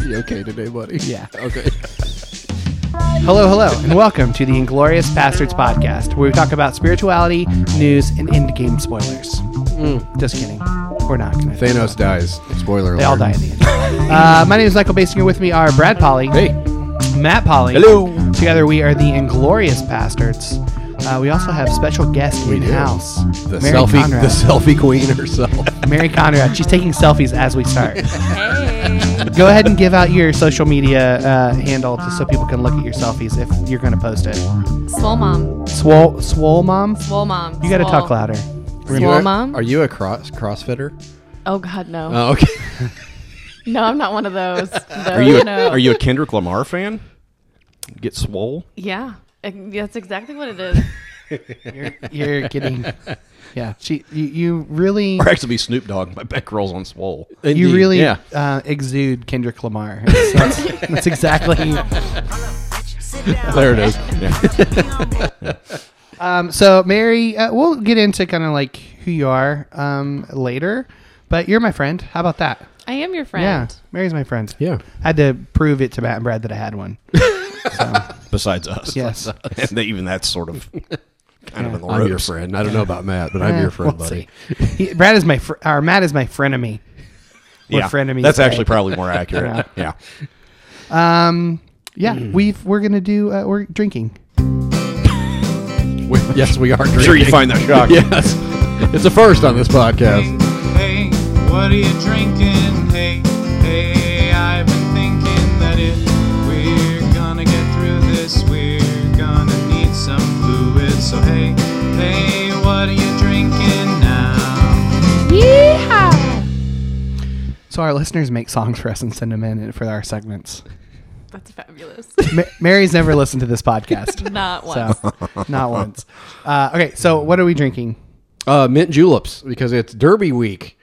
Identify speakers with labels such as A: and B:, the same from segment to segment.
A: You okay today, buddy?
B: Yeah.
A: Okay.
B: Hello, hello, and welcome to the Inglorious Bastards podcast, where we talk about spirituality, news, and endgame spoilers. Just kidding. We're not going to.
A: Mm. Thanos dies. Spoiler alert.
B: They all die at the end. Uh, my name is Michael Basinger. With me are Brad Polly,
A: Hey.
B: Matt Polly.
A: Hello.
B: Together we are the Inglorious Bastards. Uh, we also have special guest in
A: do.
B: house,
A: The
B: Mary
A: selfie
B: Conrad.
A: the selfie queen herself.
B: Mary Conrad. She's taking selfies as we start.
C: Hey.
B: Go ahead and give out your social media uh, handle just so people can look at your selfies if you're going to post it.
C: Swole mom.
B: Swole, swole mom.
C: Swole mom.
B: You got to
C: Swole.
B: talk louder.
A: Are
C: Swole
A: you a,
C: mom.
A: Are you a cross crossfitter?
C: oh God, no.
A: Oh, okay.
C: No, I'm not one of those. those
D: Are you a,
C: no.
D: are you a Kendrick Lamar fan? Get swole.
C: Yeah. I- That's exactly what it is.
B: You're, you're getting. Yeah, she. You, you really.
D: Or actually be Snoop Dogg. My back rolls on swole.
B: You
A: Indeed.
B: really
D: yeah.
B: uh, exude Kendrick Lamar. That's, that's exactly.
D: There it is.
B: Um, so Mary, uh, we'll get into kind of like who you are um, later, but you're my friend. How about that?
C: I am your
B: Yeah,
C: friend.
B: Mary's my friend.
A: Yeah.
B: I had to prove it to Matt and Brad that I had one.
D: Besides us.
B: Yes.
D: And they- even that's sort of kind of in the
A: I'm your
D: ropes.
A: friend. I don't know about Matt, but I'm
B: Eh,
A: your friend,
B: we'll
A: buddy.
B: see. He, Brad is my fr- or Matt is my frenemy. We're
D: Yeah.
B: frenemies
D: That's
B: today.
D: actually probably more accurate. yeah.
B: Um, yeah,
A: Mm.
B: we've we're gonna do uh, we're drinking.
A: We- yes, we are drinking.
D: I'm sure you find that shocking.
A: Yes. It's a first on this podcast.
E: Hey, hey, what are you drinking? Hey, hey, I've been thinking that if we're gonna get through this, we're gonna need some fluid. So hey, hey, what are you drinking now?
C: Yeehaw.
B: So our listeners make songs for us and send them in for our segments.
C: That's fabulous.
B: Ma- Mary's never listened to this podcast,
C: not one.
B: so not once. Uh, okay, so what are we drinking?
A: Uh, mint juleps because it's Derby week.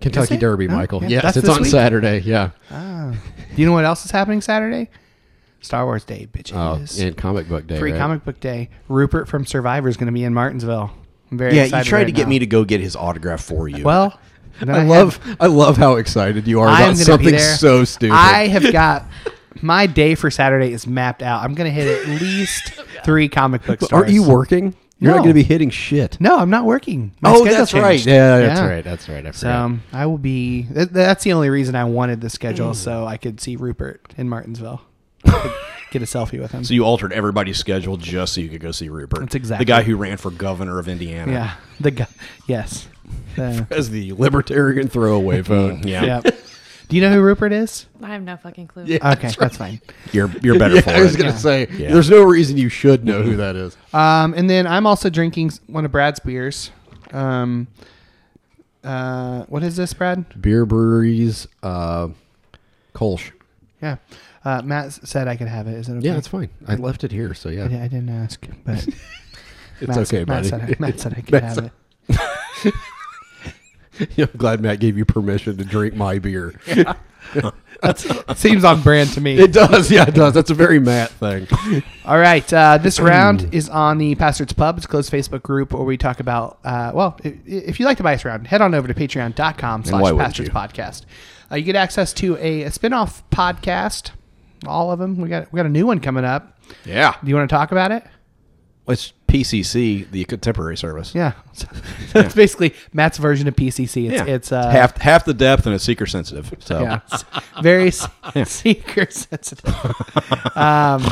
A: Kentucky
B: it?
A: Derby,
B: Oh,
A: Michael.
B: yeah,
A: yes,
B: that's
A: it's
B: this
A: on
B: week.
A: Saturday. Yeah.
B: Do you know what else is happening Saturday? Star Wars Day,
A: Oh,
B: bitches.
A: and comic book day.
B: Free
A: right?
B: comic book day. Rupert from Survivor is going to be in Martinsville. I'm very
D: Yeah, you
B: excited
D: tried
B: right
D: to get
B: now.
D: me to go get his autograph for you.
B: Well, then
A: I
B: had-
A: love I love how excited you are
B: I'm
A: about
B: gonna be
A: something
B: there.
A: so stupid.
B: I have got my day for Saturday is mapped out. I'm going to hit at least three comic book
A: But
B: stores.
A: aren't you working? You're
B: No.
A: not going to be hitting shit.
B: No, I'm not working. My
A: oh,
B: schedule
A: that's right.
B: changed.
A: Yeah, that's right. That's right. I
B: So
A: forgot.
B: um, I will be. That, that's the only reason I wanted the schedule, so I could see Rupert in Martinsville, Could get a selfie with him.
D: So you altered everybody's schedule just so you could go see Rupert.
B: That's exactly-
D: The guy who ran for governor of Indiana.
B: yeah, the guy. Yes. The-
A: as the libertarian throwaway vote.
D: Yeah.
B: yeah. Do you know who Rupert is?
C: I have no fucking clue.
B: Okay, that's, fine.
D: You're you're better
A: Yeah, Mm-hmm.
D: for
A: I was
D: it.
A: going to
B: Yeah.
A: say,
D: Yeah.
A: there's no reason you should know who that is.
B: Um, and then I'm also drinking s- one of Brad's beers. Um, uh, what is this, Brad?
A: Beer breweries, uh, Kolsch.
B: Yeah. Uh, Matt s- said I could have it. Is it okay?
A: Yeah, that's fine. I left it here, so
B: I, di-
A: yeah,
B: I didn't ask, but
A: it's
B: Matt,
A: okay,
B: Matt
A: buddy.
B: said I, Matt said I could have it.
A: Yeah, I'm glad Matt gave you permission to drink my beer.
B: Seems on brand to me.
A: It does, yeah, it does. That's a very Matt thing.
B: All right. Uh, this round is on the Pastors Pub. It's a closed Facebook group where we talk about, uh, well, i- i- if you'd like to buy us around, head on over to patreon.com slash
D: why wouldn't
B: Pastors
D: you?
B: Podcast. Uh, you get access to a, a spinoff podcast, all of them. We got, we got a new one coming up.
D: Yeah.
B: Do you want to talk about it?
D: It's PCC, the contemporary service.
B: Yeah. So it's basically Matt's version of PCC. It's, it's uh,
D: half half the depth and it's seeker sensitive. So
B: Yeah. It's very se- seeker sensitive. um,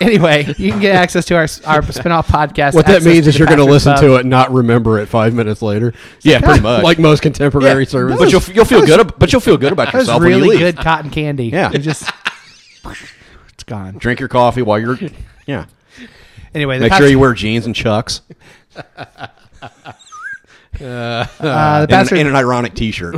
B: anyway, you can get access to our, our spinoff podcast.
A: What that
B: access
A: means is
B: the
A: you're going to
B: Pastors
A: listen
B: Pub.
A: to it, and not remember it five minutes later.
D: Yeah, pretty much.
A: like most contemporary
D: Yeah.
A: services.
D: But you'll, you'll feel good. ab- But you'll feel good about
B: That was
D: yourself when you
B: really
D: leave.
B: good cotton candy.
D: Yeah.
B: It just it's gone.
D: Drink your coffee while you're. Yeah.
B: Anyway, the
D: Make sure
B: pastor-
D: you wear jeans and chucks
B: uh, the
D: and,
B: pastor,
D: an- and an ironic T-shirt.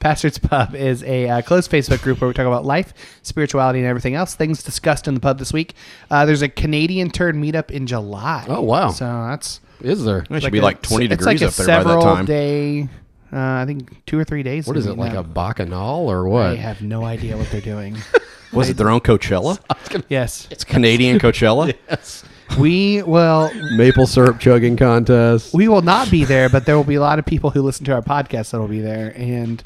B: pastor's pub is a uh, closed Facebook group where we talk about life, spirituality, and everything else. Things discussed in the pub this week. Uh, there's a Canadian turn meetup in July.
A: Oh, wow.
B: So that's
A: is there?
D: It should be like twenty
B: it's like
D: degrees
B: a
D: up there by that
B: several
D: time.
B: day. Uh, I think two or three days.
A: What is it like a bacchanal or what?
B: I have no idea what they're doing.
D: Was it their own Coachella?
B: yes,
D: It's Canadian Coachella.
B: we will.
A: Maple syrup chugging contest.
B: We will not be there, but there will be a lot of people who listen to our podcast that will be there, and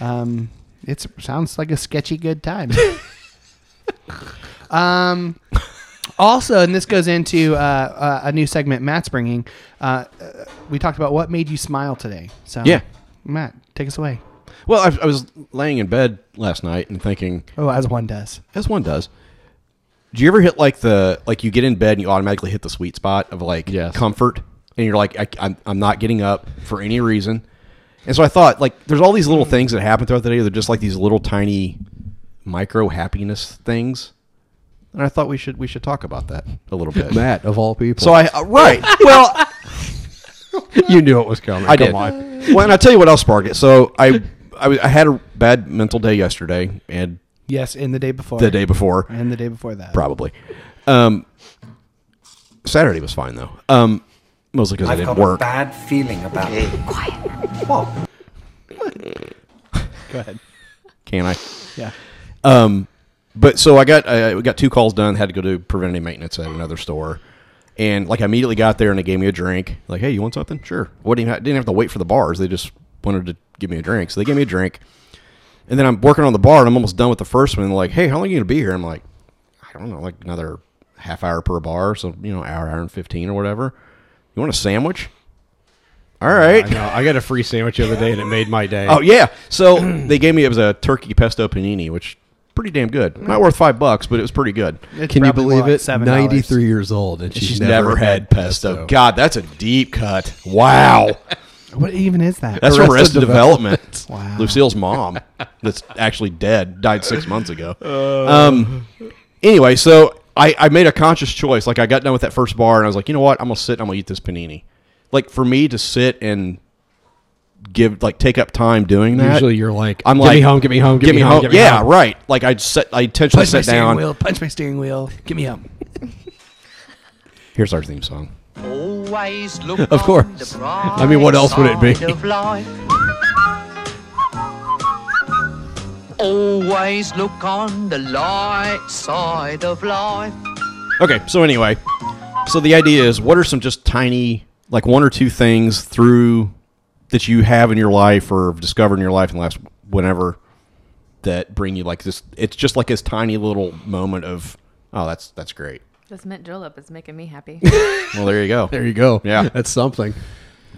B: um, It sounds like a sketchy good time. um, also, and this goes into uh, uh, a new segment Matt's bringing. Uh, uh, we talked about what made you smile today. So
D: Yeah.
B: Matt, take us away.
D: Well, I, I was laying in bed last night and thinking,
B: Oh, as one does.
D: as one does. Do you ever hit like the like you get in bed and you automatically hit the sweet spot of like
A: Yes.
D: comfort, and you're like, I, I'm I'm not getting up for any reason. And so I thought like, there's all these little things that happen throughout the day. They're just like these little tiny micro happiness things, and I thought we should we should talk about that a little bit.
A: Matt of all people.
D: So I uh, right well
A: you knew it was coming.
D: I
A: Come
D: did.
A: on.
D: Well, and I tell you what else sparked it. So I I, was- I had a bad mental day yesterday and
B: Yes, in the day before.
D: the day before.
B: And the day before that.
D: probably. Um, Saturday was fine though. Um, mostly because I
F: I've
D: didn't
F: got
D: work.
F: a bad feeling about it.
B: Go ahead.
D: Can I?
B: Yeah.
D: Um, but so I got I I got two calls done. Had to go do preventative maintenance at another store, and like I immediately got there and they gave me a drink. Like, hey, you want something? Sure. What didn't have, didn't have to wait for the bars. They just wanted to give me a drink, so they gave me a drink. And then I'm working on the bar and I'm almost done with the first one. They're like, hey, how long are you gonna be here? I'm like, I don't know, like another half hour per bar, so you know, hour, hour and fifteen or whatever. You want a sandwich? All right.
A: I know. I got a free sandwich the other day and it made my day.
D: Oh yeah. So they gave me it was a turkey pesto panini, which pretty damn good. Not worth five bucks, but it was pretty good.
B: It's
A: Can you
B: probably more
A: believe
B: like
A: it?
B: $7.
A: 93 years old and she's,
D: She's never, had pesto. God, that's a deep cut. Wow.
B: What even is that?
D: That's from
A: Arrested
D: Arrested Development.
B: Wow.
D: Lucille's mom, that's actually dead, died six months ago. Um, anyway, so I, I made a conscious choice. Like I got done with that first bar, and I was like, you know what? I'm gonna sit. and I'm gonna eat this panini. Like for me to sit and give like take up time doing that.
A: Usually you're like,
D: I'm
A: get
D: like,
A: me home, get me home, get, me home. get me
D: yeah,
A: home.
D: right. Like I set, I intentionally
B: punch my
D: sat
B: steering
D: down.
B: wheel. Punch my steering wheel. Give me up.
D: Here's our theme song.
G: Always look
A: Of course. I mean, what else would it be?
G: Always look on the light side of life.
D: Okay, so anyway, so the idea is, what are some just tiny, like one or two things through that you have in your life or have discovered in your life in the last whenever that bring you like this? It's just like this tiny little moment of, oh, that's that's great.
C: This mint julep is making me happy.
D: Well, there you go.
A: There you go.
D: Yeah.
A: That's something.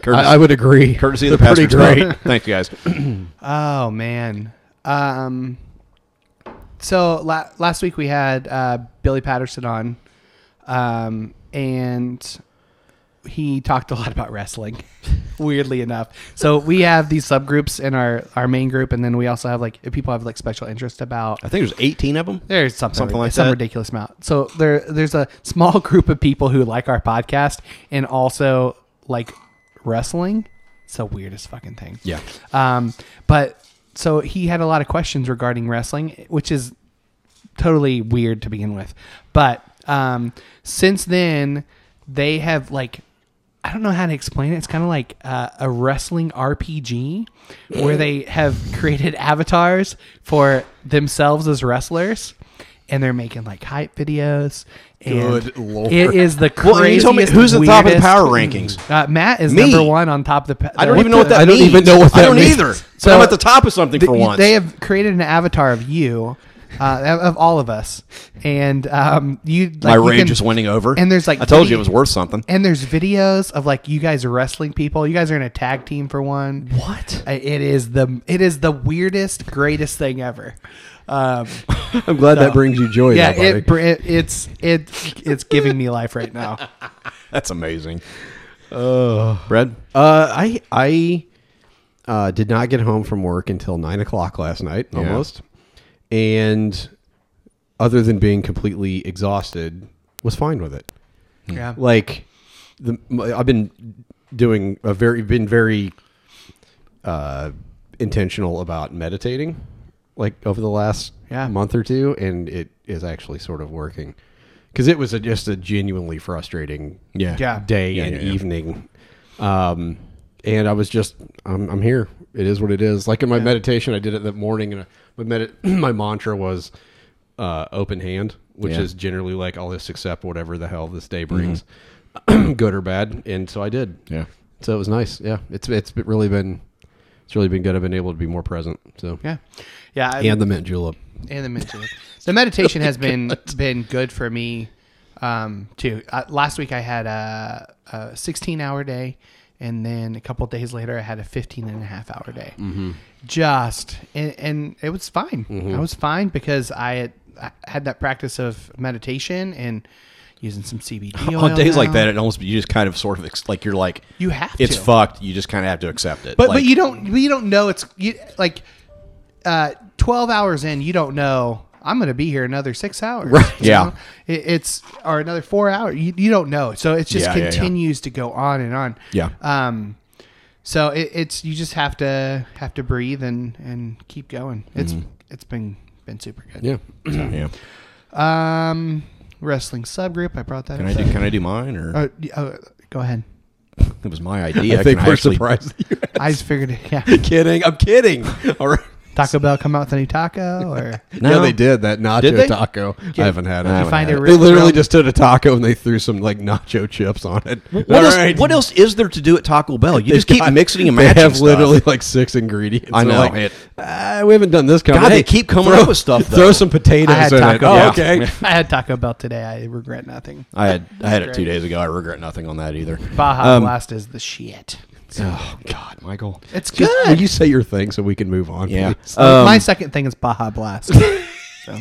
D: Courtesy,
A: I, I would agree.
D: courtesy of the
A: They're
D: pastor.
A: pretty great.
D: Thank you guys.
B: Oh man. Um. So la- last week we had uh, Billy Patterson on, um, and he talked a lot about wrestling. weirdly enough, so we have these subgroups in our our main group, and then we also have like if people have like special interest about
D: I think there's 18 of them.
B: There's something,
D: Something like
B: some
D: that.
B: ridiculous amount. So there, there's a small group of people who like our podcast and also like wrestling. It's the weirdest fucking thing.
D: Yeah.
B: Um, but so he had a lot of questions regarding wrestling, which is totally weird to begin with. But um, since then, they have like I don't know how to explain it. It's kind of like uh, a wrestling RPG where they have created avatars for themselves as wrestlers, and they're making like hype videos. And
A: Good lord.
B: It is the craziest.
D: Well, and you told me- who's at the top of the
B: weirdest-
D: power rankings?
B: Uh, Matt is
D: Me.
B: number one on top of the. Pa-
D: I don't
B: the-
D: even know what that
A: I don't
D: means.
A: even know what
D: I
A: that
D: don't
A: means.
D: either.
B: So-
D: but I'm at the top of something
B: Th-
D: for
B: you-
D: once.
B: They have created an avatar of you, uh, of all of us, and um, you. Like,
D: My
B: you
D: rage
B: can-
D: is winning over.
B: And there's like
D: I told you
B: video-
D: it was worth something.
B: And there's videos of like you guys wrestling people. You guys are in a tag team for one.
A: What?
B: I- It is the it is the weirdest, greatest thing ever. Um,
A: I'm glad that brings you joy.
B: yeah,
A: though, buddy.
B: it, br- it it's it it's giving me life right now.
D: That's amazing. Brad,
A: Uh, I I uh, did not get home from work until nine o'clock last night,
D: Yeah.
A: almost. And other than being completely exhausted, was fine with it.
B: Yeah.
A: Like, the m- I've been doing a very been very uh, intentional about meditating, like over the last
B: Yeah.
A: month or two, and it is actually sort of working. Because it was a, just a genuinely frustrating
D: Yeah.
B: Yeah.
A: day
D: Yeah,
A: and
D: yeah, yeah.
A: evening. Um, and I was just, I'm, I'm here. It is what it is. Like in my meditation, I did it that morning, and my medit- my mantra was uh, open hand, which
D: Yeah. Mm-hmm.
A: is generally like I'll just accept whatever the hell this day brings, good or bad. And so I did.
D: Yeah.
A: So it was nice. Yeah. It's it's really been it's really been good. I've been able to be more present. So
B: Yeah, yeah, I-
A: and the mint julep.
B: and the meditation. the meditation has been been good for me um, too. Uh, last week I had a, a 16 hour day, and then a couple days later I had a 15 and a half hour day.
D: Mm-hmm.
B: Just and, and it was fine. I was fine because I had, I had that practice of meditation and using some CBD oil
D: on days like
B: now.
D: that, it almost you just kind of sort of ex- like you're like
B: You have
D: it's
B: to.
D: fucked. You just kind of have to accept it.
B: But
D: Like,
B: but you don't but you don't know it's you, like uh, twelve hours in you don't know I'm going to be here another six hours. Right.
D: Yeah.
B: It, it's or another four hours. You, you don't know. So it just
D: Yeah, yeah, yeah.
B: continues to go on and on.
D: Yeah.
B: Um. So it, it's you just have to have to breathe and and keep going. It's
D: Mm-hmm.
B: it's been been super good.
A: Yeah.
D: yeah.
B: Um. Wrestling subgroup. I brought that.
D: Can I
B: up.
D: do can I do mine or
B: Oh, y- oh, go ahead.
D: it was my idea?
A: I think
D: Can
A: we're
D: actually-
A: surprised. You.
B: I just figured. it- Yeah.
A: kidding. I'm kidding. All right.
B: Taco Bell come out with a new taco or.
A: Yeah,
D: No.
A: they did that nacho
D: Did they?
A: taco. I haven't had it.
D: I
B: You find
D: had
B: a
A: they literally
B: grilled-
A: just did a taco and they threw some like nacho chips on it.
D: What, else, what else is there to do at Taco Bell? You just keep mixing and
A: They
D: matching.
A: have
D: stuff.
A: literally like six ingredients.
D: I
A: They're
D: know,
A: like,
D: it-
A: "Ah, we haven't done this. Kind
D: God, they keep coming up with stuff, though.
A: Throw some potatoes
B: I had
A: in
B: Taco
A: it. Oh,
B: Bell.
A: okay.
B: I had Taco Bell today. I regret nothing.
D: I had I had it two days ago. I regret nothing on that either.
A: Um,
B: Baja Blast is the shit.
A: oh God, Michael.
B: It's good.
A: Just- Will you say your thing so we can move on?
D: Yeah.
A: please?
D: Um,
B: My second thing is Baja Blast. so.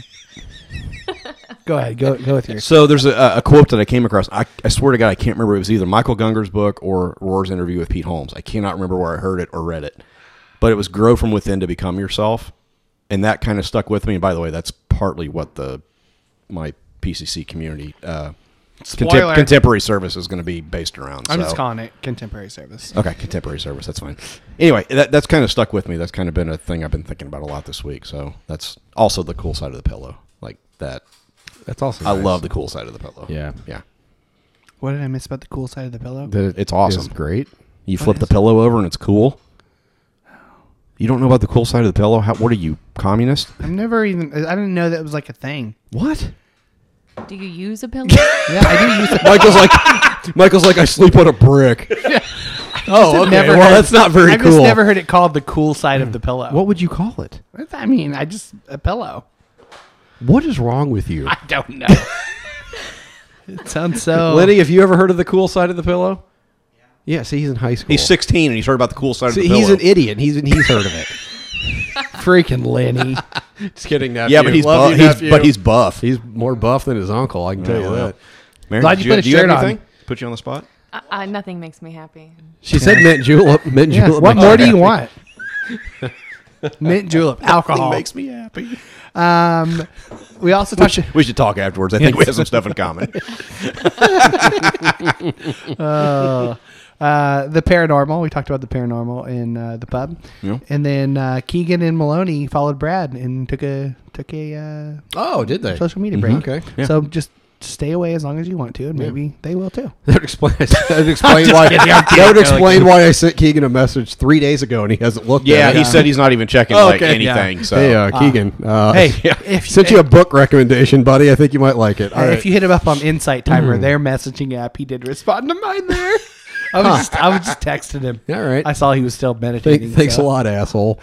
B: Go ahead. Go go with your.
D: So there's a, a quote that I came across. I, I swear to God, I can't remember. It was either Michael Gunger's book or Roar's interview with Pete Holmes. I cannot remember where I heard it or read it, but it was grow from within to become yourself, and that kind of stuck with me. And by the way, that's partly what the my PCC community uh, contem-
B: Spoiler.
D: contemporary service is going to be based around.
B: I'm just
D: so-
B: calling it contemporary
A: Uh,
B: service.
D: Okay, contemporary service. That's fine. Anyway, that, that's kind of stuck with me. That's kind of been a thing I've been thinking about a lot this week. So that's also the cool side of the pillow. Like that,
A: that's also.
D: I
A: nice.
D: love the cool side of the pillow.
A: Yeah.
D: yeah.
B: What did I miss about the cool side of the pillow?
A: That it
D: It's awesome.
A: is great.
D: You flip the pillow over and it's cool. You don't know about the cool side of the pillow? How, what are you, communist?
B: I've never even. I didn't know that was like a thing.
D: What?
C: Do you use a pillow?
B: Yeah, I do use it.
A: Michael's like, Michael's like, I sleep on a brick. oh, okay.
B: never
A: well,
B: heard-
A: that's not very
B: I've
A: cool. Mm.
B: just never heard it called the cool side of the pillow.
D: What would you call it?
B: I mean, I just a pillow.
A: what is wrong with you,
B: I don't know. it sounds
D: Oh.
B: so.
A: Lenny? Have you ever heard of the cool side of the pillow? Yeah. See, he's in high school.
D: He's 16 and he's heard about the cool side
A: See,
D: of the
A: he's
D: pillow.
A: an idiot. He's he's heard of it.
B: freaking Lenny.
A: Just kidding, nephew.
D: yeah, but he's,
A: Love you,
D: buff, he's-
A: nephew.
D: but he's buff.
A: He's more buff than his uncle. I can tell you
D: well.
A: that.
D: Mary,
B: Glad
D: did
B: you put a
D: do have
B: shirt on.
D: anything? Put you on the spot?
C: uh, uh, nothing makes me happy.
A: She said mint julep. Mint
B: Yeah.
A: julep.
B: What
A: makes
B: more
A: you
B: do you
A: happy.
B: want? Mint julep, alcohol.
D: me happy.
B: um, we also talked.
D: Oh. We should talk afterwards. I think we have some stuff in common.
B: uh, the paranormal. We talked about the paranormal in uh, the pub,
D: Yeah.
B: and then uh, Keegan and Maloney followed Brad and took a took a uh,
A: Oh, did they?
B: social media break.
A: Okay.
D: Yeah.
B: So just stay away as long as you want to, and maybe they will too.
A: That would explain. That would explain why. that would explain why I sent Keegan a message three days ago and he hasn't looked.
D: Yeah,
A: at it.
D: he said he's not even checking
A: Oh,
D: like
A: okay.
D: anything. So
A: Hey, uh, Keegan. Uh,
B: hey, if-
A: sent you a book recommendation, buddy. I think you might like it. All
B: Hey,
A: right. Mm.
B: If you hit him up on Insight Timer, their messaging app, he did respond to mine there. I was just, I was just texting him.
A: All right.
B: I saw he was still
A: Thank-
B: meditating.
A: thanks
D: uh,
B: so-
A: a lot, asshole.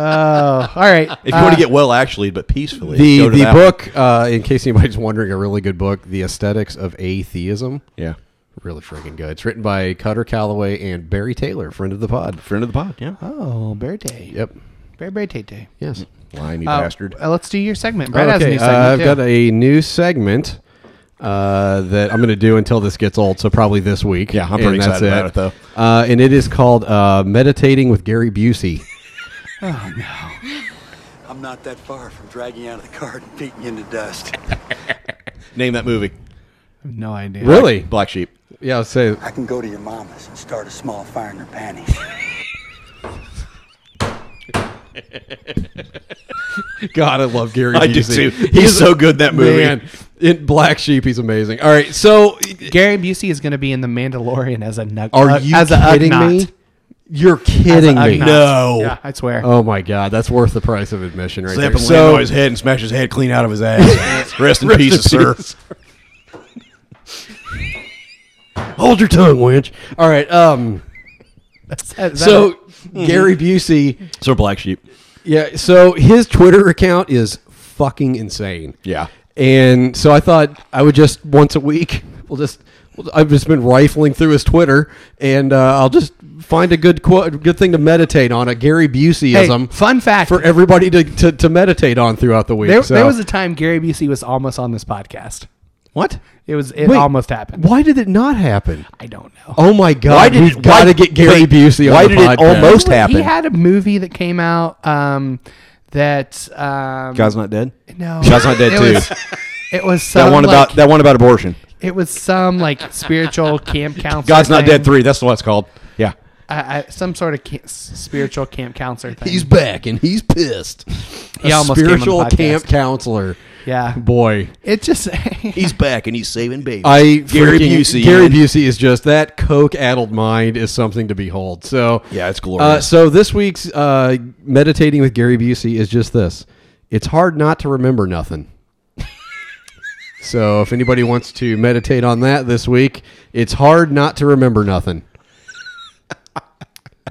B: Oh, all right.
D: if you want to get well, actually, but peacefully,
A: The
D: go to
A: the
D: that one.
A: book, uh, in case anybody's wondering, a really good book, "The Aesthetics of Atheism."
D: Yeah.
A: Really freaking good. It's written by Cutter Calloway and Barry Taylor, friend of the pod.
D: Friend of the pod. Yeah.
B: Oh, birthday.
A: Yep.
B: Very, very day day.
A: Yes.
D: Limey
B: Uh,
D: bastard.
B: uh, let's do your segment. Brad has a
A: okay.
B: new
A: uh,
B: segment.
A: I've
B: too.
A: got a new segment uh, that I'm going to do until this gets old. So probably this week.
D: Yeah, I'm pretty
A: And that's
D: excited about it, though.
A: Uh, and it is called uh, "Meditating with Gary Busey."
F: I'm not that far from dragging you out of the car and beating you into dust.
D: Name that movie.
B: no idea.
A: really?
D: Black Sheep.
A: Yeah. I'll say.
F: I can go to your mama's and start a small fire in her panties.
A: God, I love Gary.
D: I do
A: Busey.
D: too. He's so good in that movie.
A: Man, in Black Sheep, he's amazing. All right, so
B: Uh, Gary Busey is going to be in The Mandalorian as a nug.
A: are
B: uh,
A: you
B: as a
A: kidding
B: Ugnaught.
A: me? You're kidding
B: As a
A: me.
B: Ugnaught.
D: No.
B: Yeah, I swear. Uh,
A: Oh my god, that's worth the price of admission right
D: Slap
A: there.
D: a so, on his head and smash his head clean out of his ass. Rest in peace, sir.
A: hold your tongue, wench. All right, um
B: That's- that's-
A: So Gary Busey,
D: So black sheep.
A: yeah. So his Twitter account is fucking insane.
D: Yeah.
A: And so I thought I would just once a week. We'll just. we'll- I've just been rifling through his Twitter, and uh, I'll just find a good quote, good thing to meditate on. A Gary
B: hey,
A: Buseyism
B: fun fact:
A: for everybody to, to, to meditate on throughout the week.
B: there,
A: so.
B: there was a time Gary Busey was almost on this podcast.
A: what?
B: It was it
A: Wait,
B: almost happened.
A: Why did it not happen?
B: I don't know.
A: Oh my God! We've got to get Gary
D: wait,
A: Busey on
D: Why
A: the
D: did it
A: podcast.
D: almost happen?
B: He had a movie that came out um, that um,
D: God's not dead.
B: no,
D: God's not dead
B: it
D: too.
B: Was, it was some,
D: that one
B: like,
D: about that one about abortion.
B: it was some like spiritual camp counselor.
D: God's not
B: thing.
D: dead three. That's what it's called. Yeah.
B: I, I, some sort of ca- s- spiritual camp counselor thing.
A: He's back and he's pissed.
B: He
A: a
B: almost came on the
A: spiritual
B: podcast.
A: camp counselor.
B: yeah.
A: Boy,
B: It just
D: He's back and he's saving babies.
A: I
D: Gary
A: freaking-
D: Busey.
A: Gary Busey is just that coke-addled mind is something to behold. So
D: Yeah, it's glorious.
A: Uh, so this week's uh, meditating with Gary Busey is just this: it's hard not to remember nothing. so if anybody wants to meditate on that this week, it's hard not to remember nothing.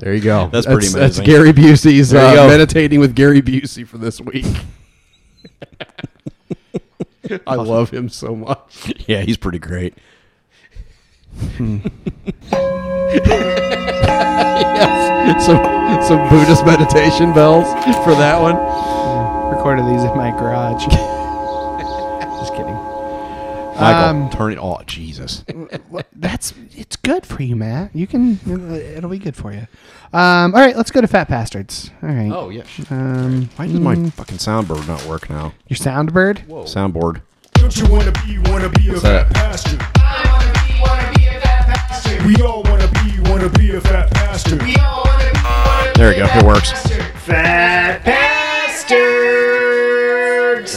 A: There you go.
D: That's pretty
A: That's
D: amazing.
A: Gary Busey's
D: There you
A: uh,
D: go.
A: meditating with Gary Busey for this week. I love him so much.
D: yeah, he's pretty great.
A: some some Buddhist meditation bells for that one.
B: recorded these in my garage. just kidding.
D: Michael, turn it off. Jesus.
B: Well, That's it's good for you, Matt. You can it'll be good for you. Um, all right, let's go to Fat Bastards. All right.
A: Oh, yeah.
B: Um,
D: Why does my fucking soundboard not work now?
B: your sound bird.
D: Soundboard.
H: Don't you wanna be, wanna be a fat
D: that?
H: bastard? We all wanna be, wanna be a fat bastard.
D: There we go. It works.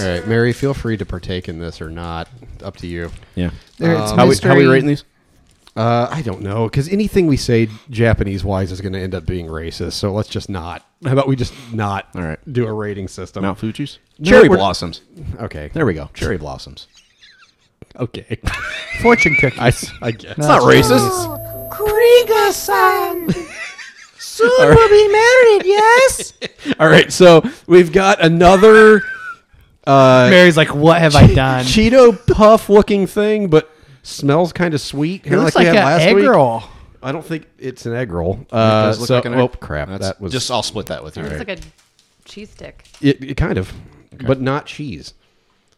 A: All right, Mary, feel free to partake in this or not. Up to you. Um,
D: Yeah.
B: There, it's
D: How we, how we
B: mystery-
D: rating these?
A: Uh, I don't know because anything we say Japanese wise is going to end up being racist. So let's just not. How about we just not?
D: All right.
A: Do a rating system.
D: Mount Fuji's?
A: No,
D: Cherry
A: we're-
D: blossoms.
A: Okay.
D: There we go. Cherry blossoms.
A: Okay.
B: fortune cookie.
A: I, s- I guess.
B: No, It's not
D: racist.
A: All right. So we've got another uh,
B: Mary's like, what have I done?
A: Cheeto puff looking thing, but smells kind of sweet.
B: it
A: kinda
B: looks
A: we
B: like,
A: had
B: an egg
A: week.
B: roll.
A: I don't think it's an egg roll. Uh, so, oh crap, that was
D: just. I'll split that with you.
C: It's like a cheese stick.
A: it, it kind of, but not cheese.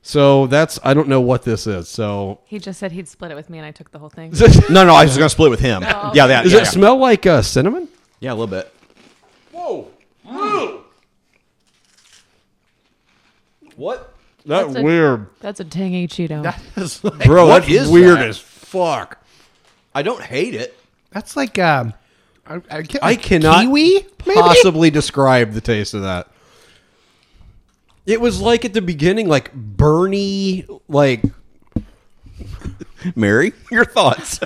A: So that's I don't know what this is. So
C: He just said he'd split it with me, and I took the whole thing.
A: does it,
D: No, no, I was gonna split with him. Yeah, that.
A: does
D: yeah,
A: it
D: yeah.
A: smell like uh, cinnamon?
D: Yeah, a little bit.
A: What? That's,
C: That's a-
A: weird,
C: That's a tangy Cheeto.
A: bro.
D: what
A: that's
D: is
A: weird
D: that?
A: as fuck.
D: I don't hate it.
B: That's like um, I, I, can't-
A: I cannot
B: kiwi. Maybe?
A: possibly describe the taste of that. It was like at the beginning, like Bernie, like
D: Mary, your thoughts?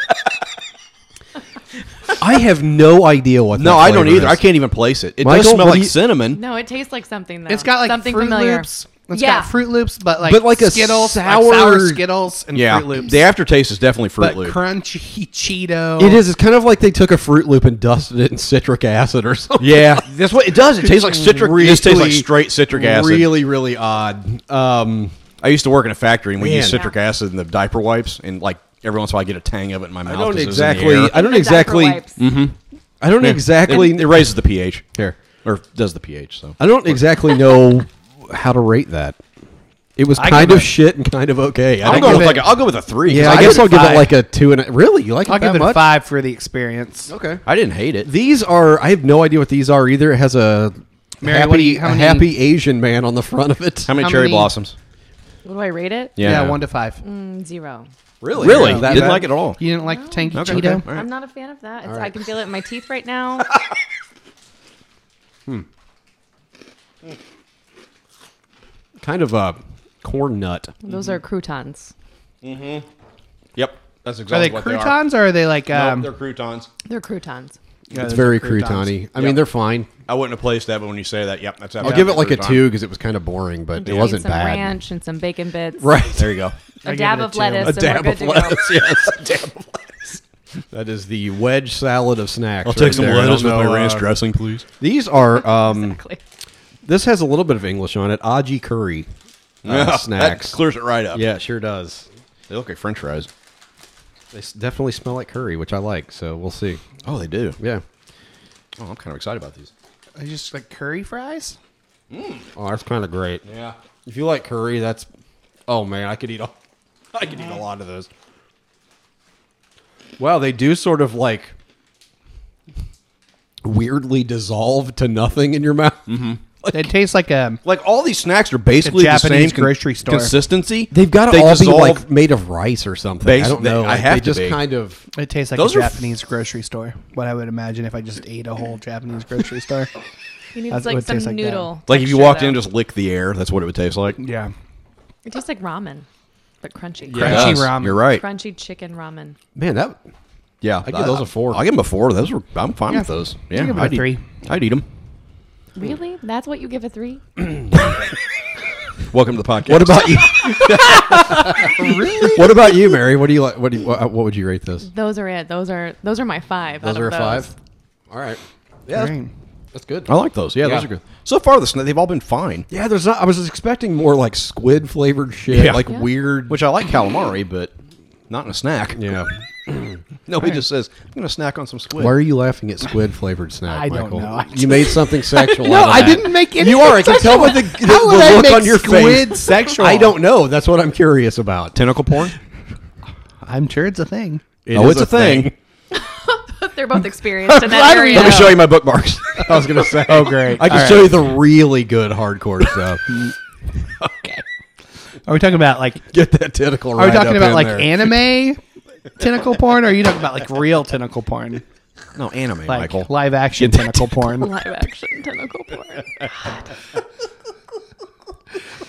A: I have no idea what.
D: no,
A: that
D: I don't
A: flavor
D: either.
A: is.
D: I can't even place it. It
A: Michael,
D: does smell
A: what
D: like
A: do you-
D: cinnamon.
C: no, it tastes like something though.
B: It's got like
C: something
B: Fruit
C: familiar.
B: Loops. It's
C: yeah,
B: got Fruit Loops, but like
A: But like a
B: Skittles,
A: sour-
B: like sour Skittles, and
D: Yeah,
B: Fruit Loops.
D: the aftertaste is definitely Fruit
B: but
D: Loop.
B: crunchy Cheeto.
A: It is. It's kind of like they took a Fruit Loop and dusted it in citric acid or something.
D: yeah, that's what it does. It tastes like citric. this tastes like
A: Really,
D: straight citric acid.
A: Really, really odd. Um,
D: I used to work in a factory and we used
A: Man.
D: citric acid in the diaper wipes, and like every once in a while I get a tang of it in my mouth.
A: I don't
D: 'cause it was in the
A: exactly.
D: air.
A: I don't
C: The diaper
A: exactly.
C: wipes.
A: I don't
D: Yeah.
A: exactly.
D: It, it raises the pH
A: Here.
D: or does the pH. So
A: I don't exactly know how to rate that. It was
B: I
A: kind
B: give
A: of
B: it-
A: shit and kind of okay. I
D: I'll
A: don't
D: go
A: know.
D: with
B: it-
D: like a, I'll go with a three. 'cause
A: yeah, I,
D: I
A: guess
D: didn't-
A: I'll give it
B: five.
A: like a two and a, really. You like
B: I'll
A: it that
B: give it
A: much?
B: a five for the experience.
A: Okay.
D: I didn't hate it.
A: These are. I have no idea what these are either. It has a
B: Mary,
A: happy,
B: what do you- how
A: a
B: many-
A: happy Asian man on the front of it.
D: How many
B: How
D: cherry
B: many-
D: blossoms?
C: What do I rate it?
B: Yeah, one to five.
C: Mm, zero.
A: Really?
D: Really?
A: That
D: Didn't
A: bad?
D: like it at all.
B: You didn't like the tanky
D: Okay,
B: Cheeto?
D: okay. All right.
C: I'm not a fan of that. It's, I can feel it in my teeth right now.
A: Kind of a corn nut.
C: Those are croutons.
D: Yep. That's
B: Are
D: exactly
B: they croutons or are they like um?
D: they're croutons.
C: They're croutons.
A: it's very croutony. I mean,
D: Yep.
A: they're fine.
D: I wouldn't have placed that, but when you say that, yep, that's
A: I'll give it like a two because it was kind of boring, but it
C: Need
A: wasn't
C: some
A: bad.
C: ranch and some bacon bits.
A: Right.
D: There you go.
C: A
B: give
C: dab
B: it a
C: of
B: two.
C: lettuce.
A: A
C: and
A: dab
C: we're
A: of
C: good to go.
A: lettuce. Yes. A dab of lettuce. That is the wedge salad of snacks.
D: I'll
A: right
D: take some
A: there. I don't
D: lettuce with my
A: know,
D: ranch
A: uh,
D: dressing, please.
A: These are um,
C: Exactly.
A: this has a little bit of English on it. Aji curry uh, snacks.
D: That clears it right up.
A: Yeah, it sure does.
D: They look like french fries.
A: They s- definitely smell like curry, which I like. So we'll see.
D: Oh, they do.
A: Yeah.
D: Oh, I'm kind of excited about these.
B: I just like curry fries.
A: Oh, that's kind of great. Yeah. If you like curry, that's. Oh man, I could eat. A, I could eat a lot of those. Wow, they do sort of like weirdly dissolve to nothing in your mouth. Mm-hmm.
B: They taste like um, a
D: Like all these snacks are basically the
B: Japanese
D: same con-
B: grocery store.
D: consistency.
A: They've got to
D: They
A: all
D: dissolve-
A: be like made of rice or something.
D: Base-
A: I don't
D: they-
A: know.
D: I
A: Like,
D: have
A: they
D: to
A: just
D: be.
A: kind of.
B: It tastes like
D: Those
B: a
D: are f-
B: Japanese grocery store. What I would imagine if I just ate a whole Japanese grocery store.
C: He needs
B: That's what
C: like
B: it tastes
C: some
B: like
C: noodle.
D: like if you
C: texture,
D: walked
C: though.
D: in, just lick the air. That's what it would taste like.
B: yeah.
C: it tastes like ramen, but crunchy.
D: It
B: Crunchy
D: does.
B: ramen.
D: You're right.
C: Crunchy chicken ramen.
A: Man, that
D: Yeah,
A: I'd give those a four.
D: I give them a four. Those were I'm fine
B: Yeah.
D: with those.
B: I'd
D: Yeah,
B: give it a
D: I'd eat-
B: three.
D: I'd eat them.
C: Really? That's what you give a three?
D: Welcome to the podcast.
A: What about you? What about you, Mary? What do you like? What do you, what, what would you rate this?
C: Those are it. Those are those are my five.
A: Those
C: out
A: are a
C: of
A: five. All right. Yeah, that's,
B: Green.
A: that's good.
D: I like those. Yeah, those
A: Yeah.
D: are good. So far, this they've all been fine.
A: Yeah, there's not. I was expecting more like squid flavored shit,
D: Yeah.
A: like
D: Yeah.
A: weird.
D: Which I like calamari, but not in a snack.
A: yeah.
D: Nobody just says I'm going to snack on some squid.
A: Why are you laughing at squid flavored snack,
B: I don't
A: Michael?
B: know. I
A: You made something sexual.
B: No,
A: out of
B: I
A: that.
B: didn't make anything
A: You are. I can tell by the, the,
B: How would
A: the
B: I
A: look
B: make
A: on your
B: squid
A: face.
B: sexual?
A: I don't know. That's what I'm curious about.
D: Tentacle porn?
B: I'm sure it's a thing.
A: It
D: oh,
A: is
D: it's a thing.
C: Five. They're both experienced in that
B: Glad we
C: area.
D: Let me show you my bookmarks.
A: I was gonna say.
B: Oh, great.
A: I can
B: All
A: show
B: right.
A: you the really good hardcore stuff.
B: Are we talking about like?
A: Get that tentacle.
B: Are
A: Right
B: we talking
A: up
B: about
A: in
B: like
A: there.
B: anime tentacle porn? Or are you talking about like real tentacle porn,
D: no anime,
B: like
D: Michael.
B: live action
D: Get that
B: tentacle porn? All
C: live action tentacle porn.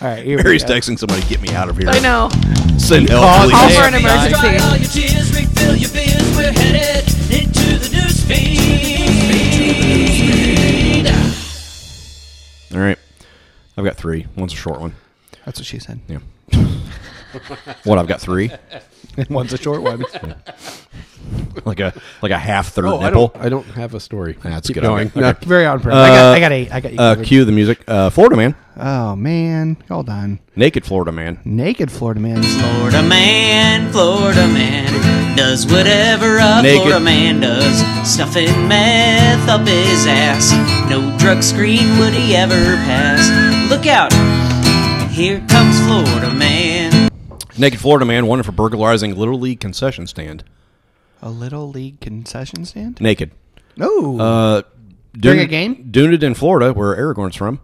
B: right, here we
D: Mary's
B: go.
D: texting somebody, get me out of here.
C: I know.
D: Send help.
B: Call-
D: please."
B: call
C: All for an
B: Nice.
C: emergency.
I: all your tears, refill your beers. We're headed into the newsfeed.
D: All right. I've got three. One's a short one.
B: That's what she said.
D: Yeah. what? I've got three.
B: One's a short one.
D: Like a like a half third
A: Oh, I
D: nipple.
A: don't, I don't have a story.
D: That's
A: Keep
D: good.
A: Going.
D: Okay.
A: No.
D: Okay.
B: Very on purpose. I got. I got eight. I got you.
D: Uh,
B: covered.
D: cue the music. Uh, Florida man,
B: oh man, hold on.
D: naked Florida man.
B: Naked Florida man.
I: Florida man, Florida man does whatever a
D: Naked.
I: Florida man does. Stuffing meth up his ass. No drug screen would he ever pass. Look out! Here comes Florida man.
D: Naked Florida man wanted for burglarizing Little League concession stand.
B: A little league concession stand.
D: Naked.
B: No.
D: Uh,
B: During
D: Dun-
B: a game?
D: Dunedin, Florida, where Aragorn's from.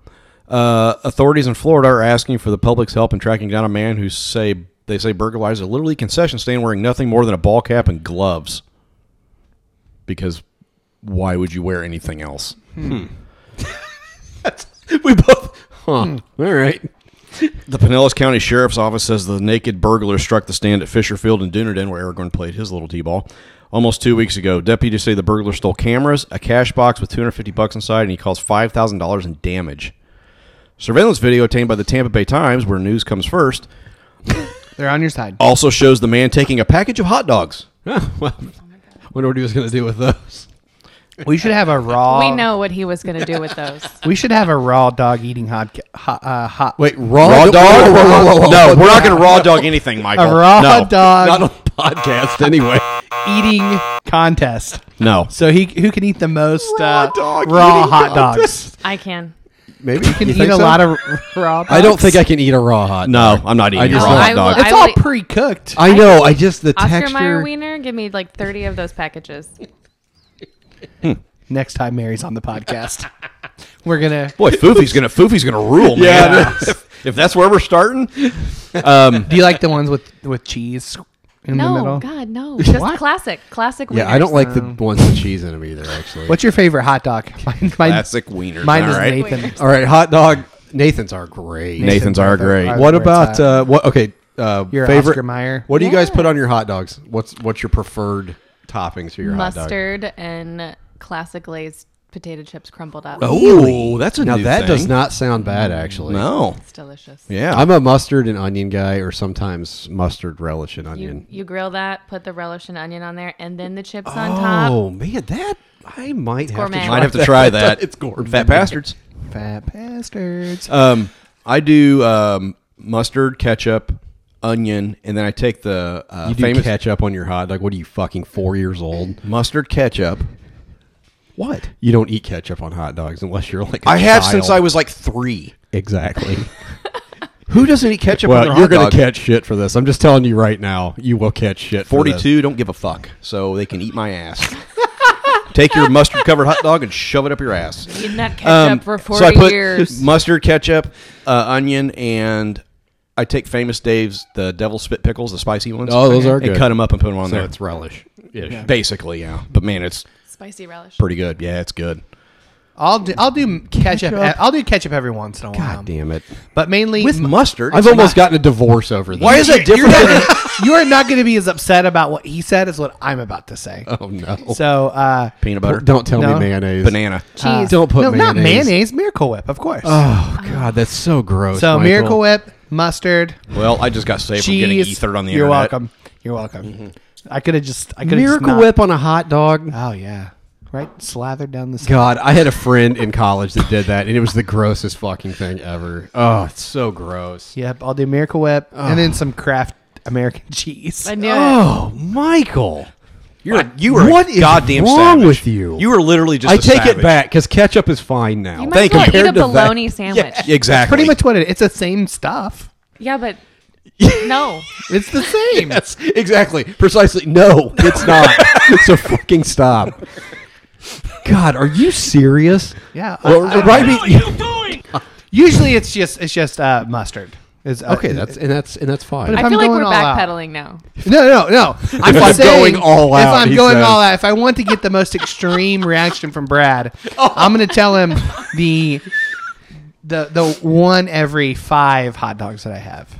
D: Uh, authorities in Florida are asking for the public's help in tracking down a man who say they say burglarized a Little League concession stand wearing nothing more than a ball cap and gloves. Because why would you wear anything else?
A: we both. Huh. All right.
D: The Pinellas County Sheriff's Office says the naked burglar struck the stand at Fisher Field in Dunedin, where Aragorn played his little t-ball, almost two weeks ago. Deputies say the burglar stole cameras, a cash box with 250 bucks inside, and he caused five thousand dollars in damage. Surveillance video obtained by the Tampa Bay Times, where news comes first,
B: They're on your side.
D: also shows the man taking a package of hot dogs.
A: well, wonder what he was going to do with those.
B: We should have a raw.
C: We know what he was going to do with those.
B: We should have a raw dog eating hot ca- hot, uh, hot
A: Wait, raw,
D: Raw dog? no, we're not going to raw dog anything, Michael.
B: a raw
D: no.
A: Not on
B: dog
A: podcast anyway.
B: eating contest.
D: No.
B: So he who can eat the most
D: Raw
B: uh,
D: dog
B: raw
D: eating
B: hot dogs.
C: I can.
A: Maybe you
B: Can eat a lot of raw. Dogs.
A: I don't think I can eat a raw hot.
D: No,
A: dog.
D: I'm not eating
A: I
D: a
A: just
D: raw
A: don't-
D: hot
C: I
D: dog.
C: will-
B: It's all pre cooked.
A: I know. I just the
C: Oscar
A: texture.
C: Mayer Wiener, give me like 30 of those packages.
B: Next time Mary's on the podcast, we're gonna.
D: Boy, Foofy's gonna Foofy's gonna rule, man.
B: Yeah.
D: if, if that's where we're starting,
B: Do you like the ones with with cheese in the
C: No,
B: middle?
C: God, no. Just
B: What?
C: classic. Classic
A: yeah,
C: wieners.
A: I don't like the ones with cheese in them either. Actually.
B: What's your favorite hot dog? Mine, mine,
D: classic wieners.
B: mine
D: all
B: is
D: right.
B: Nathan.
A: All right, hot dog. Nathan's are great.
D: Nathan's are great.
B: are
A: What
B: where it's
A: about
B: at.
A: uh, what? Okay, uh,
B: Your
A: favorite.
B: Oscar Mayer.
A: What do you guys
C: Yeah.
A: put on your hot dogs? What's what's your preferred toppings for your hot dog?
C: mustard and classic glazed potato chips crumbled up.
A: Oh, that's
D: a
A: now
D: new
A: that
D: thing.
A: does not sound bad actually.
D: No.
C: It's delicious.
D: Yeah.
A: I'm a mustard and onion guy, or sometimes mustard relish and
C: You,
A: onion.
C: you grill that, put the relish and onion on there, and then the chips on top.
A: oh man, that I might have
C: gourmet.
A: to
D: might
A: try
D: have to try that.
A: It's gourmet.
D: Fat bastards.
B: Fat bastards.
D: Um, I do um, mustard, ketchup, onion, and then I take the uh,
A: You do
D: famous
A: ketchup on your hot dog. What are you fucking four years old?
D: mustard ketchup. What?
A: You don't eat ketchup on hot dogs unless you're like. I
D: I have since I was like three.
A: exactly.
D: Who doesn't eat ketchup? on
A: well,
D: their
A: you're
D: hot
A: gonna
D: dog?
A: catch shit for this. I'm just telling you right now. You will catch shit. for this.
D: forty-two. Don't give a fuck. So they can eat my ass. take your mustard-covered hot dog and shove it up your ass.
C: Eating that ketchup
D: Um,
C: for
D: so I
C: 40
D: put
C: years.
D: mustard, ketchup, uh, onion, and I take Famous Dave's the devil spit pickles, the spicy ones.
A: Oh, those are
D: And
A: good.
D: cut them up and put them on
A: So
D: there.
A: it's relish. Yeah.
D: Basically, yeah. But man, it's
C: Spicy relish.
D: pretty good. Yeah, it's good.
B: I'll do I'll do ketchup. e, I'll do ketchup every once in a while.
A: God damn it!
B: But mainly
D: With mustard,
A: I've almost gotten a divorce over this.
D: Why is that different? than-
B: you are not going to be as upset about what he said as what I'm about to say.
A: Oh no!
B: So uh,
D: peanut butter?
A: Don't tell
B: No.
A: me mayonnaise.
D: banana.
C: Cheese.
A: Don't put
B: no,
A: mayonnaise.
B: not mayonnaise, Miracle Whip, of course.
A: Oh god, that's so gross.
B: so
A: Michael.
B: Miracle Whip, mustard,
D: Well, I just got saved from getting
B: cheese.
D: ethered on the
B: You're
D: internet.
B: welcome. You're welcome. I could have just I could
A: Mm-hmm. Miracle Whip on a hot dog.
B: Oh yeah, right slathered down the. side.
A: Uh, God, I had a friend in college that did that, and it was the grossest fucking thing ever. Oh, it's so gross.
B: Yep, I'll do Miracle Whip and then some Kraft American cheese.
C: I knew it.
A: Oh, Michael.
D: You're a, you are
A: What
D: a
A: is
D: goddamn
A: wrong
D: savage.
A: with you?
D: You were literally just.
A: I
D: a
A: take
D: savage.
A: it back because ketchup is fine now.
C: You might as well eat a bologna sandwich.
D: Yeah, exactly.
B: Pretty much what it. It's the same stuff.
C: Yeah, but no.
B: It's the same.
A: Yes, exactly. Precisely. No, it's not. so fucking stop. God, are you serious?
B: Yeah,
A: Well,
B: I- I-
A: remind me.
B: Usually it's just it's just uh, mustard. Is uh,
A: Okay, that's and that's and that's fine.
B: But if
C: I
B: I'm
C: feel like
B: going
C: we're
B: all out.
C: backpedaling now.
B: No, no, no. I'm,
A: I'm
B: saying,
A: going all out,
B: If I'm
A: he
B: going
A: says.
B: all out, if I want to get the most extreme reaction from Brad,
A: Oh.
B: I'm going to tell him the the the one every five hot dogs that I have.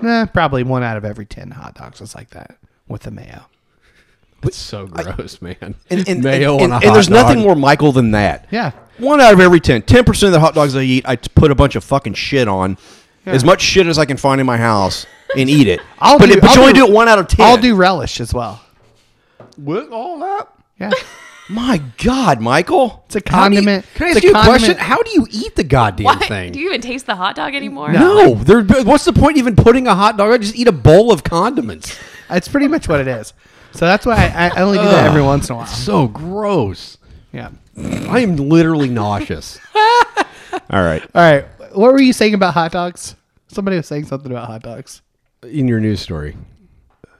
B: Nah, probably one out of every ten hot dogs is like that with the mayo.
A: It's so gross, man.
D: And, and,
A: Mayo
D: and,
A: on a
D: and
A: hot
D: there's nothing
A: dog.
D: more Michael than that.
B: Yeah.
D: One out of every 10, 10% of the hot dogs I eat, I t- put a bunch of fucking shit on. As much shit as I can find in my house and eat it.
B: I'll
D: but
B: do-
D: it- but
B: I'll
D: you only
B: do-
D: do it one out of 10.
B: I'll do relish as well.
A: with all that.
B: Yeah,
D: My God, Michael.
B: it's a condiment.
A: Can I
B: It's
A: ask you a
B: condiment.
A: question? How do you eat the goddamn
C: What?
A: thing?
C: Do you even taste the hot dog anymore?
A: no, there, what's the point even putting a hot dog? I just eat a bowl of condiments.
B: It's pretty much what it is. So that's why I, I only do that every once in a while.
A: So gross.
B: Yeah.
A: I am literally nauseous.
D: All right.
B: All right. What were you saying about hot dogs? Somebody was saying something about hot dogs.
A: In your news story,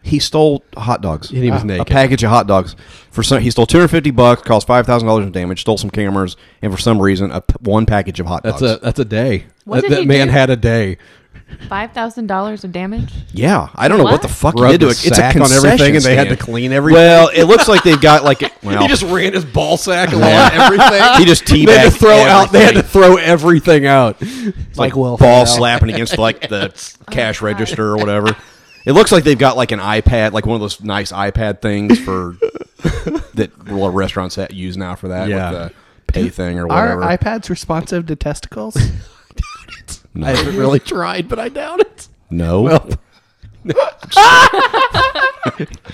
D: He stole hot dogs.
A: And he was
D: a,
A: naked.
D: A package of hot dogs for some. He stole 250 bucks, caused five thousand dollars in damage, stole some cameras, and for some reason, a p one package of hot
A: that's
D: dogs.
A: a that's a day. that
C: What did
A: that
C: he
A: man
C: do?
A: had a day.
C: $5,000 of damage?
D: yeah, I don't know what
C: What?
D: the fuck
A: Rubbed
D: he did to
A: the
D: it. It's a
A: sack on everything
D: concession
A: and they had
D: stand.
A: to clean everything.
D: Well, it looks like they've got like a, well,
A: he just ran his ball sack along
D: Yeah.
A: everything.
D: He just
A: they had to
D: teabagged
A: throw out. They had to
D: everything.
A: throw everything out.
B: like, Will Ferrell.
D: ball slapping against like the cash register or whatever. It looks like they've got like an iPad, like one of those nice iPad things for that a lot of restaurants that use now for that,
A: Yeah.
D: with the pay thing or
B: Are
D: whatever.
B: iPads responsive to testicles?
A: I haven't really tried, but I doubt it.
D: no,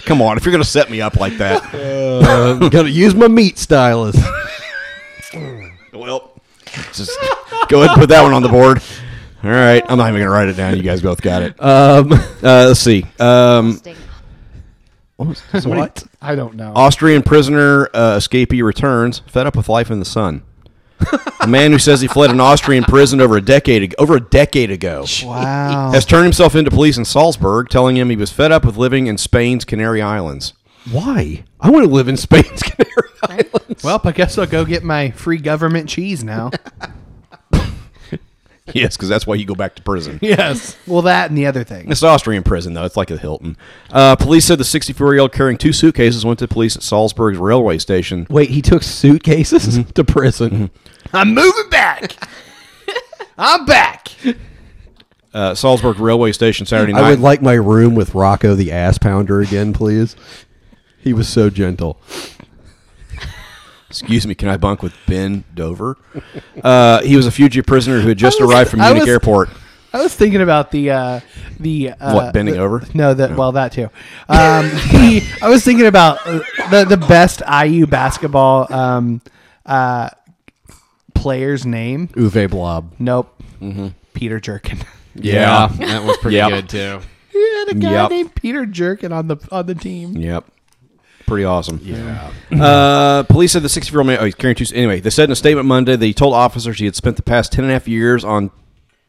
D: come on, if you're gonna set me up like that,
A: I'm gonna Um, use my meat stylus.
D: well, just go ahead and put that one on the board. All right, I'm not even gonna write it down. You guys both got it.
A: Um,
D: Uh, let's see. Um,
A: what?
B: I don't know.
D: Austrian prisoner uh, escapee returns, fed up with life in the sun. a man who says he fled an Austrian prison over a decade ago, over a decade ago
B: Wow.
D: has turned himself into police in Salzburg, telling him he was fed up with living in Spain's Canary Islands.
A: Why? I want to live in Spain's Canary Islands.
B: well, I guess I'll go get my free government cheese now.
D: Yes, because that's why you go back to prison.
B: yes. Well, that and the other thing.
D: It's an Austrian prison, though. It's like a Hilton. Uh, police said the 64 year old carrying two suitcases went to police at Salzburg's railway station.
A: Wait, he took suitcases
B: Mm-hmm.
A: to prison.
B: I'm moving back. Mm-hmm. I'm back.
D: Uh, Salzburg railway station Saturday night.
A: I would like my room with Rocco the ass pounder again, please. He was so gentle.
D: Excuse me, can I bunk with Ben Dover? Uh, he was a fugitive prisoner who had just
B: was-
D: arrived from
B: I
D: Munich
B: was-
D: Airport.
B: I was thinking about the uh, the uh,
D: What, bending
B: the-
D: over?
B: No, that well that too. Um, the, I was thinking about uh, the the best IU basketball um, uh, player's name.
A: Uwe Blob.
B: Nope,
D: Mm-hmm.
B: Peter Jerkin.
D: Yeah.
A: that was pretty
D: Yep.
A: good too.
B: He had a guy
D: Yep.
B: named Peter Jerkin on the on the team.
D: Yep. Pretty awesome. Yeah. uh, police said the 60 year old man. Oh, he's carrying two. Anyway, they said in a statement Monday that he told officers he had spent the past 10 and a half years on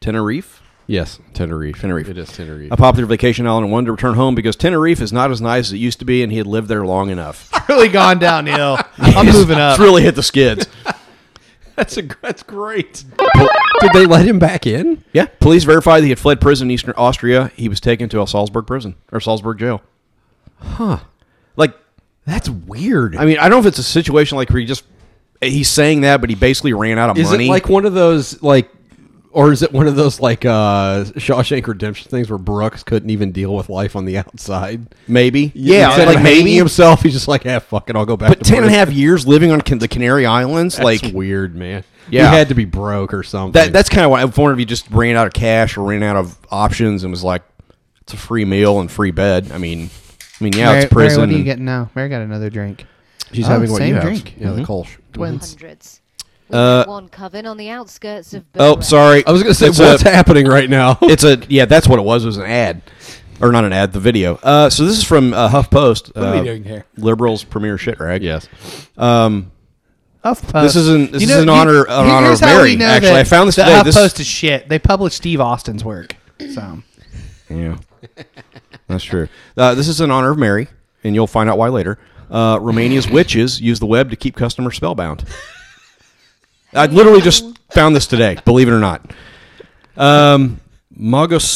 D: Tenerife.
A: Yes, Tenerife.
D: Tenerife.
A: It is Tenerife.
D: A popular vacation island and wanted to return home because Tenerife is not as nice as it used to be, and he had lived there long enough.
B: Really gone downhill. I'm moving up.
D: It's really hit the skids.
A: That's a that's great. Did they let him back in?
D: yeah. Police verified that he had fled prison in eastern Austria. He was taken to a Salzburg prison or Salzburg jail. Huh. Like,
A: That's weird.
D: I mean, I don't know if it's a situation like where he just. He's saying that, but he basically ran out of
A: is
D: money.
A: it like one of those like, or is it one of those like uh Shawshank Redemption things where Brooks couldn't even deal with life on the outside?
D: maybe.
A: Instead of hanging himself. He's just like, yeah, fuck it, I'll go back.
D: But
A: to
D: ten and a half
A: work."
D: years living on can, the Canary Islands,
A: That's
D: like
A: weird, man.
D: Yeah.
A: he had to be broke or something.
D: that. That's kind of why I was wondering if he just ran out of cash or ran out of options and was like, it's a free meal and free bed. I mean, I mean, yeah, it's prison.
B: what are you
D: and-
B: getting now? Mary got another drink.
A: she's
B: Oh,
A: having what
B: same
A: you have.
B: drink.
A: Yeah, the Kolsch.
B: Twins.
J: hundreds. We have one coven on the outskirts of.
D: oh,
J: Berwick.
D: sorry.
A: I was gonna say,
D: It's
A: what's
D: a,
A: happening right now?
D: It's a yeah. That's what it was. It was an ad, or not an ad. The video. Uh, so this is from uh, HuffPost. What
B: are we doing here?
D: Liberals premier shit rag.
A: yes.
D: Um,
B: HuffPost.
D: This is in- this
B: You
D: is in honor- in honor
B: here's
D: of
B: how we
D: Mary,
B: know
D: actually.
B: that
D: I found this
B: the
D: today. This-
B: HuffPost is shit. They published Steve Austin's work. So
D: Yeah, that's true. Uh, this is in honor of Mary, and you'll find out why later. Uh, Romania's witches use the web to keep customers spellbound. I literally just found this today, believe it or not. Um,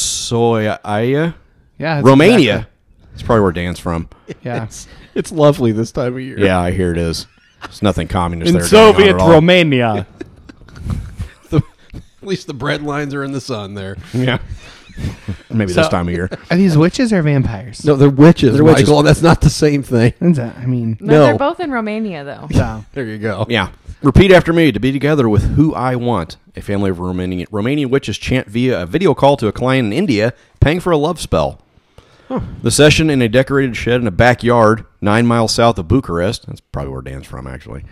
D: Magosoia,
B: yeah, that's
D: Romania.
B: exactly-
D: That's probably where Dan's from.
B: Yeah.
A: It's lovely this time of year.
D: Yeah, I hear it is. There's nothing communist
B: in
D: there. going on
B: Soviet
D: at all.
B: Romania.
A: The- at least the bread lines are in the sun there.
D: Yeah. Maybe
B: So-
D: this time of year.
B: Are these witches or vampires?
A: No, they're witches. They're
D: witches.
A: witches. Michael, and that's not the same thing.
B: Is that- I mean,
C: No,
A: No.
C: they're both in Romania though.
B: so.
A: There you go.
D: Yeah. Repeat after me to be together with who I want. A family of Romanian, Romanian witches chant via a video call to a client in India paying for a love spell. The session in a decorated shed in a backyard nine miles south of Bucharest, that's probably where Dan's from actually,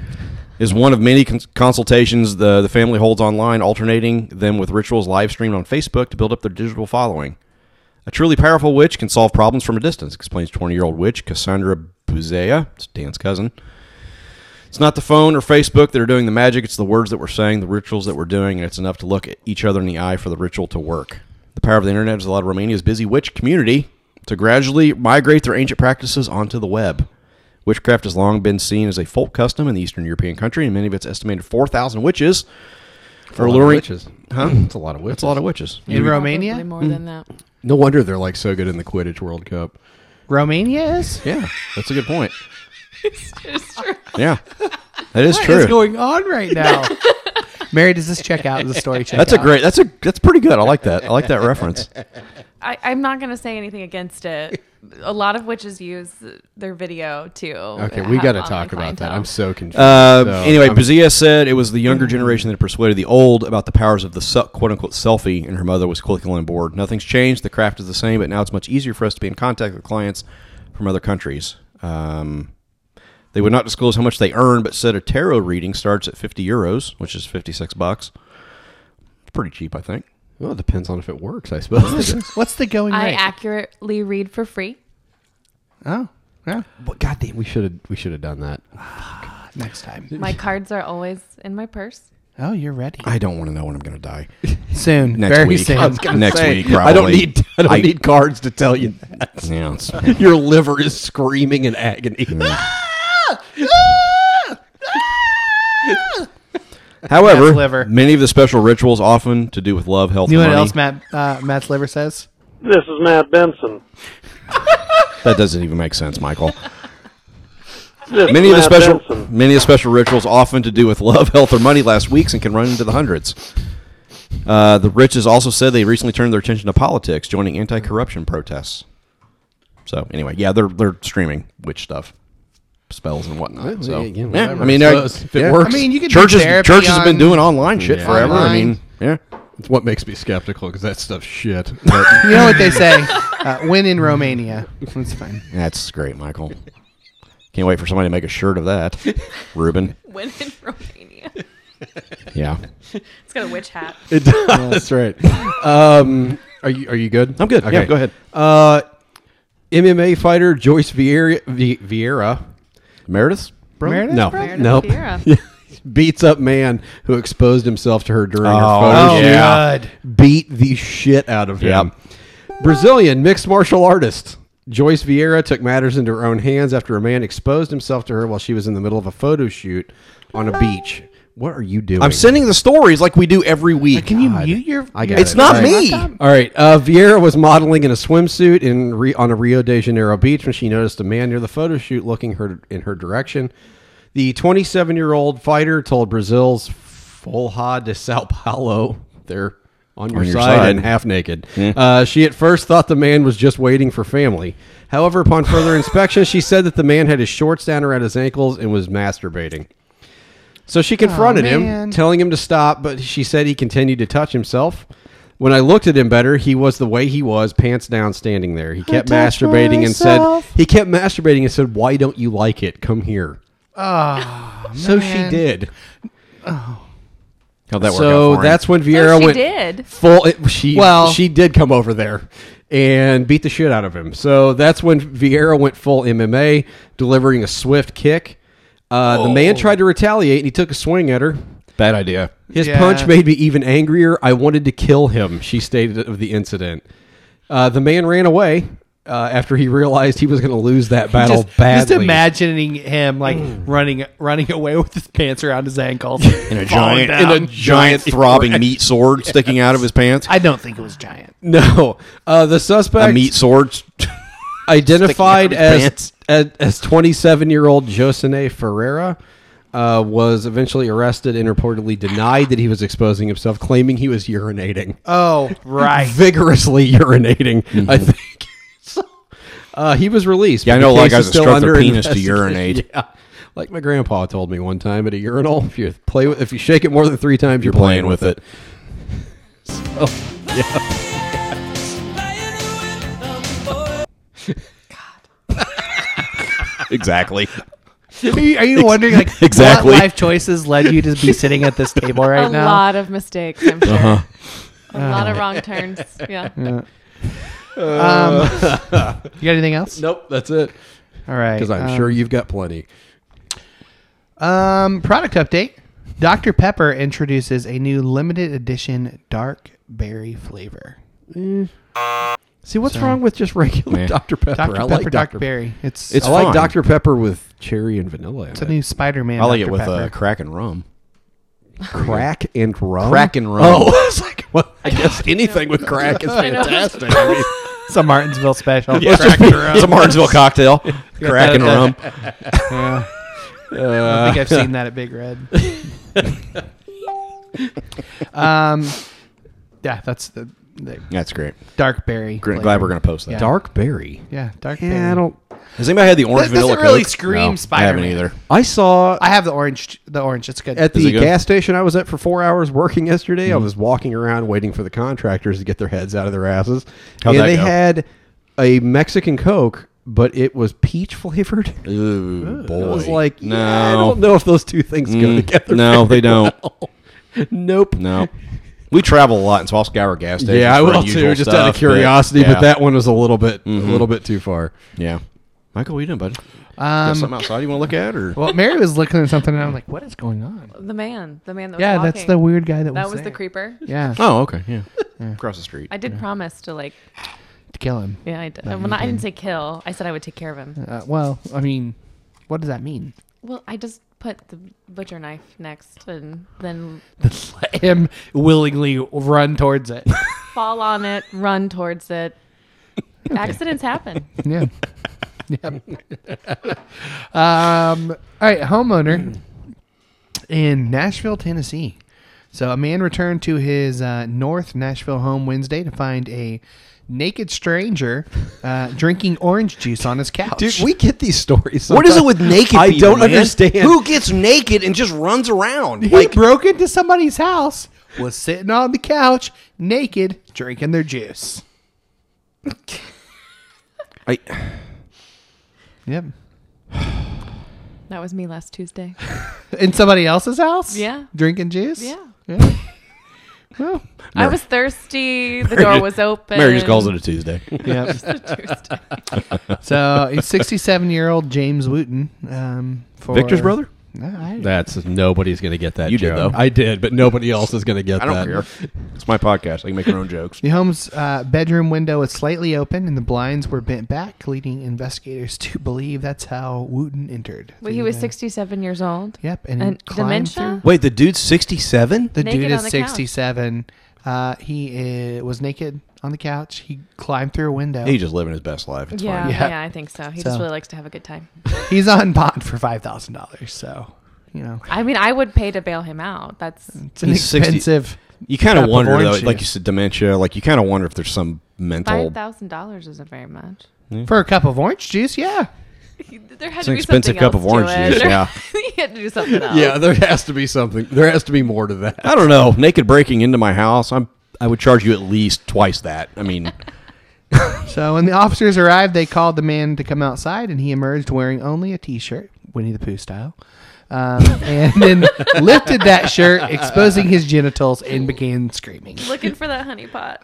D: is one of many cons- consultations the, the family holds online, alternating them with rituals live streamed on Facebook to build up their digital following. A truly powerful witch can solve problems from a distance, explains 20 year old witch Cassandra Buzea, it's Dan's cousin. It's not the phone or Facebook that are doing the magic. It's the words that we're saying, the rituals that we're doing, and it's enough to look at each other in the eye for the ritual to work. The power of the internet has allowed Romania's busy witch community to gradually migrate their ancient practices onto the web. Witchcraft has long been seen as a folk custom in the Eastern European country, and many of its estimated 4,000 witches are
A: lot of
D: luring.
A: witches.
D: Huh?
A: It's a lot of
D: That's
A: witches.
D: a lot of witches.
B: in
C: Probably
B: Romania,
C: more than that.
A: No wonder they're like so good in the Quidditch World Cup.
B: Romania is.
D: Yeah, that's a good point. Yeah, that is
B: What
D: true.
B: is going on right now? Mary, does this check out? Does the story check?
D: that's a
B: out?
D: great. That's a. That's pretty good. I like that. I like that reference.
C: I, I'm not gonna say anything against it. A lot of witches use their video too.
A: Okay, we got to talk about that. I'm so confused.
D: Uh,
A: So,
D: anyway,
A: I'm-
D: Bazia said it was the younger generation that persuaded the old about the powers of the se- quote unquote selfie, and her mother was clicking on board. Nothing's changed. The craft is the same, but now it's much easier for us to be in contact with clients from other countries. Um, they would not disclose how much they earn, but said a tarot reading starts at 50 euros, which is 56 bucks. Pretty cheap, I think.
A: well, it depends on if it works, I suppose.
B: What's the going
C: I
B: rate?
C: accurately read for free.
B: oh, yeah.
A: but goddamn, we should have we should have done that.
B: Next time.
C: My cards are always in my purse.
B: Oh, you're ready.
D: I don't want to know when I'm going to die
B: Soon.
D: next
B: very
D: week.
B: soon.
D: Next
A: Say,
D: week, probably.
A: I don't need I don't
D: I-
A: need cards to tell you that.
D: Yeah, it's-
A: Your liver is screaming in agony.
D: However,
B: Matt's liver.
D: many of the special rituals often to do with love, health,
B: You know
D: money.
B: what else Matt uh, Matt's liver says?
K: This is Matt Benson.
D: That doesn't even make sense, Michael.
K: This
D: Many
K: is
D: of the
K: Matt
D: special
K: Benson.
D: many of the special rituals often to do with love, health, or money last weeks and can run into the hundreds. Uh, the rich has also said they recently turned their attention to politics, joining anti-corruption protests. So anyway, yeah, they're they're streaming witch stuff. spells and whatnot.
A: Well,
D: so
A: yeah, yeah,
D: yeah,
A: whatever.
D: I mean,
A: So
D: I,
A: if it
D: yeah.
A: works-
B: I mean, you could do
D: churches
B: therapy
D: churches have been
B: on-
D: doing online shit forever. I
B: Online.
D: mean, yeah,
A: It's what makes me skeptical because that stuff's shit. But-
B: You know what they say? Uh, win in Romania. That's fine.
D: that's great, Michael. Can't wait for somebody to make a shirt of that, Ruben.
C: When in Romania.
D: Yeah,
C: It's got a witch hat.
A: It does. That's right. Um, are you are you good?
D: I'm good. Yeah, go ahead.
A: Uh, MMA fighter Joyce Vieira, v- Vieira
D: Meredith.
A: bro?
B: Meredith,
A: no,
B: bro?
C: Meredith
A: nope.
C: Vieira.
A: Beats up man who exposed himself to her during
D: Oh,
A: her photo
D: oh,
A: shoot.
B: God.
A: Beat the shit out of him. Brazilian mixed martial artist Joyce Vieira took matters into her own hands after a man exposed himself to her while she was in the middle of a photo shoot on a beach. What are you doing?
D: I'm sending the stories like we do every week.
B: Can you mute your?
A: I got
B: your-
D: It's not me.
A: All right. Uh, Vieira was modeling in a swimsuit in Ri on a Rio de Janeiro beach when she noticed a man near the photo shoot looking her in her direction. The 27 year old fighter told Brazil's Folha de Sao Paulo, they're on your,
D: your
A: side,
D: side.
A: and half naked. Uh, she at first thought the man was just waiting for family. However, upon further inspection, she said that the man had his shorts down around his ankles and was masturbating. So
D: Oh,
A: she confronted him,
B: man.
A: telling him to stop, but she said he continued to touch himself. When I looked at him better, he was the way he was, pants down, standing there. He kept
B: touched
A: masturbating and said,
B: myself.
A: he kept masturbating and said, "Why don't you like it? Come here." Ah, so
B: man.
A: she did.
D: How'd that work out
A: so
D: for him?
A: that's when Vieira
C: she
A: went
C: did.
A: full. It, she
B: Well-
A: she did come over there and beat the shit out of him. So that's when Vieira went full MMA, delivering a swift kick. Uh, the
D: Oh.
A: man tried to retaliate and he took a swing at her.
D: bad idea.
A: His
B: Yeah.
A: punch made me even angrier. I wanted to kill him, she stated of the incident. Uh, the man ran away uh, after he realized he was going to lose that battle
B: Just, just
A: badly.
B: imagining him like running running away with his pants around his ankles
D: Mm. In a
B: falling
D: giant, in a
B: down.
D: giant throbbing meat sword sticking out of his pants.
B: I don't think it was giant.
A: No, uh, the
D: a
A: suspect
D: meat sword.
A: identified
D: sticking out of his
A: as as 27 year old Josene Ferreira. Uh, was eventually arrested and reportedly denied that he was exposing himself, claiming he was urinating.
B: Oh right.
A: vigorously urinating. I think. So, uh, he was released.
D: Mm-hmm. Yeah, I
A: but
D: know a
A: the
D: lot of
A: case
D: guys
A: is
D: that
A: still
D: strut their
A: under
D: penis to
A: investigation.
D: urinate.
A: Yeah. Like my grandpa told me one time at a urinal, if you play with, if you shake it more than three times, you're, playing, with it.
D: exactly.
B: Are you, are you wondering like
D: exactly.
B: what life choices led you to be sitting at this table right
C: a
B: now? Uh-huh.
C: lot of mistakes, I'm sure. A lot of wrong turns. Yeah.
B: Um, you got anything else?
A: Nope, that's it.
B: All right.
A: Because I'm
B: um,
A: sure you've got plenty.
B: Um, product update. Dr. Pepper introduces a new limited edition dark berry flavor.
A: See, what's wrong with just regular
D: Yeah.
A: Dr Pepper?
B: Dr.
A: I
B: Pepper,
A: like
B: dark
A: Dr.
B: berry. It's
D: It's
B: it's
A: I like
D: fine.
A: Dr Pepper with cherry and vanilla.
B: a new Spider-Man.
D: I like
B: Dr.
D: it with
B: Pepper.
D: uh, crack and rum.
A: crack and rum.
D: Crack and rum.
A: Oh, I was like, well, I guess anything with crack is fantastic. I mean,
B: It's a Martinsville special.
D: Let's just be- It's a Martinsville cocktail. crack and rum.
B: Yeah. Uh, I think I've seen that at Big Red. um, yeah, that's the, the
D: That's great.
B: dark berry.
D: Gr- Glad
B: flavor.
D: we're gonna post that.
B: Yeah.
A: dark berry.
B: Yeah, dark berry.
A: Yeah, I don't.
D: Has anybody had the orange
B: That doesn't
D: vanilla?
B: really
D: Coke?
B: scream
D: I haven't
B: Spider-Man.
D: either.
A: I saw
B: I have the orange. The orange. It's good.
A: at
D: Is
A: the
D: it good? Mm-hmm.
A: gas station I was at for four hours working yesterday. I was walking around waiting for the contractors to get their heads out of their asses,
D: How'd
A: and
D: that
A: they
D: go?
A: had a Mexican Coke, but it was peach flavored.
D: Ooh,
A: I
D: boy.
A: was like,
D: no,
A: yeah, I don't know if those two things go
D: Mm,
A: together.
D: no,
A: very
D: they don't.
A: well. nope.
D: No. We travel a lot, and so I'll scour gas stations.
A: Yeah, I
D: for
A: will
D: unusual
A: too, just out of
D: stuff,
A: curiosity. But,
D: yeah.
A: that one was a little bit,
D: Mhm.
A: a little bit too far.
D: yeah. Michael, what you doing, bud? Got
B: Um,
D: something outside you want to look at, or
B: well, Mary was looking at something, and I'm like, "What is going on?"
C: The man. The man that was
B: Yeah, that's the
C: walking.
B: weird guy that was.
C: That was the
B: there.
C: creeper.
B: Yeah,
D: oh, okay, yeah, across the street.
C: I did promise to like
B: to kill him.
C: yeah, I did.
B: That
C: Well,
B: you
C: not- I
B: did.
C: didn't say kill. I said I would take care of him.
B: Uh, well, I mean, what does that mean?
C: Well, I just put the butcher knife next and then
B: Let him willingly run towards it.
C: fall on it, run towards it. Accidents happen.
B: yeah. Yeah. um, all right, homeowner in Nashville, Tennessee. So a man returned to his uh, North Nashville home Wednesday to find a naked stranger uh, drinking orange juice on his couch.
A: Dude, we get these stories.
D: What is it with
A: sometimes.
D: naked?
A: I
D: people,
A: don't
D: man?
A: understand.
D: Who gets naked and just runs around?
B: He broke into somebody's house, was sitting on the couch, naked, drinking their juice.
D: I,
B: Yep.
C: That was me last Tuesday.
B: In somebody else's house?
C: Yeah.
B: Drinking juice?
C: Yeah.
B: Yeah. well,
C: I was thirsty. The door was open.
D: Mary just calls it a Tuesday.
B: Yep.
C: It's a Tuesday.
B: so he's 67 year old James Wooten. Um, for,
A: Victor's brother?
B: No, I,
A: That's nobody's going to get that.
D: You did,
A: joke.
D: though.
A: I did, but nobody else is going to get
D: I
A: that.
D: don't care. It's my podcast. I can make my own jokes.
B: The home's uh, bedroom window was slightly open and the blinds were bent back, leading investigators to believe that's how Wooten entered.
C: Well, he
B: The,
C: was
B: uh,
C: 67 years old.
B: Yep, and,
C: And
B: climbed
C: dementia?
B: through-
D: Wait, the dude's sixty-seven.
B: The
C: Naked
B: dude
C: on
B: is
C: the couch.
B: 67. Uh, he uh, was naked on the couch. He climbed through a window.
D: He's just living his best life. It's
C: Yeah,
D: fine.
B: Yeah.
C: yeah, I think so. He just
B: So-
C: really likes to have a good time.
B: He's on bond for five thousand dollars. So you know,
C: I mean, I would pay to bail him out. That's
B: it's an
D: He's 60
B: expensive.
D: You kind
B: cup
D: of
B: of
D: wonder, though,
B: orange
D: like you
B: juice.
D: said, dementia. Like you kind of wonder if there's some mental.
C: five thousand dollars isn't very much.
B: for a cup of orange juice. Yeah,
C: There had
D: It's
C: to
D: an
C: be
D: expensive
C: something else
D: cup of orange
C: to it.
D: juice,
C: There-
D: yeah.
C: you had to do something else.
A: Yeah, there has to be something. There has to be more to that.
D: I don't know. Naked breaking into my house. I'm. I would charge you at least twice that. I mean,
B: So when the officers arrived, they called the man to come outside, and he emerged wearing only a t-shirt, Winnie the Pooh style, um, and then lifted that shirt, exposing his genitals, and began screaming.
C: Looking for that honey pot.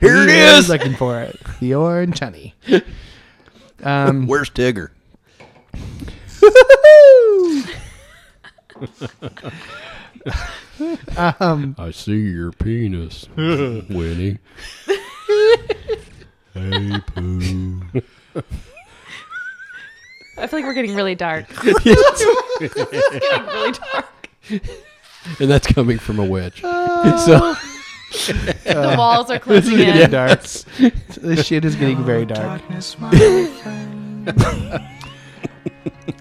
D: here it
B: He
D: is.
B: was looking for it, the orange honey. Um,
D: Where's Tigger?
A: I see your penis, Winnie. hey, poo.
C: I feel like we're getting really dark. really dark.
A: and that's coming from a witch. so
C: The walls are closing in.
B: getting dark. this shit is getting very
D: Oh,
B: dark.
K: Darkness, my friend.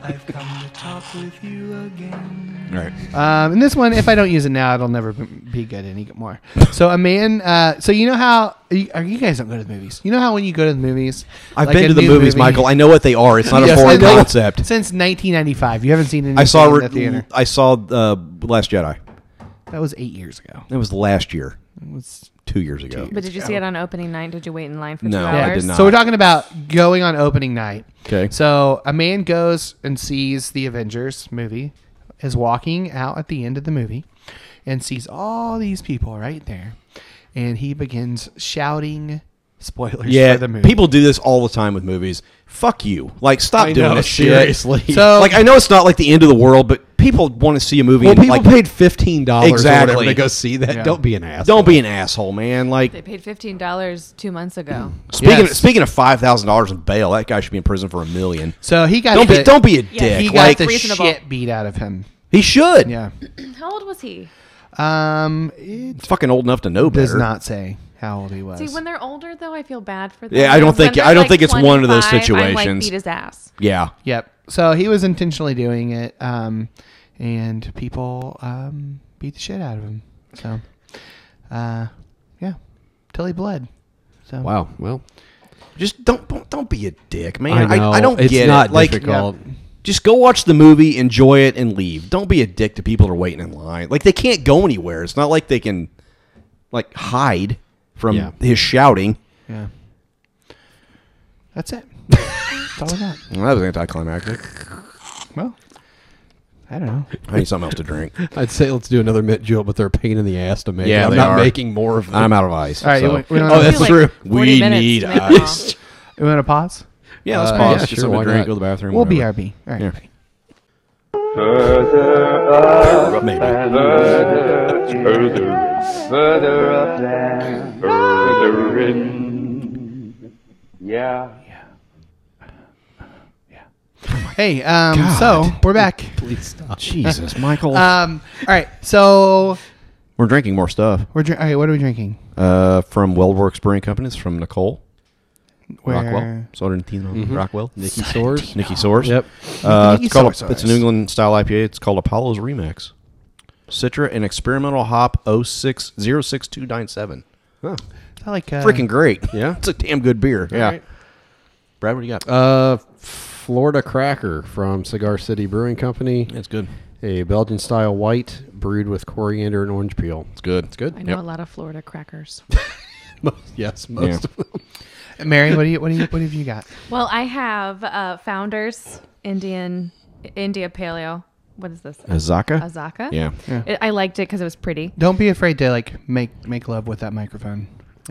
K: I've come to talk with you again.
D: All right.
B: Um, and this one, if I don't use it now, it'll never b- be good anymore. So a man, uh, so you know how you, are you guys don't go to the movies. You know how when you go to the movies,
D: I've
B: like
D: been
B: a
D: to the
B: new
D: movies,
B: movie-
D: Michael. I know what they are. It's not
B: Yes,
D: a foreign
B: I know.
D: concept.
B: Since 1995, you haven't seen anything
D: I saw.
B: in
D: Re-
B: the theater.
D: I saw uh, Last Jedi.
B: That was eight years ago.
D: That was last year,
B: It was
D: two years ago.
C: But did you see it on opening night? Did you wait in line for
D: No,
C: two
D: I
C: hours?
D: did not.
B: So we're talking about going on opening night.
D: Okay.
B: So a man goes and sees the Avengers movie, is walking out at the end of the movie, and sees all these people right there, and he begins shouting spoilers
D: yeah,
B: for the movie.
D: people do this all the time with movies. Fuck you! Like, stop
A: I
D: doing
A: know,
D: this shit.
A: seriously.
B: So-
D: like, I know it's not like the end of the world, but people want to see a movie.
A: well,
D: and,
A: people
D: like,
A: paid fifteen dollars
D: Exactly.
A: to go see that.
B: Yeah.
A: Don't be an ass.
D: don't be an asshole, man. Like,
C: They paid fifteen dollars two months ago.
D: speaking
B: Yes.
D: speaking of five thousand dollars in bail, that guy should be in prison for a million.
B: So he got
D: Don't be
B: the-
D: don't be a
C: Yeah,
D: dick.
B: He got
D: like,
B: the
C: Reasonable.
B: shit beat out of him.
D: he should.
B: Yeah.
C: How old was he?
B: Um. It
D: He's fucking old enough to know better.
B: does not say how old he was.
C: See, when they're older, though, I feel bad for them.
D: Yeah, I don't
C: When
D: think-
C: they're,
D: I don't
C: like,
D: think it's one of those
C: 25, I'm, like,
D: situations.
C: beat his ass.
D: Yeah.
B: Yep. So he was intentionally doing it, um, and people um, beat the shit out of him. So, uh, yeah, till he bled. So
A: Wow. Well,
D: Just don't don't, don't be a dick, man. I,
A: know.
D: I, don't
A: It's
D: get
A: not
D: it. Like,
A: difficult.
D: just go watch the movie, enjoy it, and leave. Don't be a dick to people that are waiting in line. Like they can't go anywhere. It's not like they can like hide from
A: Yeah.
D: his shouting.
B: Yeah. That's it. That's all I got.
D: Well, that was anticlimactic.
B: Well, I don't know.
D: I need something else to drink.
A: I'd say let's do another mint julep, but they're a pain in the ass to make.
D: Yeah,
A: I'm
D: they
A: not
D: are.
A: making more of them.
D: I'm out of ice.
B: All right,
D: so-
B: we- we don't
A: oh,
B: have
A: that's
C: Like,
A: true.
C: 40
D: We
C: minutes
D: need
C: to make them
D: ice.
C: all.
B: You want to pause?
D: Yeah, let's
B: Uh,
D: pause.
A: yeah,
D: get
A: sure,
D: something
A: why
D: to
A: not?
D: drink, go to the bathroom.
B: We'll
D: whatever.
B: BRB. All right.
D: Yeah.
B: bye.
K: Further up,
D: Maybe.
K: further, further, further up there, further in. Yeah.
B: Hey, um, so we're back.
A: Please stop.
D: Jesus, Michael.
B: Um, all right, so
D: We're drinking more stuff
B: we're dr- all right. What are we drinking?
D: uh, from Wellworks Brewing Company. It's from Nicole
B: Where-
D: Rockwell. Sorrentino Rockwell.
A: Nikki Sores.
D: Mm-hmm. Nikki Source.
A: Yep.
D: Uh,
B: Nikki
D: it's, called
B: Source.
D: a, it's a New England style IPA. It's called Apollo's oh Remix. Citra and Experimental Hop 06 06297.
A: Huh.
B: I like uh,
D: Freaking great.
A: Yeah.
D: it's a damn good beer.
A: All
D: yeah.
A: right.
D: Brad, what do you got?
A: Uh, Florida Cracker from Cigar City Brewing Company.
D: That's good.
A: A Belgian style white brewed with coriander and orange peel.
D: It's good.
A: It's good.
C: I know a lot of Florida crackers.
A: yes, most of them.
B: Mary, what do you what do you what have you got?
C: well, I have uh, Founders Indian India Paleo. What is this?
D: Azaka?
C: Azaka.
D: Yeah.
B: Yeah.
C: It, I liked it because it was pretty.
B: Don't be afraid to like make make love with that microphone.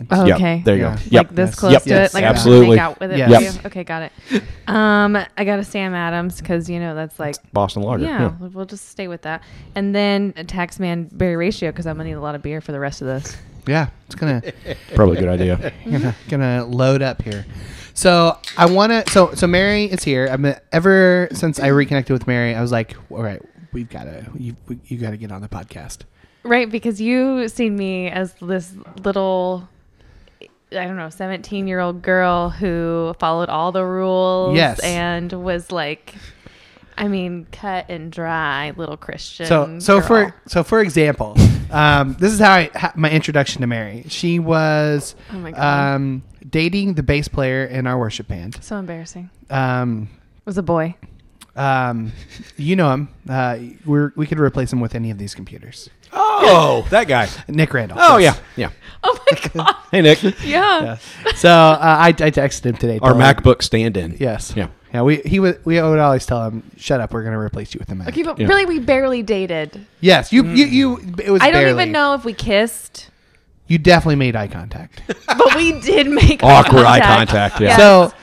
C: Oh,
D: Yep,
C: okay.
D: there you
B: Yeah.
D: go. Yep.
C: Like this
D: Yes.
C: close
D: Yep.
C: to
D: Yes.
C: it. Like
D: Absolutely.
C: Make out with it.
D: Yes.
C: with
D: Yep.
C: you? Okay, got it. Um, I got a Sam Adams because you know that's like
D: Boston Lager,
C: Yeah,
D: yeah.
C: we'll just stay with that. And then a Taxman Berry Ratio because I'm gonna need a lot of beer for the rest of this.
B: Yeah, it's gonna
D: Probably a good idea.
B: gonna, gonna load up here. So I wanna. So so Mary is here. I've been ever since I reconnected with Mary. I was like, all right, we've gotta you we- you gotta get on the podcast.
C: Right, because you seen me as this little I don't know, 17 year old girl who followed all the rules
B: Yes.
C: and was like, I mean, cut and dry little Christian.
B: So so
C: girl.
B: for so for example, um, this is how I ha- my introduction to Mary. She was
C: Oh my God.
B: um, dating the bass player in our worship band.
C: so embarrassing.
B: Um,
C: It was a boy.
B: um, you know him. Uh, we're, we could replace him with any of these computers.
D: Oh, that guy.
B: Nick Randall.
D: Oh
B: yes.
D: yeah, yeah.
C: Oh my God.
D: Hey Nick,
C: Yeah.
B: So uh, I, I texted him today.
D: our
B: telling him-
D: MacBook stand-in.
B: Yes.
D: Yeah.
B: Yeah. We he would we would always tell him, "Shut up. We're going to replace you with a Mac."
C: Okay, but
D: Yeah.
C: really, we barely dated.
B: Yes. You you you. It was.
C: I don't
B: barely.
C: even know if we kissed,
B: You definitely made eye contact.
C: but we did make
D: Awkward eye contact, yeah.
B: So.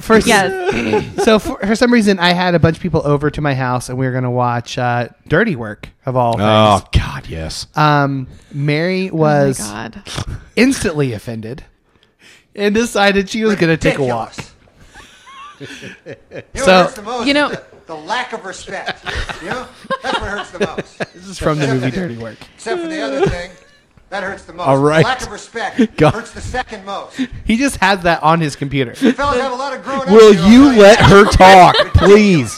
B: For,
C: Yes. Oh
B: so for, for some reason I had a bunch of people over to my house and we were going to watch uh, Dirty Work of all
D: Oh
B: things.
D: God, yes.
B: Um, Mary was
C: Oh my God.
B: instantly offended and decided she was going to take a walk.
F: You know
B: So-
F: what hurts the most?
C: You know-
F: the, the lack of respect. You know, that's what hurts the most.
B: This is from the movie Dirty Work.
F: Except for the other thing, that hurts the most.
D: All right.
F: Lack of respect
D: God.
F: hurts the second most.
B: He just has that on his computer.
F: Fellas have a lot of grown up.
D: Will you let her talk, please?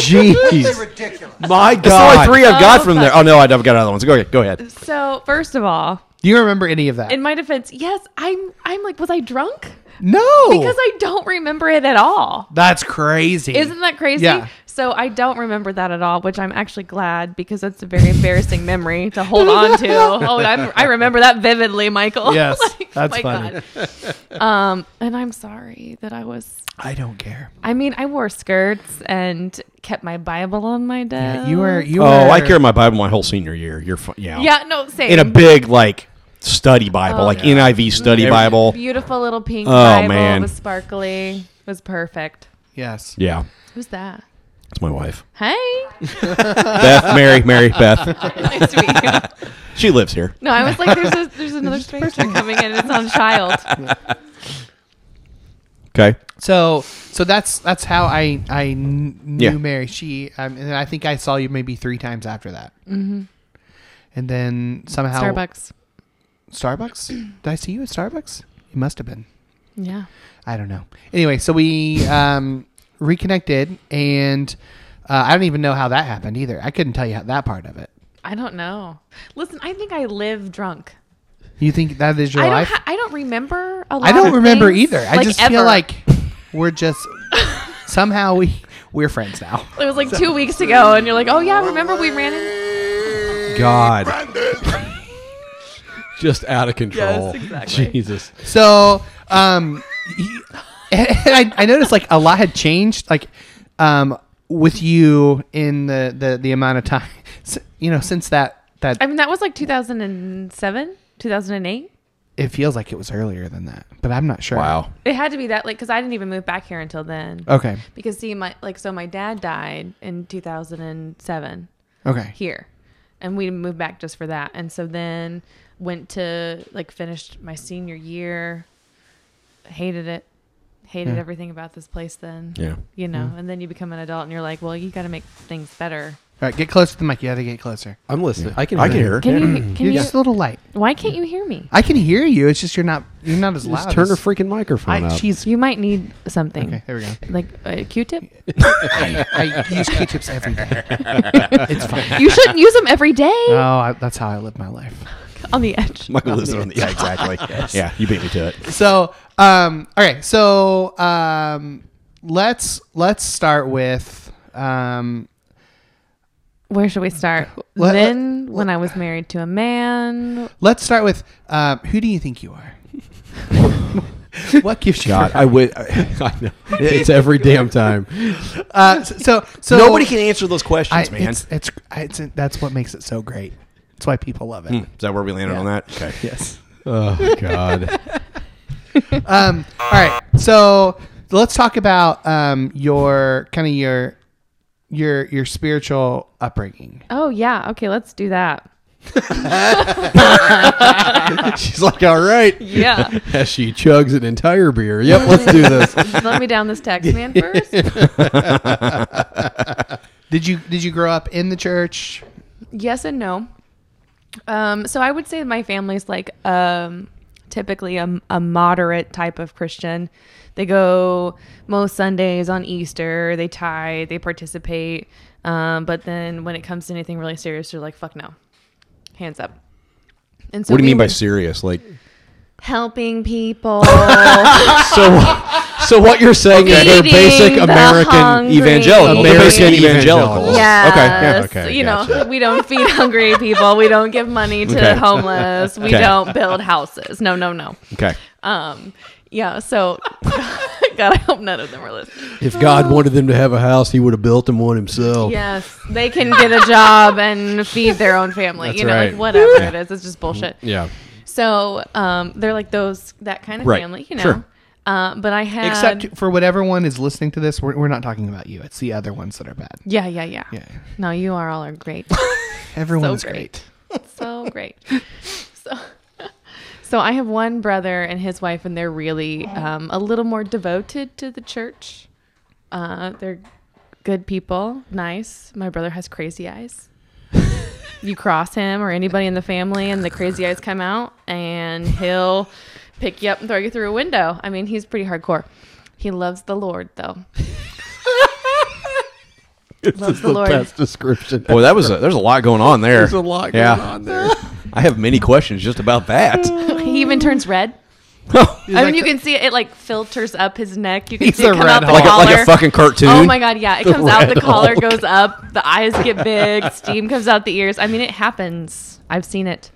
D: Jeez,
F: Ridiculous.
D: my God. That's the only three I've got from there. Oh no, I've got other ones. Go ahead. Go ahead.
C: So, first of all,
B: Do you remember any of that?
C: in my defense, yes, I'm. I'm like, was I drunk?
D: Oh.
B: no,
C: Because I don't remember it at all.
B: that's crazy.
C: Isn't that crazy?
B: Yeah.
C: So I don't remember that at all, which I'm actually glad because that's a very embarrassing memory to hold on to. Oh, I, I remember that vividly, Michael.
B: Yes, that's funny.
C: God. Um, and I'm sorry that I was.
B: I don't care.
C: I mean, I wore skirts and kept my Bible on my desk.
B: Uh, You were. You
D: Oh,
B: were,
D: I carried my Bible my whole senior year. You're fine. Yeah.
C: Yeah, no, same.
D: In a big like study Bible,
C: Oh,
D: like
C: yeah.
D: NIV study
C: Every-
D: Bible.
C: Beautiful little pink
D: Oh,
C: Bible.
D: man.
C: It was sparkly. It was perfect.
B: Yes.
D: Yeah.
C: Who's that?
D: It's my wife,
C: Hey,
D: Beth, Mary, Mary, Beth.
C: nice to meet you.
D: She lives here.
C: No, I was like, there's a, there's another stranger coming in. It's on child.
D: Okay.
B: So, so that's that's how I I kn- knew
D: Yeah.
B: Mary. She um, and I think I saw you maybe three times after that. Mm-hmm. And then somehow
C: Starbucks.
B: Starbucks. Did I see you at Starbucks? You must have been.
C: Yeah.
B: I don't know. Anyway, so we um, reconnected, and uh, I don't even know how that happened either. I couldn't tell you how, that part of it.
C: I don't know. Listen, I think I live drunk.
B: You think that is your
C: I don't.
B: life?
C: Ha- I don't remember a lot.
B: I don't
C: of
B: remember
C: things,
B: either. I
C: like,
B: just
C: ever.
B: feel like we're just somehow we we're friends now.
C: it was like two weeks ago, and you're like, oh yeah, remember we ran in?
A: God. Just out of control.
C: exactly.
A: Jesus.
B: So, um, he- and I, I noticed like a lot had changed, like, um, with you in the the, the amount of time, s- you know, since that that
C: I mean, that was like 2007, 2008.
B: it feels like it was earlier than that, but I'm not sure.
D: Wow.
C: It had to be that, like, because I didn't even move back here until then.
B: Okay.
C: Because see, my like, so my dad died in 2007.
B: Okay.
C: here and we moved back just for that and so then went to like finished my senior year hated it hated
B: Yeah.
C: everything about this place then
D: Yeah.
C: you know
B: Hmm.
C: and then you become an adult and you're like well you got to make things better
B: All right, get closer to the mic. You have to get closer.
A: I'm listening. I can
D: I can hear her.
C: can you can
B: You're
C: you
B: Hmm. just a little light.
C: why can't you hear me
B: I can hear you. It's just you're not you're not as loud.
A: Just turn her
B: as-
A: freaking microphone
B: I,
A: up.
B: she's
C: you might need something
B: okay. There we go.
C: like a q-tip
B: I use Q-tips every day. Uh,
C: you shouldn't use them every day
B: Oh, I, that's how I live my life.
C: on the edge.
D: Michael Lizard on the yeah, exactly.
B: Yes.
D: Yeah, you beat me to it.
B: So, um, okay, so um, let's let's start with um,
C: Where should we start?
B: Let-
C: then, when I was married to a man,
B: let's start with um, who do you think you are? what gives you?
A: God, I would. I know it's every damn time.
B: Uh, so, so
D: Nobody can answer those questions,
B: I-
D: man.
B: It's, it's, it's that's what makes it so great. That's why people love it.
D: Hmm, is that where we landed
B: Yeah.
D: on that? Okay.
B: Yes.
A: Oh God.
B: Um, all right. So let's talk about um, your kind of your your your spiritual upbringing.
C: oh yeah, okay, let's do that.
A: She's like, all right.
C: Yeah.
A: As she chugs an entire beer. Yep, let's do this.
C: Let me down this tax man first.
B: Did you did you grow up in the church?
C: Yes and no. Um, so I would say my family's like um, typically a, a moderate type of Christian. They go most Sundays on Easter. They tithe. They participate. Um, but then when it comes to anything really serious, they're like, "Fuck no, hands up." And
D: what do you
C: we
D: mean by
C: were
D: serious? Like,
C: helping people?
A: So, so what you're saying is they're
C: Feeding
A: basic
C: the
A: American
C: hungry.
A: evangelical. They're
C: American
A: basic
D: evangelicals.
A: evangelicals.
C: Yes.
A: Okay. Yeah, okay.
C: you know,
A: gotcha.
C: we don't feed hungry people. We don't give money to
D: Okay.
C: the homeless. We
D: Okay.
C: don't build houses. No, no, no.
D: okay.
C: Um, yeah, so God, I hope none of them are listening.
A: If God wanted them to have a house, He would have built them one Himself.
C: Yes, they can get a job and feed their own family.
A: That's
C: you know,
A: right.
C: like whatever it is, it's just bullshit.
A: Yeah.
C: So, um, they're like those that kind of
D: Right.
C: family, you know.
D: Sure.
C: Uh, but I had
B: Except for whatever one is listening to this, we're, we're not talking about you. It's the other ones that are bad.
C: yeah, yeah, yeah,
B: Yeah.
C: No, you are all are great,
B: Everyone's
C: great.
B: great.
C: so great. So, so I have one brother and his wife, and they're really um, a little more devoted to the church. Uh, they're good people, nice. My brother has crazy eyes. you cross him or anybody in the family, and the crazy eyes come out, and he'll pick you up and throw you through a window. I mean, he's pretty hardcore. He loves the Lord, though.
A: This is
C: the
A: the
C: Lord.
A: best description.
D: Boy, that was a, there's a lot going on there.
A: There's a lot going on there.
D: I have many questions just about that.
C: He even turns red.
D: like,
C: I mean, you can see it, it like filters up his neck. You can
B: He's
C: see it
B: a
C: come
B: red
C: out the
B: Hulk.
D: a,
C: collar.
D: like a fucking cartoon.
C: Oh my god, yeah. It comes out,
D: Red
C: the collar
D: Hulk.
C: goes up, the eyes get big, steam comes out the ears. I mean, it happens. I've seen it.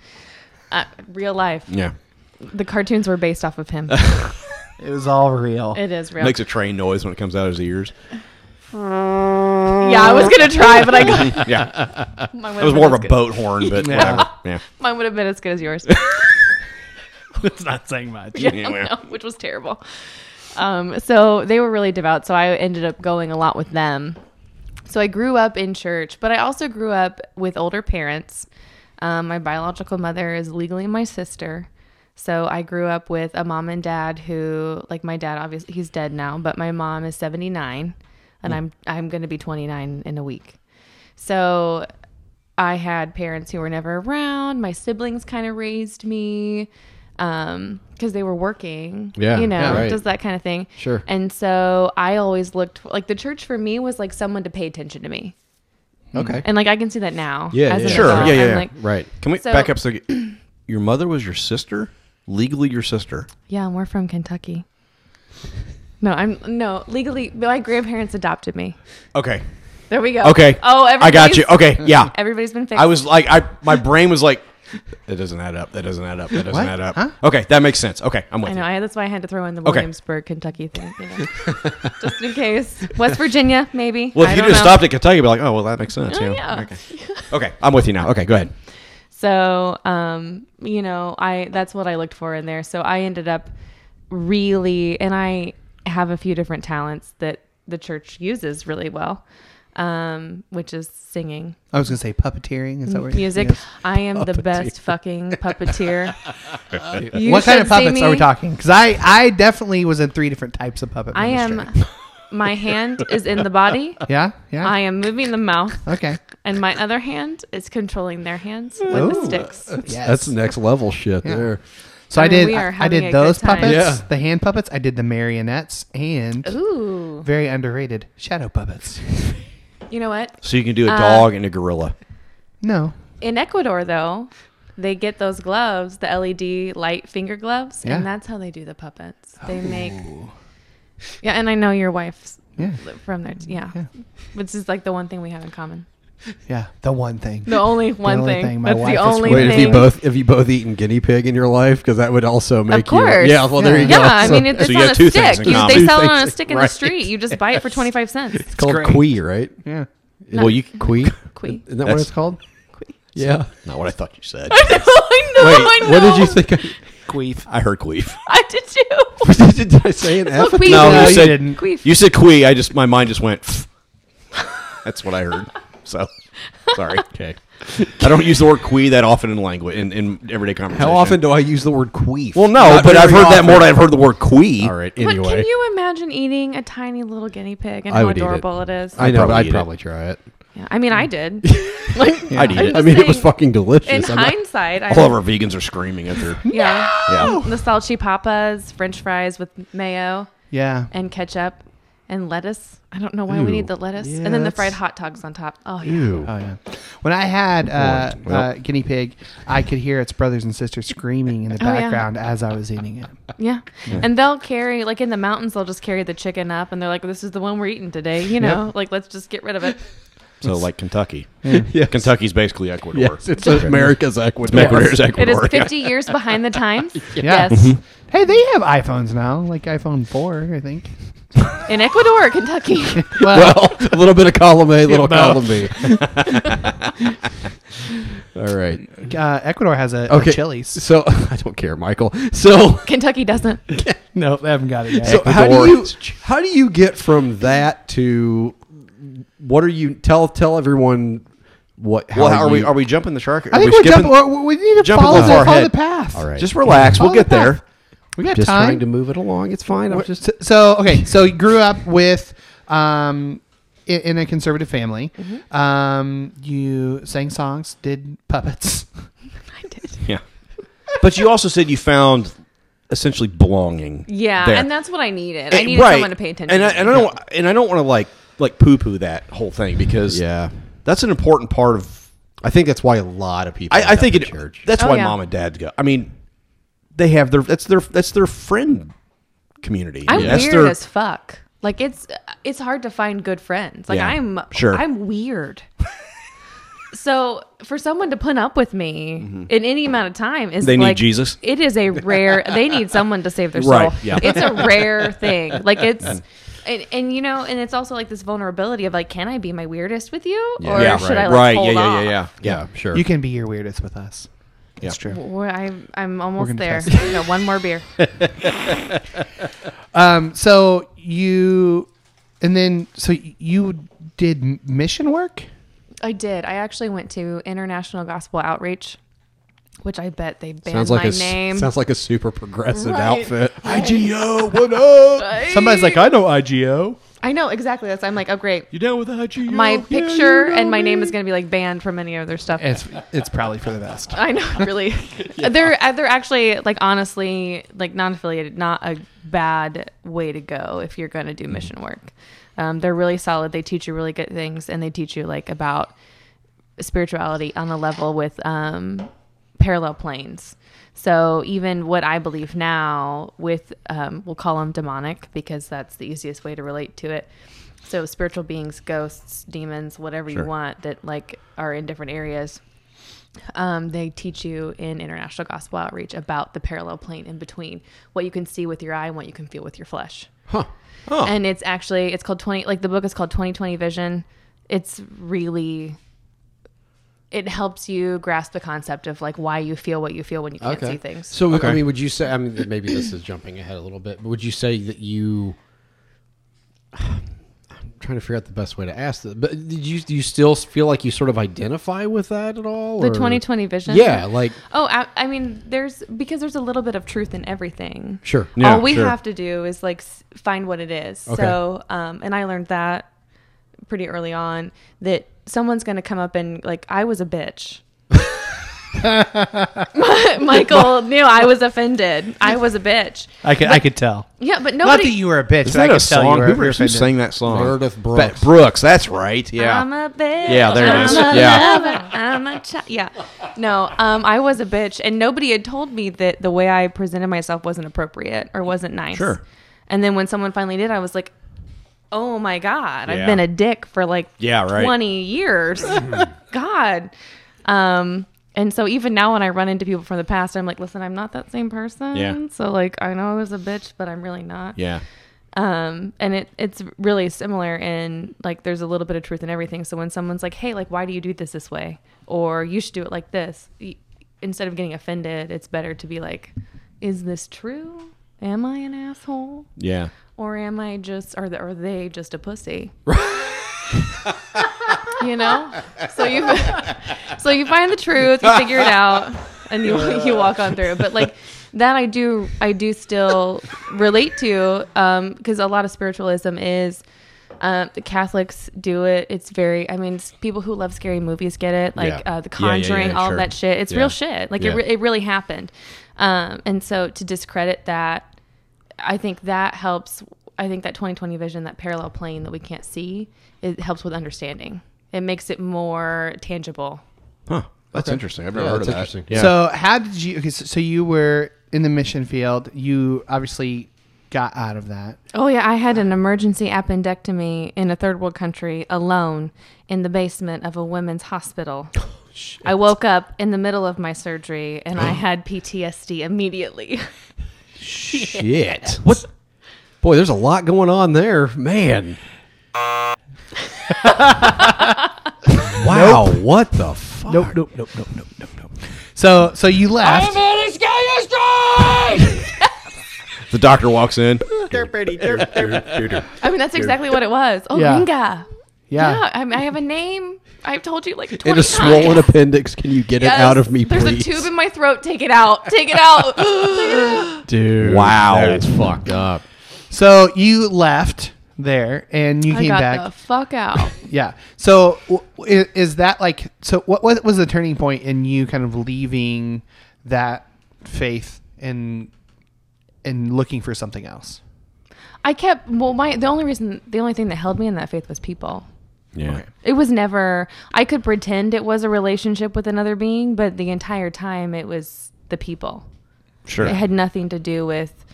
C: Uh, real life.
D: Yeah.
C: The cartoons were based off of him.
B: It was all real.
C: it is real.
D: Makes a train noise when it comes out of his ears.
C: yeah, I was going to try, but I got
D: Yeah.
C: mine.
D: That was more of a boat horn, but
B: Yeah.
D: whatever. Yeah.
C: Mine would have been as good as yours.
B: It's not saying much.
C: yeah,
D: Yeah.
C: no, which was terrible. Um, so they were really devout. So I ended up going a lot with them. So I grew up in church, but I also grew up with older parents. Um, my biological mother is legally my sister. So I grew up with a mom and dad who, like my dad, obviously he's dead now, but my mom is 79 and I'm, I'm going to be 29 in a week. So I had parents who were never around. My siblings kind of raised me um because they were working
A: Yeah,
C: you know
A: yeah, right.
C: just that kind of thing
A: Sure.
C: and so i always looked for, like the church for me was like someone to pay attention to me
A: Okay.
C: and like i can see that now
A: Yeah,
C: as
A: yeah,
C: an
D: Sure,
C: adult.
D: yeah, yeah,
C: I'm
D: yeah.
C: like,
A: Right.
D: Can we
C: So-
D: back up? So your mother was your sister, legally your sister.
C: yeah and we're from kentucky no i'm no legally my grandparents adopted me
D: Okay.
C: there we go
D: Okay.
C: oh
D: I got you.
C: everybody's-
D: Okay. Yeah.
C: everybody's been fixed
D: I was like, I my brain was like, that doesn't add up. That doesn't add up. That doesn't
B: What?
D: add up.
B: Huh?
D: Uh, Okay, that makes sense. Okay, I'm
C: I
D: with
C: know.
D: you.
C: I, that's why I had to throw in the
D: Okay.
C: Williamsburg, Kentucky thing, you know, just in case. West Virginia, maybe.
D: Well,
C: I
D: if you
C: don't
D: just
C: know.
D: stopped at Kentucky, you'd be like, oh, well, that makes sense.
C: Oh,
D: yeah.
C: yeah.
D: Okay. okay, I'm with you now. Okay, go ahead.
C: So, um, you know, I that's what I looked for in there. So I ended up really, and I have a few different talents that the church uses really well, um, which is singing,
B: I was gonna say puppeteering. Is that what
C: music.
B: Yes.
C: I am the best fucking puppeteer. You
B: What kind
C: should
B: of
C: see
B: puppets are we
C: me.
B: talking? Because I, I definitely was in three different types of puppet.
C: I am.
B: ministry.
C: My hand is in the body.
B: Yeah, yeah.
C: I am moving the mouth,
B: okay.
C: and my other hand is controlling their hands with the
B: Ooh.
C: sticks.
B: Yes.
A: That's next level shit
B: Yeah.
A: there.
B: So
C: I
B: I,
C: mean,
B: did.
C: we
B: I,
C: are
B: I
C: having a
B: did
C: good
B: those
C: time.
B: puppets,
A: Yeah.
B: the hand puppets. I did the marionettes and
C: Ooh,
B: very underrated shadow puppets.
C: you know what?
D: So you can do a
C: Uh,
D: dog and a gorilla.
B: No,
C: In Ecuador, though, They get those gloves, the LED light finger gloves,
B: Yeah.
C: and that's how they do the puppets. They make. Yeah, and I know your wife's
B: Yeah.
C: from there. Yeah. Which is like the one thing we have in common.
B: Yeah, the one thing.
C: The only one
B: only
C: thing.
B: my
C: That's
B: wife
C: the
B: is
C: only
A: Wait, have you
C: thing.
A: both have you both eaten guinea pig in your life? Because that would also make
C: Of course.
A: you. Yeah, well, there you go.
C: Yeah, I mean, it,
D: So
C: it's
D: you
C: on
D: got
C: a
D: two
C: stick.
D: things in
C: You-
D: common.
C: they
D: Two
C: sell it on a
D: things,
C: stick in
D: right.
C: the street. You just buy it for 25 cents.
A: It's called
B: great.
A: Quee, right?
B: Yeah.
A: Well, you Quee.
C: Quee.
A: Isn't that what
D: That's-
A: it's called? Yeah.
D: Not what I thought you said.
C: I know, I know, I know.
A: What did you think? I,
B: Queef.
D: I heard queef.
C: I did too.
A: did I say an F?
C: what Quee
D: No,
C: is.
B: No,
D: you
B: you
D: said
B: didn't.
C: Queef.
D: You said quee. I just my mind just went. "Pff." That's what I heard. So sorry. Okay. I don't use the word quee that often in language in, in everyday conversation.
A: How often do I use the word queef?
D: Well, no,
A: Not
D: but I've
A: very
D: heard that
A: often.
D: more. than I've heard the word quee.
A: All right.
C: But
A: Anyway,
C: can you imagine eating a tiny little guinea pig and
A: I
C: how
A: would eat it.
C: adorable it is?
A: I know,
D: probably
A: but
D: eat
A: I'd
D: it.
A: probably try it.
C: Yeah, I mean, I did.
D: I'd eat
C: I'm
D: it.
A: I
C: just
A: mean, it was
C: saying,
A: fucking delicious.
C: In
A: I'm not-
C: hindsight, I
D: All of our vegans are screaming at their.
C: yeah,
D: Yeah.
C: the salchipapas, French fries with mayo
B: Yeah.
C: and ketchup and lettuce. I don't know why we need the lettuce,
B: Yeah,
C: and then the
B: that's-
C: fried hot dogs on top. Oh yeah,
A: Ew.
B: Oh yeah. When I had uh,
A: Well-
B: uh, guinea pig, I could hear its brothers and sisters screaming in the
C: Oh, yeah.
B: background as I was eating it.
C: yeah. And they'll carry like in the mountains, they'll just carry the chicken up, and they're like, "This is the one we're eating today," you know, like let's just get rid of it.
D: So like Kentucky.
A: Yes.
D: Kentucky's basically Ecuador.
A: Yes, it's America's Ecuador.
D: Ecuador's
C: It
D: Ecuador.
C: is 50 years behind the times.
B: Yeah.
C: Yes.
A: Mm-hmm.
D: Mm-hmm.
B: Hey, they have iPhones now, like iPhone four, I think.
C: In Ecuador, Kentucky.
A: well, a little bit of column A, a little
B: Yeah,
A: column B. All right.
B: Uh, Ecuador has a,
A: Okay.
B: a Chili's.
A: So I don't care, Michael. So
C: Kentucky doesn't.
B: No, they haven't got it yet.
A: so how do
D: Ecuador.
A: you how do you get from that to what are you tell tell everyone what how
D: Well, how are we?
A: you-
D: Are we jumping the shark? Are
B: I think
D: we
B: we're
D: skipping-
B: jumping. we we need to
D: jumping a
B: follow,
D: little far
B: the, follow
D: ahead.
B: the path.
A: All right.
D: Just relax.
B: Follow
D: We'll get
B: the path.
D: there.
B: We got
A: just
B: time.
A: trying to move it along? It's fine. I'm
B: We're-
A: just
B: so- so okay. So you grew up with, um, in, in a conservative family.
C: Mm-hmm.
B: Um, you sang songs, did puppets.
C: I did.
D: Yeah. But you also said you found essentially belonging.
C: Yeah,
D: there.
C: and that's what I needed. I
D: And-
C: needed someone to pay attention.
D: And I,
C: to.
D: and I don't and I don't want to like like poo poo that whole thing because
A: yeah.
D: that's an important part of.
A: I think that's why a lot of people.
D: I, I
A: end up
D: think
A: in
D: it.
A: church.
D: That's
C: Oh,
D: why
C: yeah.
D: mom and dad go. I mean, they have their that's their that's their friend community.
C: I'm
D: that's
C: weird
D: their,
C: as fuck. Like it's it's hard to find good friends. Like
D: Yeah,
C: I'm
D: sure.
C: I'm weird. so for someone to put up with me in any amount of time is
D: Mm-hmm. They need
C: like-
D: Jesus?
C: It is a rare. They need someone to save their soul.
D: Right, yeah.
C: It's a rare thing. Like it's. And, and you know, and it's also like this vulnerability of like, can I be my weirdest with you, or
D: yeah,
C: should
D: right.
C: I like
D: right.
C: hold
D: yeah, yeah,
C: off?
D: yeah, yeah,
A: yeah, sure.
B: You can be your weirdest with us. That's
D: Yeah.
B: true.
C: Well, I'm I'm almost
B: gonna
C: there.
B: test.
C: No, one more beer.
B: Um, so you, and then so you did m- mission work.
C: I did. I actually went to International Gospel Outreach, which I bet they banned
A: sounds like a
C: my
A: s-
C: name.
A: sounds like a super progressive outfit.
D: IGO, what up?
C: Right?
B: Somebody's like, I know IGO.
C: I know exactly this. I'm like, oh great.
D: You down with IGO?
C: My
D: Yeah, you
C: picture
D: know
C: and my
D: me.
C: name is going to be like banned from any other stuff.
B: It's it's probably for the best.
C: I know, really. They're uh, they're actually like honestly like non-affiliated, not a bad way to go if you're going to do mission work. Um, they're really solid. They teach you really good things, and they teach you like about spirituality on a level with um, parallel planes. So even what I believe now, with um, we'll call them demonic because that's the easiest way to relate to it. So spiritual beings, ghosts, demons, whatever you want that like are in different areas um, they teach you in international gospel outreach about the parallel plane in between what you can see with your eye and what you can feel with your flesh and it's actually it's called 20 like the book is called 2020 vision it's really it helps you grasp the concept of like why you feel what you feel when you can't see things
A: So I
D: Okay.
A: mean, would you say? I mean, maybe this is jumping ahead a little bit, but would you say that you? I'm trying to figure out the best way to ask this, but did you do you still feel like you sort of identify with that at all?
C: the
A: or-
C: 2020 vision
A: Yeah, like
C: Oh, I, I mean, there's because there's a little bit of truth in everything.
A: Sure.
D: Yeah,
C: All we
D: sure.
C: have to do is like s- find what it is.
A: Okay.
C: So, um, and I learned that pretty early on that someone's going to come up and like I was a bitch. Michael knew I was offended. I was a bitch.
B: I could I could tell.
C: Yeah, but
B: Not
C: nobody.
B: that you were a bitch.
D: Is
B: but I
D: that
B: could
D: a
B: Tell you
D: song?
B: were,
D: Who,
B: you were
D: who
B: offended.
D: sang that song?
A: Meredith
D: Ba-
A: Brooks.
D: Brooks, that's right. Yeah.
C: I'm a bitch.
D: Yeah, there it
C: I'm
D: is.
C: A
D: Yeah.
C: lover, I'm a child. Yeah. No, um, I was a bitch, and nobody had told me that the way I presented myself wasn't appropriate or wasn't nice.
D: Sure.
C: And then when someone finally did, I was like, oh my God,
D: Yeah.
C: I've been a dick for like
D: Yeah, right.
C: 20 years. God. Um, and so even now when I run into people from the past, I'm like, listen, I'm not that same person.
D: Yeah.
C: So like, I know I was a bitch, but I'm really not
D: yeah.
C: um and it it's really similar in like there's a little bit of truth in everything so when someone's like hey like why do you do this this way or you should do it like this y- instead of getting offended it's better to be like is this true am i an asshole
D: Yeah.
C: or am i just are, the, are they just a pussy you know so you so you find the truth you figure it out and you you walk on through but like that i do i do still relate to um because a lot of spiritualism is um the catholics do it it's very i mean s- people who love scary movies get it like
D: Yeah.
C: uh, the
D: Yeah, yeah, yeah,
C: conjuring all
D: sure.
C: of that shit it's
D: Yeah.
C: real shit like
D: Yeah.
C: it, re- it really happened um and so to discredit that I think that helps. I think that 2020 vision, that parallel plane that we can't see, it helps with understanding. It makes it more tangible.
D: Huh. That's
A: Okay.
D: interesting. I've never
A: Yeah,
D: heard of that.
A: that's interesting.
D: Yeah.
B: So how did you? Okay, so, so you were in the mission field. You obviously got out of that.
C: Oh yeah, I had an emergency appendectomy in a third world country alone in the basement of a women's hospital. I woke up in the middle of my surgery and I had PTSD immediately.
A: Shit. What? Boy, there's a lot going on there, man. wow, what the fuck?
B: Nope, nope, nope, nope, nope, nope, nope. So so you left.
D: The doctor walks in.
C: I mean, that's exactly what it was. Oh,
B: Yeah.
C: Ringa.
B: Yeah.
C: I, mean, I have a name. I've told you like 20
A: In a
C: times.
A: swollen appendix, can you get
C: Yes.
A: it out of me,
C: There's
A: please?
C: a tube in my throat. Take it out. Take it out.
A: Dude,
D: Wow.
A: that's fucked up.
B: So you left there and you
C: I
B: came
C: got
B: back.
C: the fuck out.
B: Yeah. So w- w- i- is that like so what what was the turning point in you kind of leaving that faith and and looking for something else?
C: I kept well. My the only reason, the only thing that held me in that faith was people.
D: Yeah.
C: It was never. I could pretend it was a relationship with another being, but the entire time it was the people.
D: Sure.
C: It had nothing to do with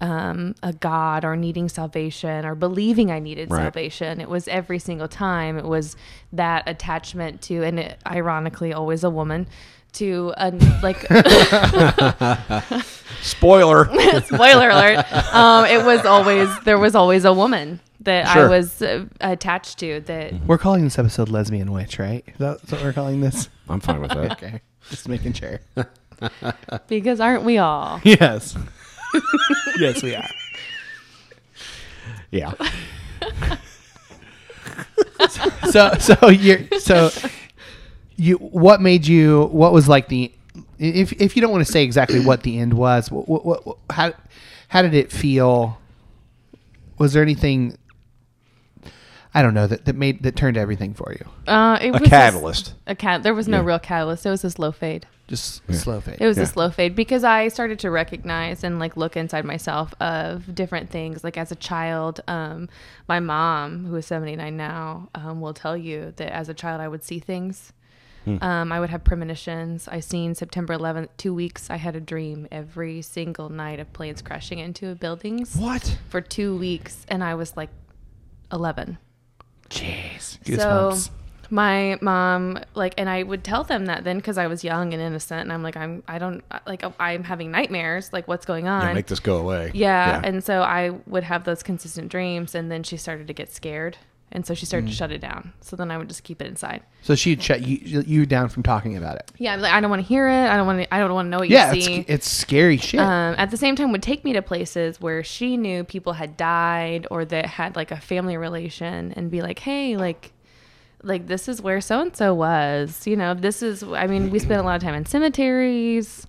C: um, a God or needing salvation or believing I needed
D: Right.
C: salvation. It was every single time. It was that attachment to, and it, ironically, always a woman to a like
D: Spoiler.
C: spoiler alert um, it was always there was always a woman that i
D: Sure. Mm-hmm.
C: was uh, attached to that
B: We're calling this episode Lesbian Witch, right? That's what we're calling this.
D: I'm fine with that.
B: Okay. Just making sure.
C: because aren't we all
B: yes. yes, we are.
D: Yeah.
B: So so you are so you what made you what was like the if if you don't want to say exactly what the end was, what, what, what how how did it feel? Was there anything I don't know that that made that turned everything for you?
C: uh, it
D: A
C: was just-
D: catalyst.
C: a cat there was no
D: Yeah.
C: real catalyst it was a slow fade
B: Just slow fade.
C: It was
D: Yeah.
C: a slow fade because I started to recognize and like look inside myself of different things. Like as a child, um, my mom, who is 79 now, um, will tell you that as a child I would see things. Um, I would have premonitions. I seen September 11th, two weeks. I had a dream every single night of planes crashing into buildings
A: What?
C: for two weeks. And I was like 11
B: Jeez.
C: so my mom like and i would tell them that then because i was young and innocent and i'm like i'm i don't uh, like oh, i'm having nightmares like what's going on
D: Yeah, make this go away.
C: yeah, and so i would have those consistent dreams and then she started to get scared and so she started to shut it down so then i would just keep it inside
B: so she shut you you down from talking about it.
C: yeah i'm like i don't want to hear it i don't want to i don't want to know what
B: Yeah,
C: you
B: it's,
C: see
B: it's scary shit.
C: um, at the same time would take me to places where she knew people had died or that had like a family relation and be like hey like like this is where so and so was you know this is i mean we spent a lot of time in cemeteries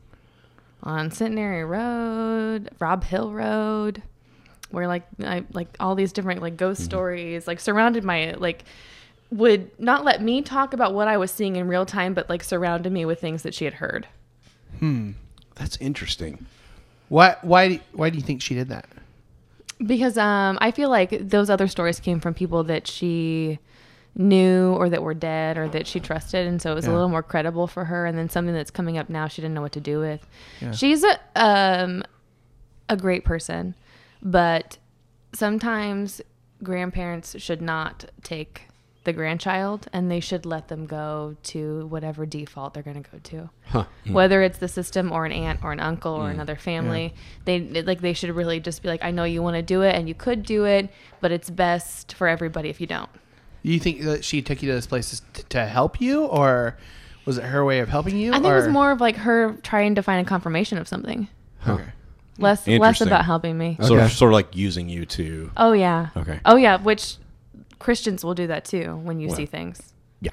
C: on centenary road rob hill road where like i like all these different like ghost stories like surrounded my like would not let me talk about what I was seeing in real time, but like surrounded me with things that she had heard.
B: Hmm.
D: That's interesting.
B: Why? Why? Why do you think she did that?
C: Because um, I feel like those other stories came from people that she knew or that were dead or that she trusted. And so it was
L: Yeah.
C: a little more credible for her. And then something that's coming up now, she didn't know what to do with.
L: Yeah.
C: She's a, um, a great person, but sometimes grandparents should not take the grandchild and they should let them go to whatever default they're going to go to
L: Huh. Mm.
C: whether it's the system or an aunt or an uncle or
L: Mm.
C: another family they like they should really just be like i know you want to do it and you could do it but it's best for everybody if you don't
B: You think that she took you to those places t- to help you, or was it her way of helping you?
C: I think it was
B: or-
C: more of like her trying to find a confirmation of something.
B: Okay.
C: Less less
D: Interesting.
C: about helping me.
D: Sort of, sort of like using you to.
C: Oh yeah.
D: Okay.
C: Oh yeah, which Christians will do that too when you
D: Well,
C: see things.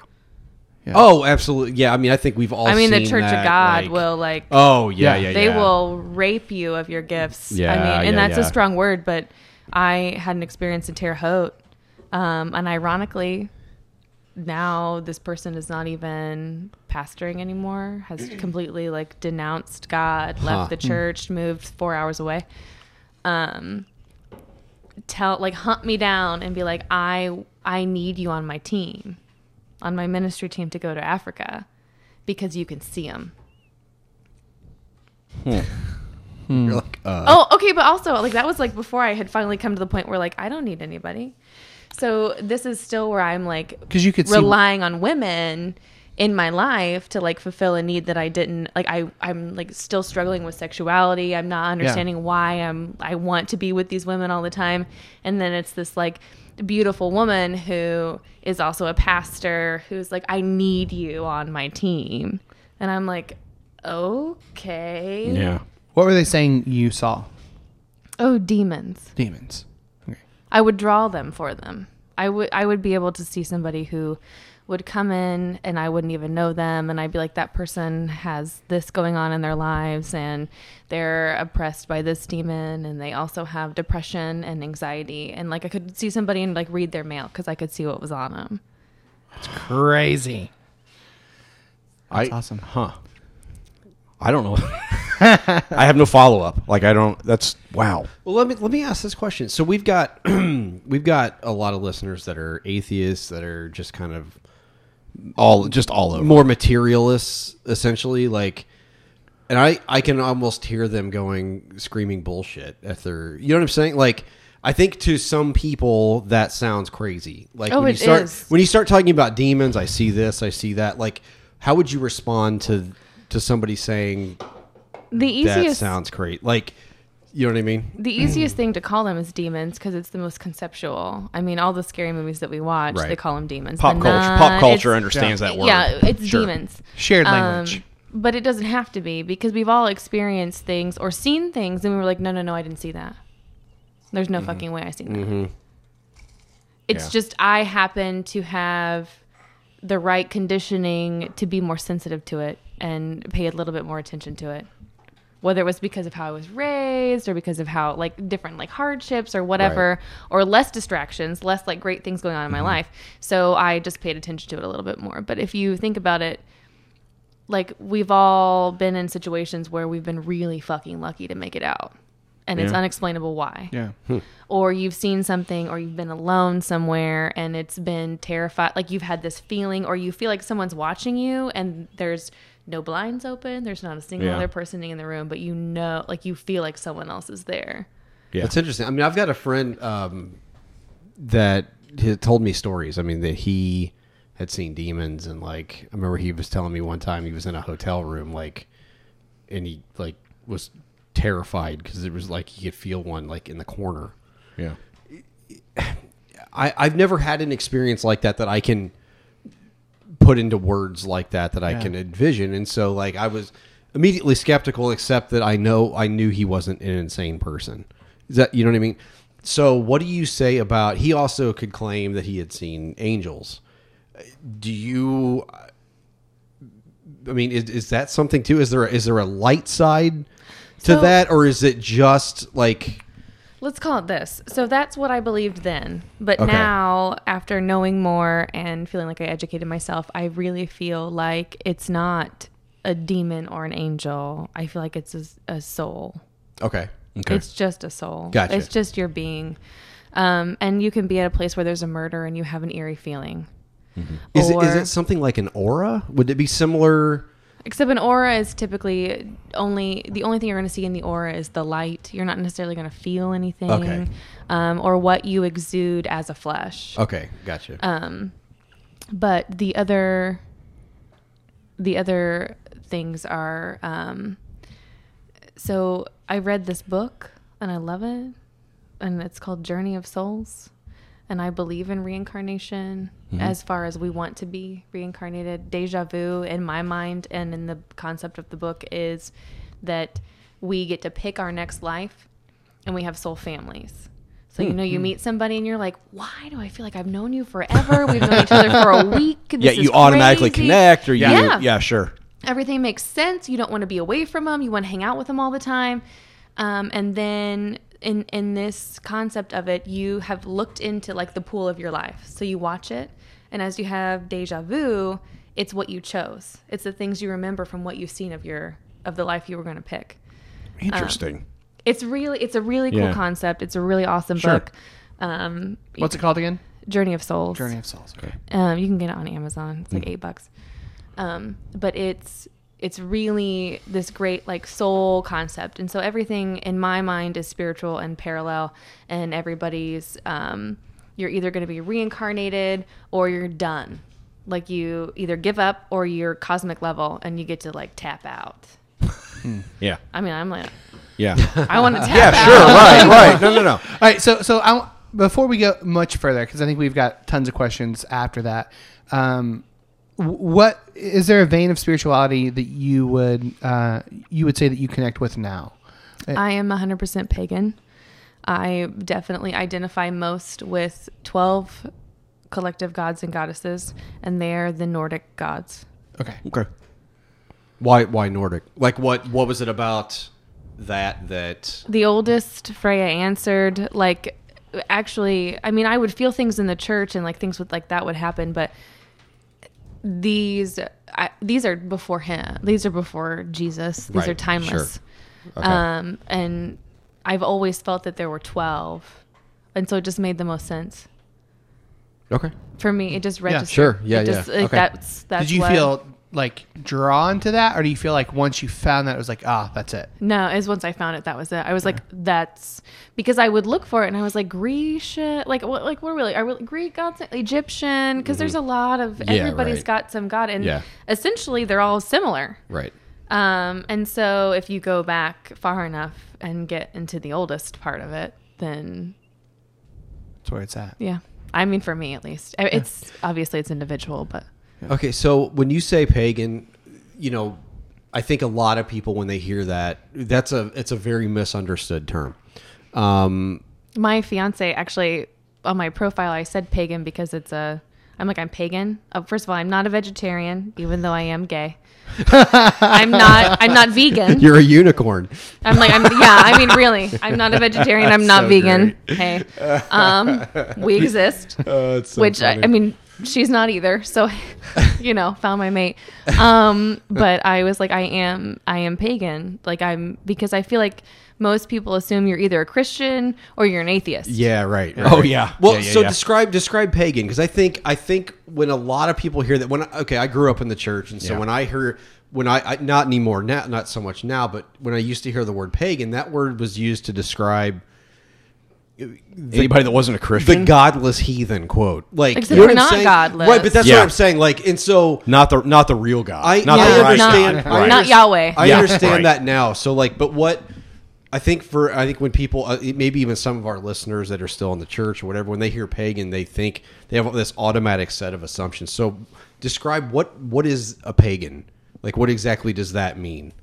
A: Oh, absolutely. Yeah, I mean, I think we've all.
C: I mean, the
A: seen
C: Church
A: that,
C: of God
A: like-
C: will like.
A: Oh yeah, yeah, yeah.
C: They will rape you of your gifts. I
A: Yeah,
C: mean, and
A: yeah,
C: that's a
A: yeah.
C: strong word, but I had an experience in Terre Haute, um, and ironically, now this person is not even pastoring anymore. Has completely like denounced God,
L: Huh.
C: left the
L: Hmm.
C: church, moved four hours away. Um, tell like hunt me down and be like, I I need you on my team, on my ministry team to go to Africa, because you can see them.
A: You're like, uh,
C: oh, okay, but also like that was like before I had finally come to the point where like I don't need anybody. So this is still where I'm like
B: 'Cause you could see-
C: relying on women in my life to like fulfill a need that I didn't like I I'm like still struggling with sexuality. I'm not understanding why I'm I want to be with these women all the time. And then it's this like beautiful woman who is also a pastor who's like I need you on my team. And I'm like okay.
B: What were they saying you saw?
C: Oh, demons.
B: Demons.
C: I would draw them for them. I would I would be able to see somebody who would come in and I wouldn't even know them and I'd be like that person has this going on in their lives and they're oppressed by this demon and they also have depression and anxiety and like I could see somebody and like read their mail cuz I could see what was on them.
B: Crazy.
D: That's
B: awesome.
D: Huh. I don't know. I have no follow up. Like I don't. That's wow.
A: Well, let me let me ask this question. So we've got we've got a lot of listeners that are atheists that are just kind of
D: All just all over.
A: more materialists essentially like and I I can almost hear them going screaming bullshit if they're you know what I'm saying like I think to some people that sounds crazy. Like
C: Oh,
A: when you
C: it
A: start
C: is.
A: when you start talking about demons, I see this, I see that. Like how would you respond to to somebody saying
C: The
A: that
C: easiest
A: sounds crazy? Like you know what I mean?
C: the easiest thing to call them is demons because it's the most conceptual. I mean, all the scary movies that we watch,
D: Right.
C: they call them demons.
D: Pop
C: The
D: culture- pop
C: Nun,
D: culture
C: it's-
D: understands that word.
C: Yeah, it's
D: Sure.
C: demons.
B: Shared
C: Um,
B: language.
C: but it doesn't have to be because we've all experienced things or seen things, and we were like, no, no, no, I didn't see that. There's
B: Mm-hmm.
C: no fucking way I seen that. It's
L: Yeah.
C: just I happen to have the right conditioning to be more sensitive to it and pay a little bit more attention to it. Whether it was because of how I was raised or because of how like different like hardships or whatever or less distractions, less like great things going on in my
B: Mm-hmm.
L: Mhm.
C: life. So I just paid attention to it a little bit more. But if you think about it, like we've all been in situations where we've been really fucking lucky to make it out. And it's
L: Yeah.
C: unexplainable why
L: Yeah.
C: or you've seen something or you've been alone somewhere and it's been terrified like you've had this feeling or you feel like someone's watching you and there's no blinds open there's not a single
A: Yeah.
C: other person in the room but you know like you feel like someone else is there
A: Yeah. That's interesting. I mean, I've got a friend um, that he told me stories. I mean, that he had seen demons, and like, I remember he was telling me one time he was in a hotel room, like, and he like was terrified because it was like he could feel one like in the corner.
D: Yeah.
A: I, I've never had an experience like that that I can put into words like that that I
D: Yeah.
A: can envision. And so like I was immediately skeptical, except that I know I knew he wasn't an insane person. Is that you know what I mean? So what do you say about he also could claim that he had seen angels? Do you I mean, is, is that something too? Is there a, is there a light side to
C: So-
A: that, or is it just like
C: Let's call it this. So that's what I believed then. But
A: Okay.
C: now, after knowing more and feeling like I educated myself, I really feel like it's not a demon or an angel. I feel like it's a, a soul.
A: Okay.
C: It's just a soul.
A: Gotcha.
C: It's just your being. Um, and you can be at a place where there's a murder and you have an eerie feeling.
A: Mm-hmm. Is it, is
C: Or-
A: it something like an aura? Would it be similar?
C: Except an aura is typically only the only thing you're going to see in the aura is the light. You're not necessarily going to feel anything,
A: Okay.
C: um, or what you exude as a flesh.
A: Okay, gotcha.
C: Um, but the other, the other things are. Um, so I read this book and I love it, and it's called Journey of Souls, and I believe in reincarnation
J: Mhm.
D: Mm-hmm.
C: as far as we want to be reincarnated. Deja vu in my mind and in the concept of the book is that we get to pick our next life, and we have soul families. So you
J: Hmm.
C: know you
J: Hmm.
C: meet somebody and you're like, why do I feel like I've known you forever? We've known each other for a week.
D: yeah,
C: This
D: you
C: is
D: automatically
C: crazy."
D: connect, or you,
C: yeah,
D: yeah, sure.
C: everything makes sense. You don't want to be away from them. You want to hang out with them all the time. Um, and then in in this concept of it, you have looked into like the pool of your life. So you watch it, and as you have deja vu, it's what you chose. It's the things you remember from what you've seen of your of the life you were going to pick. Um,
D: Interesting.
C: it's really it's a really cool
D: Yeah.
C: concept. It's a really awesome
D: Sure.
C: book. Um,
B: What's it called again?
C: Journey of Souls.
B: Journey of Souls, okay.
C: Um, you can get it on Amazon. It's like
B: Mm.
C: eight bucks. Um, but it's it's really this great like soul concept, and so everything in my mind is spiritual and parallel, and everybody's um, you're either going to be reincarnated or you're done. Like you either give up or you're cosmic level, and you get to like tap out.
D: Yeah,
C: I mean, I'm like,
D: yeah.
C: I want to tap out.
D: yeah, sure, right, right. No, no, no.
B: All right, so so I, before we go much further, because I think we've got tons of questions after that. Um, wh- what is there a vein of spirituality that you would uh, you would say that you connect with now? Uh,
C: I am 100% pagan. I definitely identify most with 12 collective gods and goddesses, and they're the Nordic gods.
B: Okay.
A: Okay. Why why Nordic? Like what what was it about that that
C: The oldest Freya answered, like, actually, I mean, I would feel things in the church and like things would like that would happen, but these I, these are before him. These are before Jesus. These
J: Right,
C: are timeless.
J: sure. Okay.
C: Um, and I've always felt that there were twelve, and so it just made the most sense.
A: Okay.
C: For me, it just registered.
A: Sure. Yeah,
C: It
A: yeah.
C: just, like,
A: Okay.
C: That's that's.
B: Did you
C: what-
B: feel like drawn to that, or do you feel like once you found that it was like ah, that's it?
C: No, it was once I found it. That was it. I was like, that's because I would look for it, and I was like, Grecian, like what, like what really are we, Greek gods, Egyptian? Because there's a lot of
A: Mm-hmm. Yeah,
C: everybody's
A: right.
C: got some god, and
A: Yeah.
C: essentially they're all similar.
A: Right.
C: Um, and so if you go back far enough and get into the oldest part of it, then
B: That's where it's at.
C: yeah, I mean for me at least, I- it's obviously it's individual, but
A: Okay, so when you say pagan, you know, I think a lot of people when they hear that, that's a it's a very misunderstood term. Um
C: my fiance actually on my profile i said pagan because it's a i'm like i'm pagan oh, first of all i'm not a vegetarian even though i am gay i'm not i'm not vegan
A: You're a unicorn.
C: i'm like i'm yeah i mean really i'm not a vegetarian i'm
A: That's
C: not
A: so
C: vegan
A: great.
C: hey um we exist
A: Oh, it's so
C: which I,
A: funny.
C: I mean she's not either so you know found my mate um but i was like i am i am pagan like i'm because i feel like most people assume you're either a christian or you're an atheist
A: Yeah, right.
D: Oh, yeah.
A: Well,
D: Yeah, yeah,
A: so
D: yeah.
A: describe describe pagan because I think I think when a lot of people hear that when I- okay, I grew up in the church, and so
D: Yeah.
A: when I hear when I, I not anymore now not so much now, but when I used to hear the word pagan, that word was used to describe the-
D: Anybody that wasn't a Christian?
A: the godless heathen quote. Like
C: Except
A: you know
C: we're
A: what I'm
C: not
A: saying?
C: godless.
A: right? But that's
D: Yeah.
A: what I'm saying. Like, and so
D: Not the not the real God.
A: I,
D: not
A: I
D: the right God.
A: understand. I
D: Right.
C: Not
A: underst-
C: Yahweh.
A: I
D: Yeah,
A: understand
D: right.
A: that now. So like, but what I think for I think when people, uh, maybe even some of our listeners that are still in the church or whatever, when they hear pagan, they think they have this automatic set of assumptions. So describe what what is a pagan? Like, what exactly does that mean?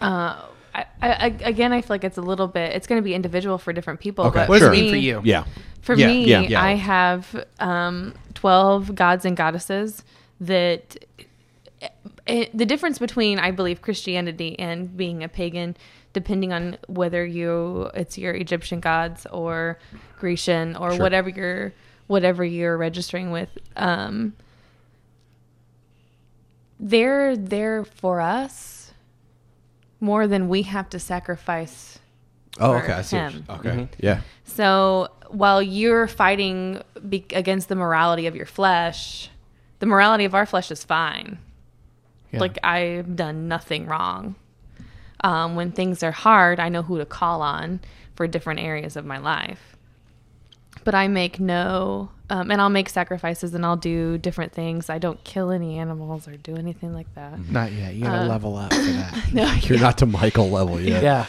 C: Uh, I, I, I- again, I feel like it's a little bit. It's going to be individual for different people.
A: Okay.
C: but
A: What does
C: for
A: it mean
C: me-
A: for you? Yeah.
C: For
A: Yeah,
C: me,
A: yeah, yeah.
C: I have um, twelve gods and goddesses that. eh, the difference between, I believe, Christianity and being a pagan depending on whether you it's your Egyptian gods or Grecian or
L: Sure.
C: whatever you're whatever you're registering with. Um, they're there for us more than we have to sacrifice.
A: Oh,
C: for
A: okay, I see what
C: him.
A: you- okay, Mhm. yeah.
C: So while you're fighting be- against the morality of your flesh, the morality of our flesh is fine.
L: Yeah.
C: Like I've done nothing wrong. Um, when things are hard, I know who to call on for different areas of my life. But I make no, um, and I'll make sacrifices and I'll do different things. I don't kill any animals or do anything like that.
B: Not yet. You gotta
C: Uh,
B: level up for that.
C: no,
A: You're not to Michael level yet.
B: Yeah.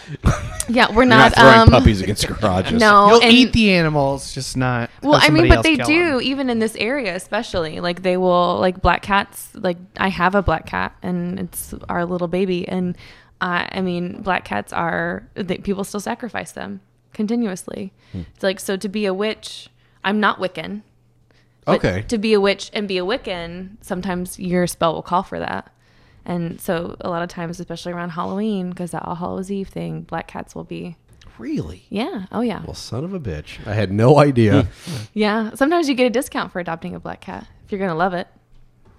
C: Yeah, we're
A: You're
C: not,
A: not throwing
C: um,
A: puppies against garages.
C: No,
B: You'll
C: and-
B: eat the animals, just not.
C: Well,
B: have
C: I mean,
B: somebody
C: but
B: else
C: they
B: kill
C: do
B: 'em.
C: even in this area, especially. Like they will, like black cats. Like I have a black cat, and it's our little baby. And uh, I mean, black cats are they, people still sacrifice them continuously.
L: Hmm.
C: It's like so to be a witch. I'm not Wiccan. but
A: Okay.
C: To be a witch and be a Wiccan, sometimes your spell will call for that. And so a lot of times, especially around Halloween, because that All Hallows Eve thing, black cats will be.
A: Really?
C: Yeah. Oh yeah.
A: Well, son of a bitch. I had no idea.
C: Yeah. Sometimes you get a discount for adopting a black cat if you're gonna love it.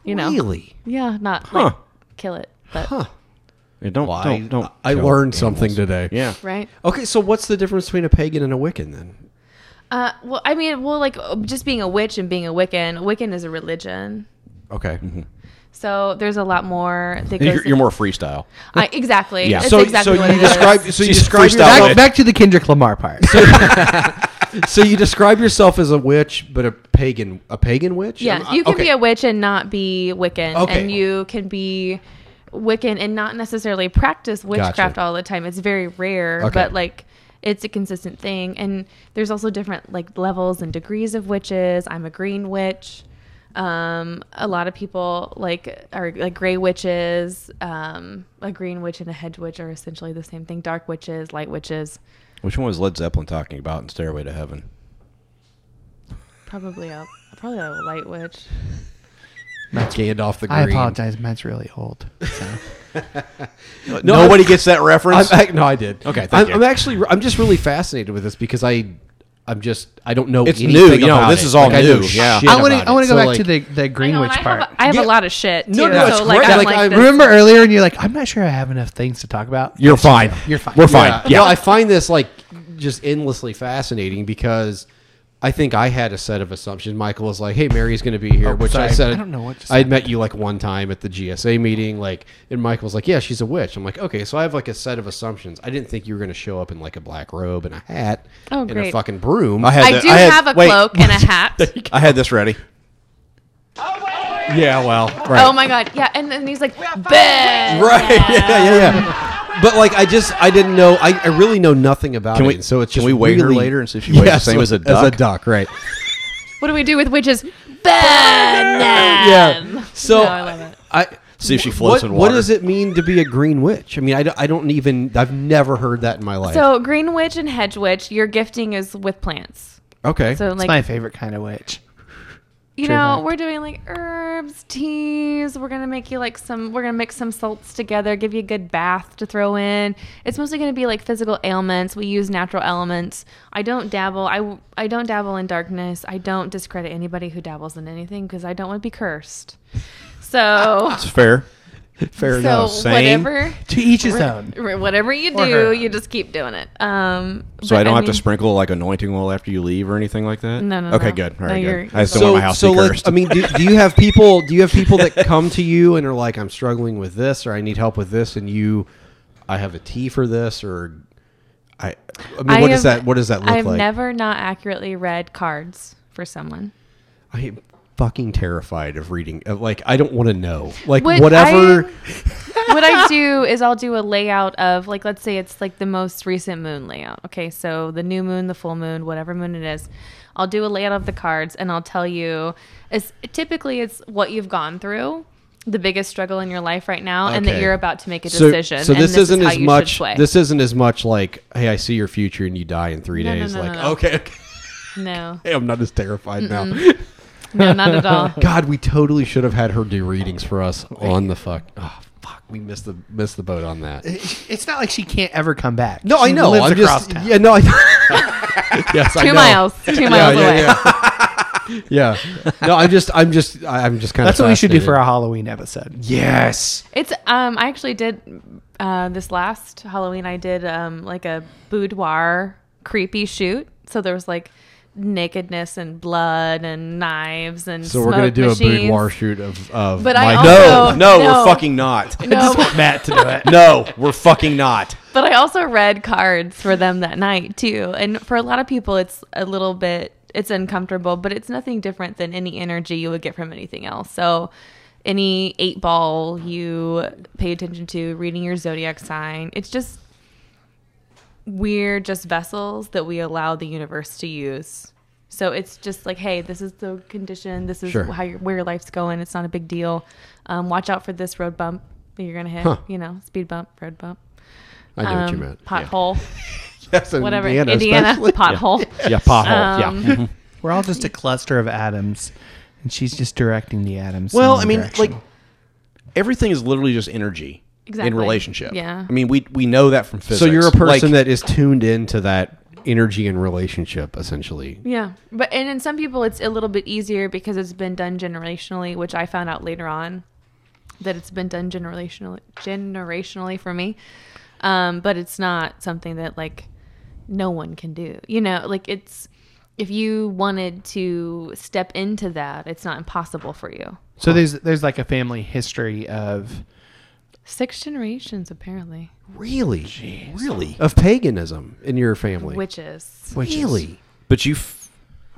C: You know.
A: Really?
C: Yeah. Not like
A: Huh.
C: kill it, but
D: Yeah, don't,
A: Why?
D: don't, don't.
A: I
D: kill
A: learned something
D: animals.
A: today.
D: Yeah.
C: right.
A: Okay, so what's the difference between a pagan and a Wiccan then?
C: Uh, well, I mean, well, like uh, just being a witch and being a Wiccan. Wiccan is a religion,
A: Okay.
D: Mm-hmm.
C: so there's a lot more. That goes
D: You're, you're more freestyle.
C: I, exactly.
D: Yeah.
C: That's
D: So-
C: exactly
A: so
C: what
A: you
C: it is.
A: describe- so you She's describe freestyle
B: back,
A: witch.
B: back to the Kendrick Lamar part.
A: so you describe yourself as a witch, but a pagan, a pagan witch?
C: Yeah,
A: I'm-
C: you can
A: okay.
C: be a witch and not be Wiccan,
A: Okay.
C: and you can be Wiccan and not necessarily practice witchcraft
A: Gotcha.
C: all the time. It's very rare,
A: Okay.
C: but like it's a consistent thing. And there's also different like levels and degrees of witches. I'm a green witch. Um, a lot of people like are like gray witches. Um, a green witch and a hedge witch are essentially the same thing. Dark witches, light witches,
D: Which one was Led Zeppelin talking about in Stairway to Heaven?
C: probably a probably a light witch.
A: Gandalf the
B: I
A: Green.
B: apologize. Matt's really old. so.
D: Nobody
A: I'm-
D: gets that reference?
A: I'm ac- no, I did.
D: Okay, thank
A: I'm,
D: you.
A: I'm actually, I'm just really fascinated with this because I, I'm just, I don't know.
D: It's
A: anything
D: new, you know,
A: about
D: this
A: it.
D: is all
A: Like, I know
D: new, yeah.
A: shit
B: I want
A: about
B: to. I
A: it.
B: want to go
A: So,
B: back
A: like-
B: to the the Green Witch part.
C: I have
A: Yeah.
C: a lot of shit. Too,
A: No, no, it's
C: so, like,
A: great.
C: I'm
A: Like,
C: like,
A: I
C: this-
B: remember earlier, and you're like, I'm not sure I have enough things to talk about.
D: You're
B: Yes, you
D: fine.
B: do. You're fine.
D: We're fine. Yeah.
A: No, I find this like just endlessly fascinating because I think I had a set of assumptions. Michael was like, "Hey, Mary's going to be here,"
B: Oh,
A: which I
B: sorry.
A: said
B: I don't know what just
A: I had met you like one time at the GSA meeting, like, and Michael was like, "Yeah, she's a witch." I'm like, "Okay," so I have like a set of assumptions. I didn't think you were going to show up in like a black robe and a hat
C: Oh,
A: and a
C: great.
A: fucking broom.
D: I had
C: I
D: that-
C: do
D: I had-
C: have a
D: wait.
C: cloak and a hat.
D: I had this ready.
A: yeah, well,
C: Oh my god, yeah, and then he's like, "Bitch."
A: right, yeah, yeah, yeah. But like, I just I didn't know. I, I really know nothing about
D: Can
A: it.
D: we-
A: and so it's
D: can
A: just
D: we weigh her
A: really-
D: later and see if she weighs the
A: Yes,
D: same as a
A: As
D: duck?
A: a duck, right?
C: What do we do with witches? Bad.
A: yeah. So
C: No, I love it.
A: I-
D: See if she floats
A: what,
D: in
A: What
D: water.
A: does it mean to be a green witch? I mean, I, don't- I don't even. I've never heard that in my life.
C: So green witch and hedge witch, your gifting is with plants.
A: okay.
C: So
B: It's
C: like
B: my favorite kind of witch.
C: you
B: true
C: know,
B: fact.
C: we're doing like herbs, teas. We're gonna make you like some. We're gonna mix some salts together. Give you a good bath to throw in. It's mostly gonna be like physical ailments. We use natural elements. I don't dabble. I w- I don't dabble in darkness. I don't discredit anybody who dabbles in anything because I don't want to be cursed. So.
D: It's fair.
A: Fair
C: so
A: enough.
C: whatever
B: To each his
C: Re-
B: own.
C: re- whatever you
B: Or her
C: do, you just keep doing it. Um,
D: So
C: but
D: I don't have
C: mean-
D: to sprinkle like anointing oil after you leave or anything like that.
C: No, no,
D: Okay,
C: no.
D: good. All
C: No,
D: right,
C: you're-
D: good. I just don't
A: so,
D: want my house
A: so
D: to be
A: like,
D: cursed.
A: I mean, do, do you have people? Do you have people that come to you and are like, "I'm struggling with this," or "I need help with this," and you, I have a tea for this, or I. I mean,
C: I
A: what does
C: have-
A: that? What does that look
C: I've
A: like?
C: never not accurately read cards for someone.
A: I am fucking terrified of reading. Of like, I don't want to know. Like,
C: Would
A: whatever.
C: what I do is I'll do a layout of like let's say it's like the most recent moon layout. Okay, so the new moon, the full moon, whatever moon it is. I'll do a layout of the cards and I'll tell you it's, typically it's what you've gone through, the biggest struggle in your life right now and that
A: Okay.
C: you're about to make a
A: So-
C: decision.
A: So,
C: and
A: this,
C: is
A: isn't
C: how
A: as
C: you should
A: much.
C: play.
A: This isn't as much like, hey, I see your future and you die in three
C: No, no,
A: days.
C: no, no,
A: like,
C: no.
A: okay, okay,
C: No.
A: I'm not as terrified now.
C: Mm-mm. No, not at all.
A: God, we totally should have had her do readings for us on the fuck. Oh, fuck. fuck, we missed the missed the boat on that.
B: It's not like she can't ever come back.
A: No,
B: Uh, She
A: I know.
B: Lives
A: I'm
B: across
A: just
B: town.
A: yeah. No, I, yes, I
C: Two
A: know.
C: miles. Two
A: Yeah,
C: miles
A: yeah,
C: away.
A: Yeah. yeah. No, I'm just. I'm just. I- I'm just kind of.
B: That's what we should do for our Halloween episode.
A: Yes.
C: It's um I actually did uh this last Halloween I did um like a boudoir creepy shoot. So there was like nakedness and blood and knives and
A: So we're gonna
C: smoke
A: do a
C: machines.
A: boudoir shoot of of.
C: But I
A: Mike-
C: also-
D: No, no,
C: No.
D: we're fucking not.
C: No. I just want
B: Matt to do it.
D: no, we're fucking not.
C: But I also read cards for them that night too. And for a lot of people it's a little bit it's uncomfortable, but it's nothing different than any energy you would get from anything else. So any eight ball you pay attention to, reading your zodiac sign, it's just we're just vessels that we allow the universe to use. So it's just like, hey, this is the condition. This is
A: Sure.
C: how your, where your life's going. It's not a big deal. Um, watch out for this road bump that you're gonna hit.
A: Huh.
C: You know, speed bump, road bump. Um,
A: I know what you meant.
C: Pothole.
A: Yes, in
C: Whatever.
A: Indiana
C: Indiana,
A: especially.
C: pothole.
A: Yeah. Yeah, pothole, yeah.
C: Um,
B: We're all just a cluster of atoms, and she's just directing the atoms. in
D: Well,
B: one
D: I mean,
B: direction.
D: like everything is literally just energy in
C: Exactly.
D: relationship.
C: Yeah.
D: I mean, we we know that from physics.
A: So you're a person
D: Like,
A: that is tuned into that energy and relationship, essentially.
C: Yeah, but and in some people it's a little bit easier because it's been done generationally, which I found out later on that it's been done generationally generationally for me. Um, but it's not something that like no one can do. You know, like it's if you wanted to step into that, it's not impossible for you.
B: so there's there's like a family history of
C: Six generations apparently.
A: Really, really of paganism in your family.
C: Witches.
A: really?
D: but you, f-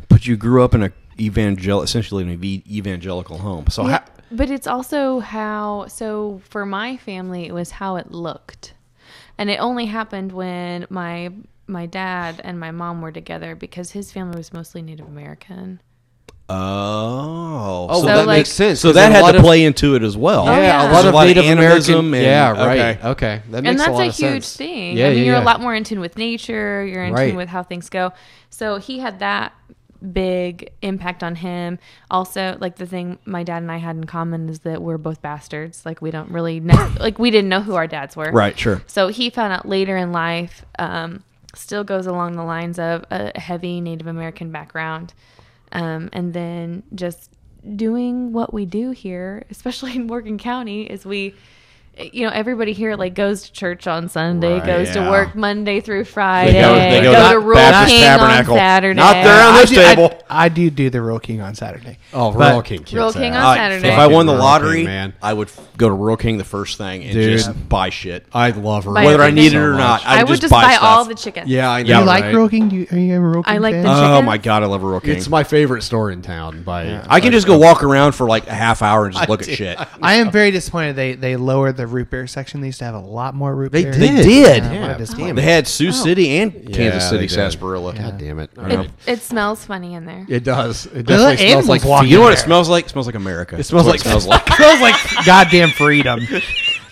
D: but you grew up in a evangelical, essentially an ev- evangelical home. So
C: Yeah,
D: ha-
C: but it's also how. So for my family, it was how it looked, and it only happened when my my dad and my mom were together because his family was mostly Native American.
D: oh,
A: Oh,
C: So,
A: well, that
C: like-
A: makes sense.
D: So
A: 'cause
D: that
A: a lot
D: had to
A: of-
D: play into it as well.
C: Oh, yeah.
A: Yeah, a
D: There's
A: lot of Native
D: animism
A: American.
D: and-
A: yeah,
D: okay.
A: right. Okay, that makes
C: and that's
A: a lot
C: a,
A: of
C: huge
A: sense.
C: thing.
A: Yeah,
C: I mean,
A: yeah,
C: you're
A: yeah.
C: a lot more in tune with nature. You're in
A: Right.
C: tune with how things go. So he had that big impact on him. Also, like the thing my dad and I had in common is that we're both bastards. Like we don't really know. like we didn't know who our dads were.
D: Right, sure.
C: So he found out later in life. Um, still goes along the lines of a heavy Native American background, um, and then just doing what we do here, especially in Morgan County, is we you know everybody here like goes to church on Sunday,
D: Right.
C: goes
D: Yeah.
C: to work Monday through Friday,
D: They go- they go
C: go,
D: not
C: to Rural
D: Baptist
C: King
D: Tabernacle.
C: on Saturday.
D: Not there on
B: I
D: this
B: do- I-
D: table.
B: I, do do the Royal King on Saturday.
A: Oh,
B: But-
A: Rural King. kicks
C: Rural King
A: ass.
C: on Saturday.
D: If I won the
A: Fucking Rural King,
D: lottery,
A: man.
D: I would f- go to Rural King the first thing and
A: Dude.
D: just buy shit,
A: I love her.
C: Buy
D: whether I
C: everything.
D: needed it or not.
C: I,
D: I'd
C: would just buy
D: stuff.
C: all the chicken.
A: Yeah, I know.
D: Yeah,
B: you like
A: right?
B: Royal King? Do you, are you a Royal King
C: I like
B: fan?
C: the chicken.
D: Oh my god, I love Rural King.
A: It's my favorite store in town. By
D: I can just go walk around for like a half hour and just look at shit.
B: I am very disappointed they they lowered the root beer section. They used to have a lot more root beer.
D: They
B: Yeah,
D: did.
B: what a
A: damn Oh.
B: disappointment.
D: They had Sioux City and Kansas
A: Yeah, they
D: City
A: did.
D: sarsaparilla.
A: God damn it! I know.
C: It, it smells funny in there.
A: It does. It definitely smells
B: animals
A: like
B: walking
A: feet.
D: You know what it smells like? It smells like America. It
A: smells
D: it smells like.
B: smells like goddamn freedom.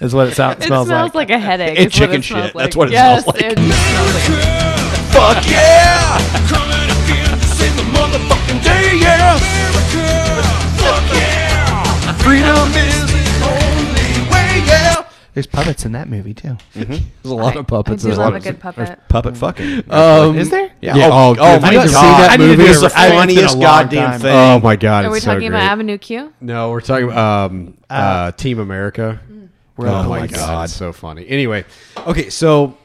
B: Is what it, so-
C: It smells, like. a headache.
D: And
C: is what
D: chicken
C: it smells
D: shit.
C: Like.
D: That's what it
C: yes,
D: smells like.
C: It smells like.
D: Fuck yeah!
K: Coming again to save the motherfucking day, yeah! America! Fuck yeah! Freedom is the only way, yeah!
B: There's puppets in that movie too.
A: There's a lot of puppets.
C: I do
A: in it.
C: love a good puppet.
D: Puppet fucking.
A: Um,
B: Is there?
D: Yeah.
A: Yeah, oh,
D: Oh, oh
A: dude, I
D: my
A: need to see
D: God.
A: that
D: I need
A: movie.
D: to do It's the
A: I- it's been a
D: funniest
B: long
D: goddamn
B: time.
D: thing.
A: Oh my god!
C: Are we
A: it's so
C: talking about
A: great.
C: Avenue Q?
A: No, we're talking um, uh, Team America.
B: on
A: Oh
B: the
A: my
B: list.
A: god, so funny. Anyway, okay, so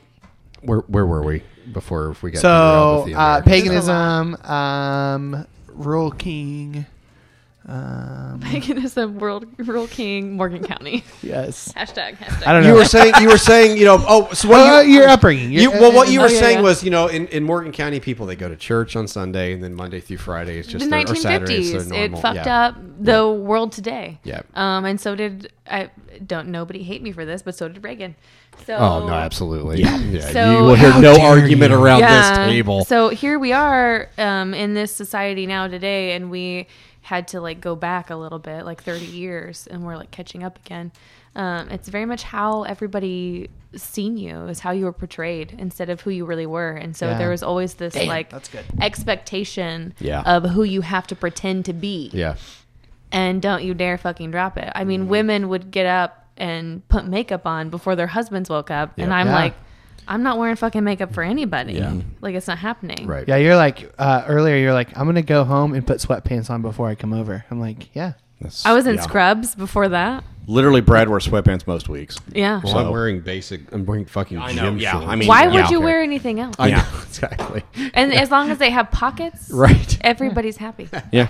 A: where where were we before we got derailed
B: So
A: with the
B: uh,
A: America?
B: paganism, um, Royal King. Um,
C: Paganism, World, Rural King, Morgan County.
B: yes.
C: hashtag, hashtag.
B: I don't know.
A: you were saying you were saying you know oh so what
B: Uh,
A: you,
B: your upbringing.
A: you,
B: Your-
A: well what you
C: Oh,
A: were
C: yeah,
A: saying
C: yeah.
A: was you know in, in Morgan County people they go to church on Sunday and then Monday through Friday is just
C: the
A: their, or Saturday is their
C: 1950s. It
A: normal-
C: fucked
A: yeah.
C: up the world today.
A: Yeah.
C: Um, and so did I. Don't nobody hate me for this, but so did Reagan. So
A: Oh no, absolutely. Yeah,
C: So-
A: you will hear
B: How
A: no
B: dare
A: argument
B: you.
A: around this table.
C: So here we are um, in this society now today, and we had to like go back a little bit, like 30 years, and we're like catching up again. Um, it's very much how everybody seen you is how you were portrayed instead of who you really were, and so
B: Yeah.
C: there was always this like
B: that's good.
C: expectation
A: Yeah.
C: of who you have to pretend to be
A: yeah.
C: and don't you dare fucking drop it. I mean, women would get up and put makeup on before their husbands woke up, and
B: Yeah.
C: I'm
B: Yeah.
C: like, I'm not wearing fucking makeup for anybody.
B: Yeah.
C: Like it's not happening.
B: Yeah, you're like uh, earlier. You're like, I'm gonna go home and put sweatpants on before I come over. I'm like, yeah.
C: I was in
D: Yeah.
C: scrubs before that.
D: Literally, Brad wears sweatpants most weeks.
C: Yeah. Well, I'm
A: wearing basic. I'm wearing fucking.
D: I know.
A: gym
D: yeah,
A: shorts.
D: I mean,
C: Why
D: yeah.
C: would you wear anything else?
A: I know, exactly.
C: And as long as they have pockets,
A: Right.
C: Everybody's happy.
D: Yeah,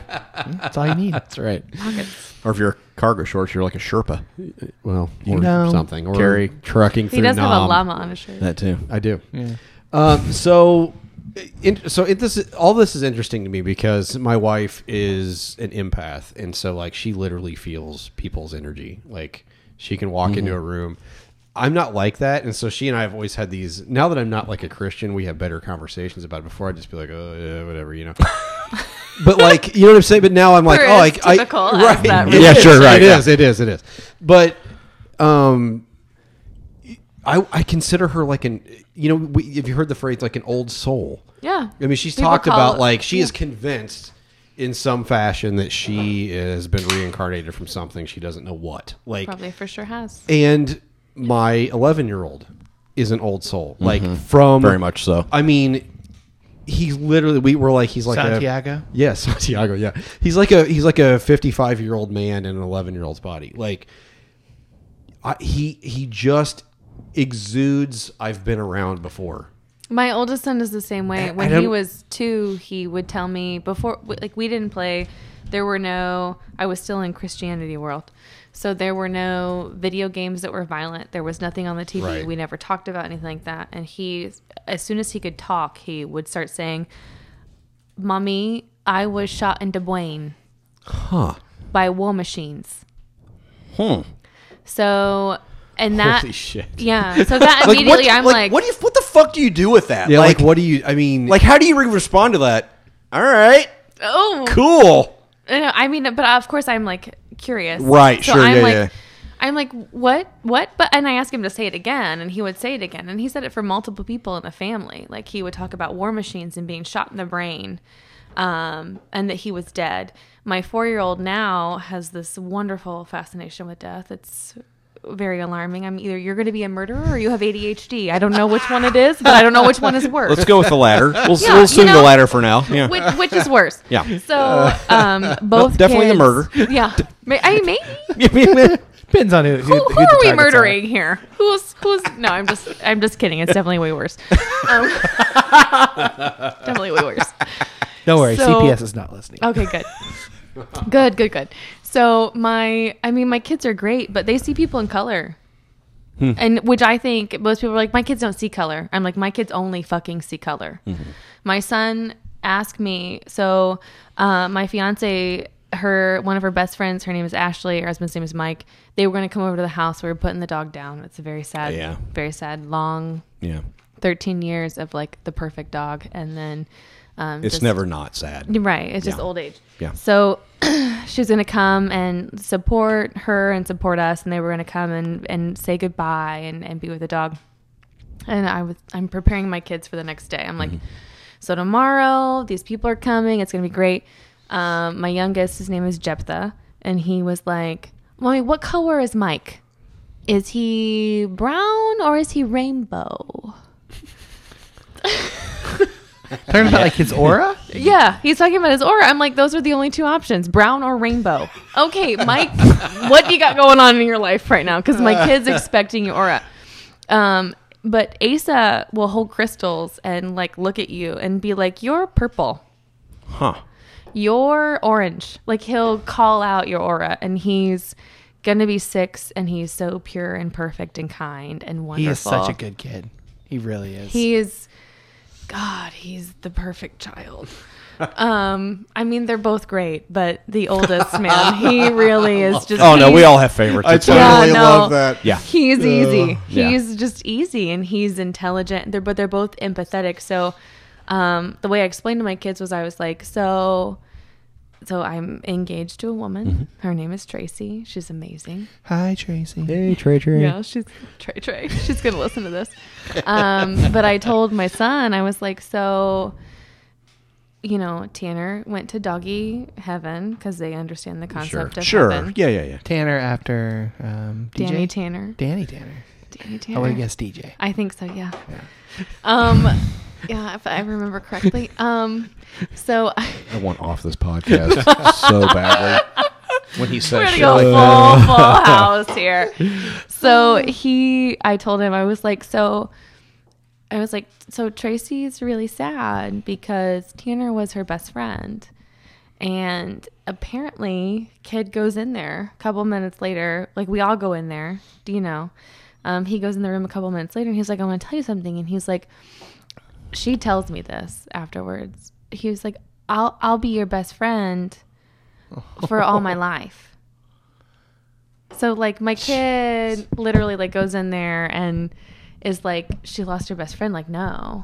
B: that's all you need.
A: That's right.
C: Pockets.
D: Or if you're cargo shorts, you're like a Sherpa.
A: Well,
D: You
A: or
D: know.
A: something, or
D: Carry.
A: trucking.
C: He
A: through
C: does have a
A: Nam.
C: llama on his shirt.
D: That too.
A: I do.
B: Yeah.
A: Um, so, in, so it, this is- all this is interesting to me because my wife is an empath, and so like she literally feels people's energy. Like she can walk
D: Mm-hmm.
A: into a room. I'm not like that, and so she and I have always had these. Now that I'm not like a Christian, we have better conversations about it. Before I'd just be like, oh yeah, whatever, you know. but like, you know what I'm saying. But now I'm like,
C: We're
A: oh,
C: as
A: like, I,
C: typical as
A: right,
C: that
A: It
D: Yeah,
A: is,
D: sure, right,
A: It
D: yeah.
A: is, it is, it is. But, um, I, I consider her like an you know we, have you heard the phrase like an old soul
C: Yeah.
A: i mean she's
C: People
A: talked
C: call
A: about
C: it-
A: like she
C: yeah.
A: is convinced in some fashion that she has been reincarnated from something she doesn't know what like
C: Probably for sure has.
A: and my 11 year old is an old soul like from
D: Mm-hmm. Very much so.
A: i mean he's literally we were like he's like a-
B: Santiago?
A: yeah santiago yeah he's like a he's like a 55 year old man in an 11 year old's body like I, he he just exudes i've been around before
C: My oldest son is the same way. When
A: I
C: he
A: don't-
C: was two, he would tell me before, like we didn't play. There were no. I was still in Christianity world, so there were no video games that were violent. There was nothing on the TV.
A: Right.
C: We never talked about anything like that. And he, as soon as he could talk, he would start saying, "Mommy, I was shot in Des Moines
A: huh
C: by war machines."
D: Hmm.
C: So, and that,
D: Holy shit.
C: yeah. So that
D: Like,
C: immediately,
D: what,
C: I'm like,
D: what do you, what the fuck do you do with that?
A: yeah like, what do you i mean
D: like, how do you re- respond to that? All right,
C: oh,
D: cool.
C: I know, Uh, I mean, but of course, I'm like curious,
D: Right, sure,
C: I'm
D: yeah,
C: like,
D: yeah.
C: I'm like, what, what? But and I asked him to say it again, and he would say it again, and he said it for multiple people in the family. Like he would talk about war machines and being shot in the brain, um, and that he was dead. My four year old now has this wonderful fascination with death. It's very alarming. I'm either you're going to be a murderer or you have ADHD. I don't know which one it is, but I don't know which one is worse
D: Let's go with the latter. We'll,
C: Yeah,
D: we'll
C: you
D: assume the
C: know,
D: latter for now. Yeah.
C: which, which is worse.
D: Yeah.
C: So um, both
D: definitely the
C: kids-
D: murder.
C: Yeah. May, I mean, maybe.
B: Depends on who.
C: Who,
B: Who,
C: who are we murdering here? Who's who's? No, I'm just I'm just kidding. It's definitely way worse. Um, definitely way worse.
B: Don't worry,
C: So-
B: CPS is not listening.
C: Okay, good. Good, good, good. So my I mean my kids are great, but they see people in color.
D: Hmm.
C: And which I think most people are like, my kids don't see color. I'm like, my kids only fucking see color.
D: Mm-hmm.
C: My son asked me, so uh, my fiance, her one of her best friends, her name is Ashley, her husband's name is Mike. They were going to come over to the house. We were putting the dog down. It's a very sad,
D: Yeah.
C: very sad, long
D: Yeah.
C: 13 years of like the perfect dog, and then um,
D: It's
C: just-
D: never not sad.
C: Right. It's just
D: Yeah.
C: old age.
D: Yeah.
C: So she's going to come and support her and support us. And they were going to come and, and say goodbye and, and be with the dog. And I was, I'm preparing my kids for the next day. I'm like,
D: Mm-hmm.
C: so tomorrow these people are coming. It's going to be great. Um, my youngest, his name is Jephthah. And he was like, mommy, what color is Mike? Is he brown or is he rainbow?
B: Talking about like his aura.
C: Yeah, he's talking about his aura. I'm like, those are the only two options: brown or rainbow. Okay, Mike, what do you got going on in your life right now? Because my kid's expecting your aura. Um, but Asa will hold crystals and like look at you and be like, "You're purple.
D: Huh.
C: You're orange." Like he'll call out your aura, and he's gonna be six, and he's so pure and perfect and kind and wonderful.
B: He is such a good kid. He really is.
C: He is God, he's the perfect child. um, I mean they're both great, but the oldest man, he really is just
D: Oh no, we
C: he's-
D: all have favorites. It's fine.
C: Yeah, no,
D: Yeah.
C: He's easy.
D: Yeah.
C: He's just easy and he's intelligent. They're but they're both empathetic. So um the way I explained to my kids was I was like, so so I'm engaged to a woman.
D: Mm-hmm.
C: Her name is Tracy. She's amazing.
B: Hi, Tracy.
A: hey trey trey
C: Yeah, she's Trey Trey. She's gonna listen to this. Um, but I told my son, I was like, so you know, Tanner went to doggy heaven because they understand the concept of
D: Sure.
C: heaven.
D: Yeah, yeah, yeah.
B: Tanner after um, DJ?
C: Danny Tanner.
B: Danny Tanner. Oh,
C: Danny
B: I would
C: Tanner.
B: have guessed DJ.
C: I think so. Yeah. Um, yeah, if I remember correctly. Um, so
D: I want off this podcast so badly.
C: Oh
D: When he says
C: we're gonna
D: shit
C: go
D: like
C: full
D: that.
C: full house here. So he, I told him I was like, so I was like, so Tracy's really sad because Tanner was her best friend, and apparently, kid goes in there a couple minutes later. Like we all go in there, do you know? Um, he goes in the room a couple minutes later, and he's like, I want to tell you something, and he's like, she tells me this afterwards. He was like, I'll I'll be your best friend for all my life. So like my kid literally like goes in there and is like she lost her best friend like no.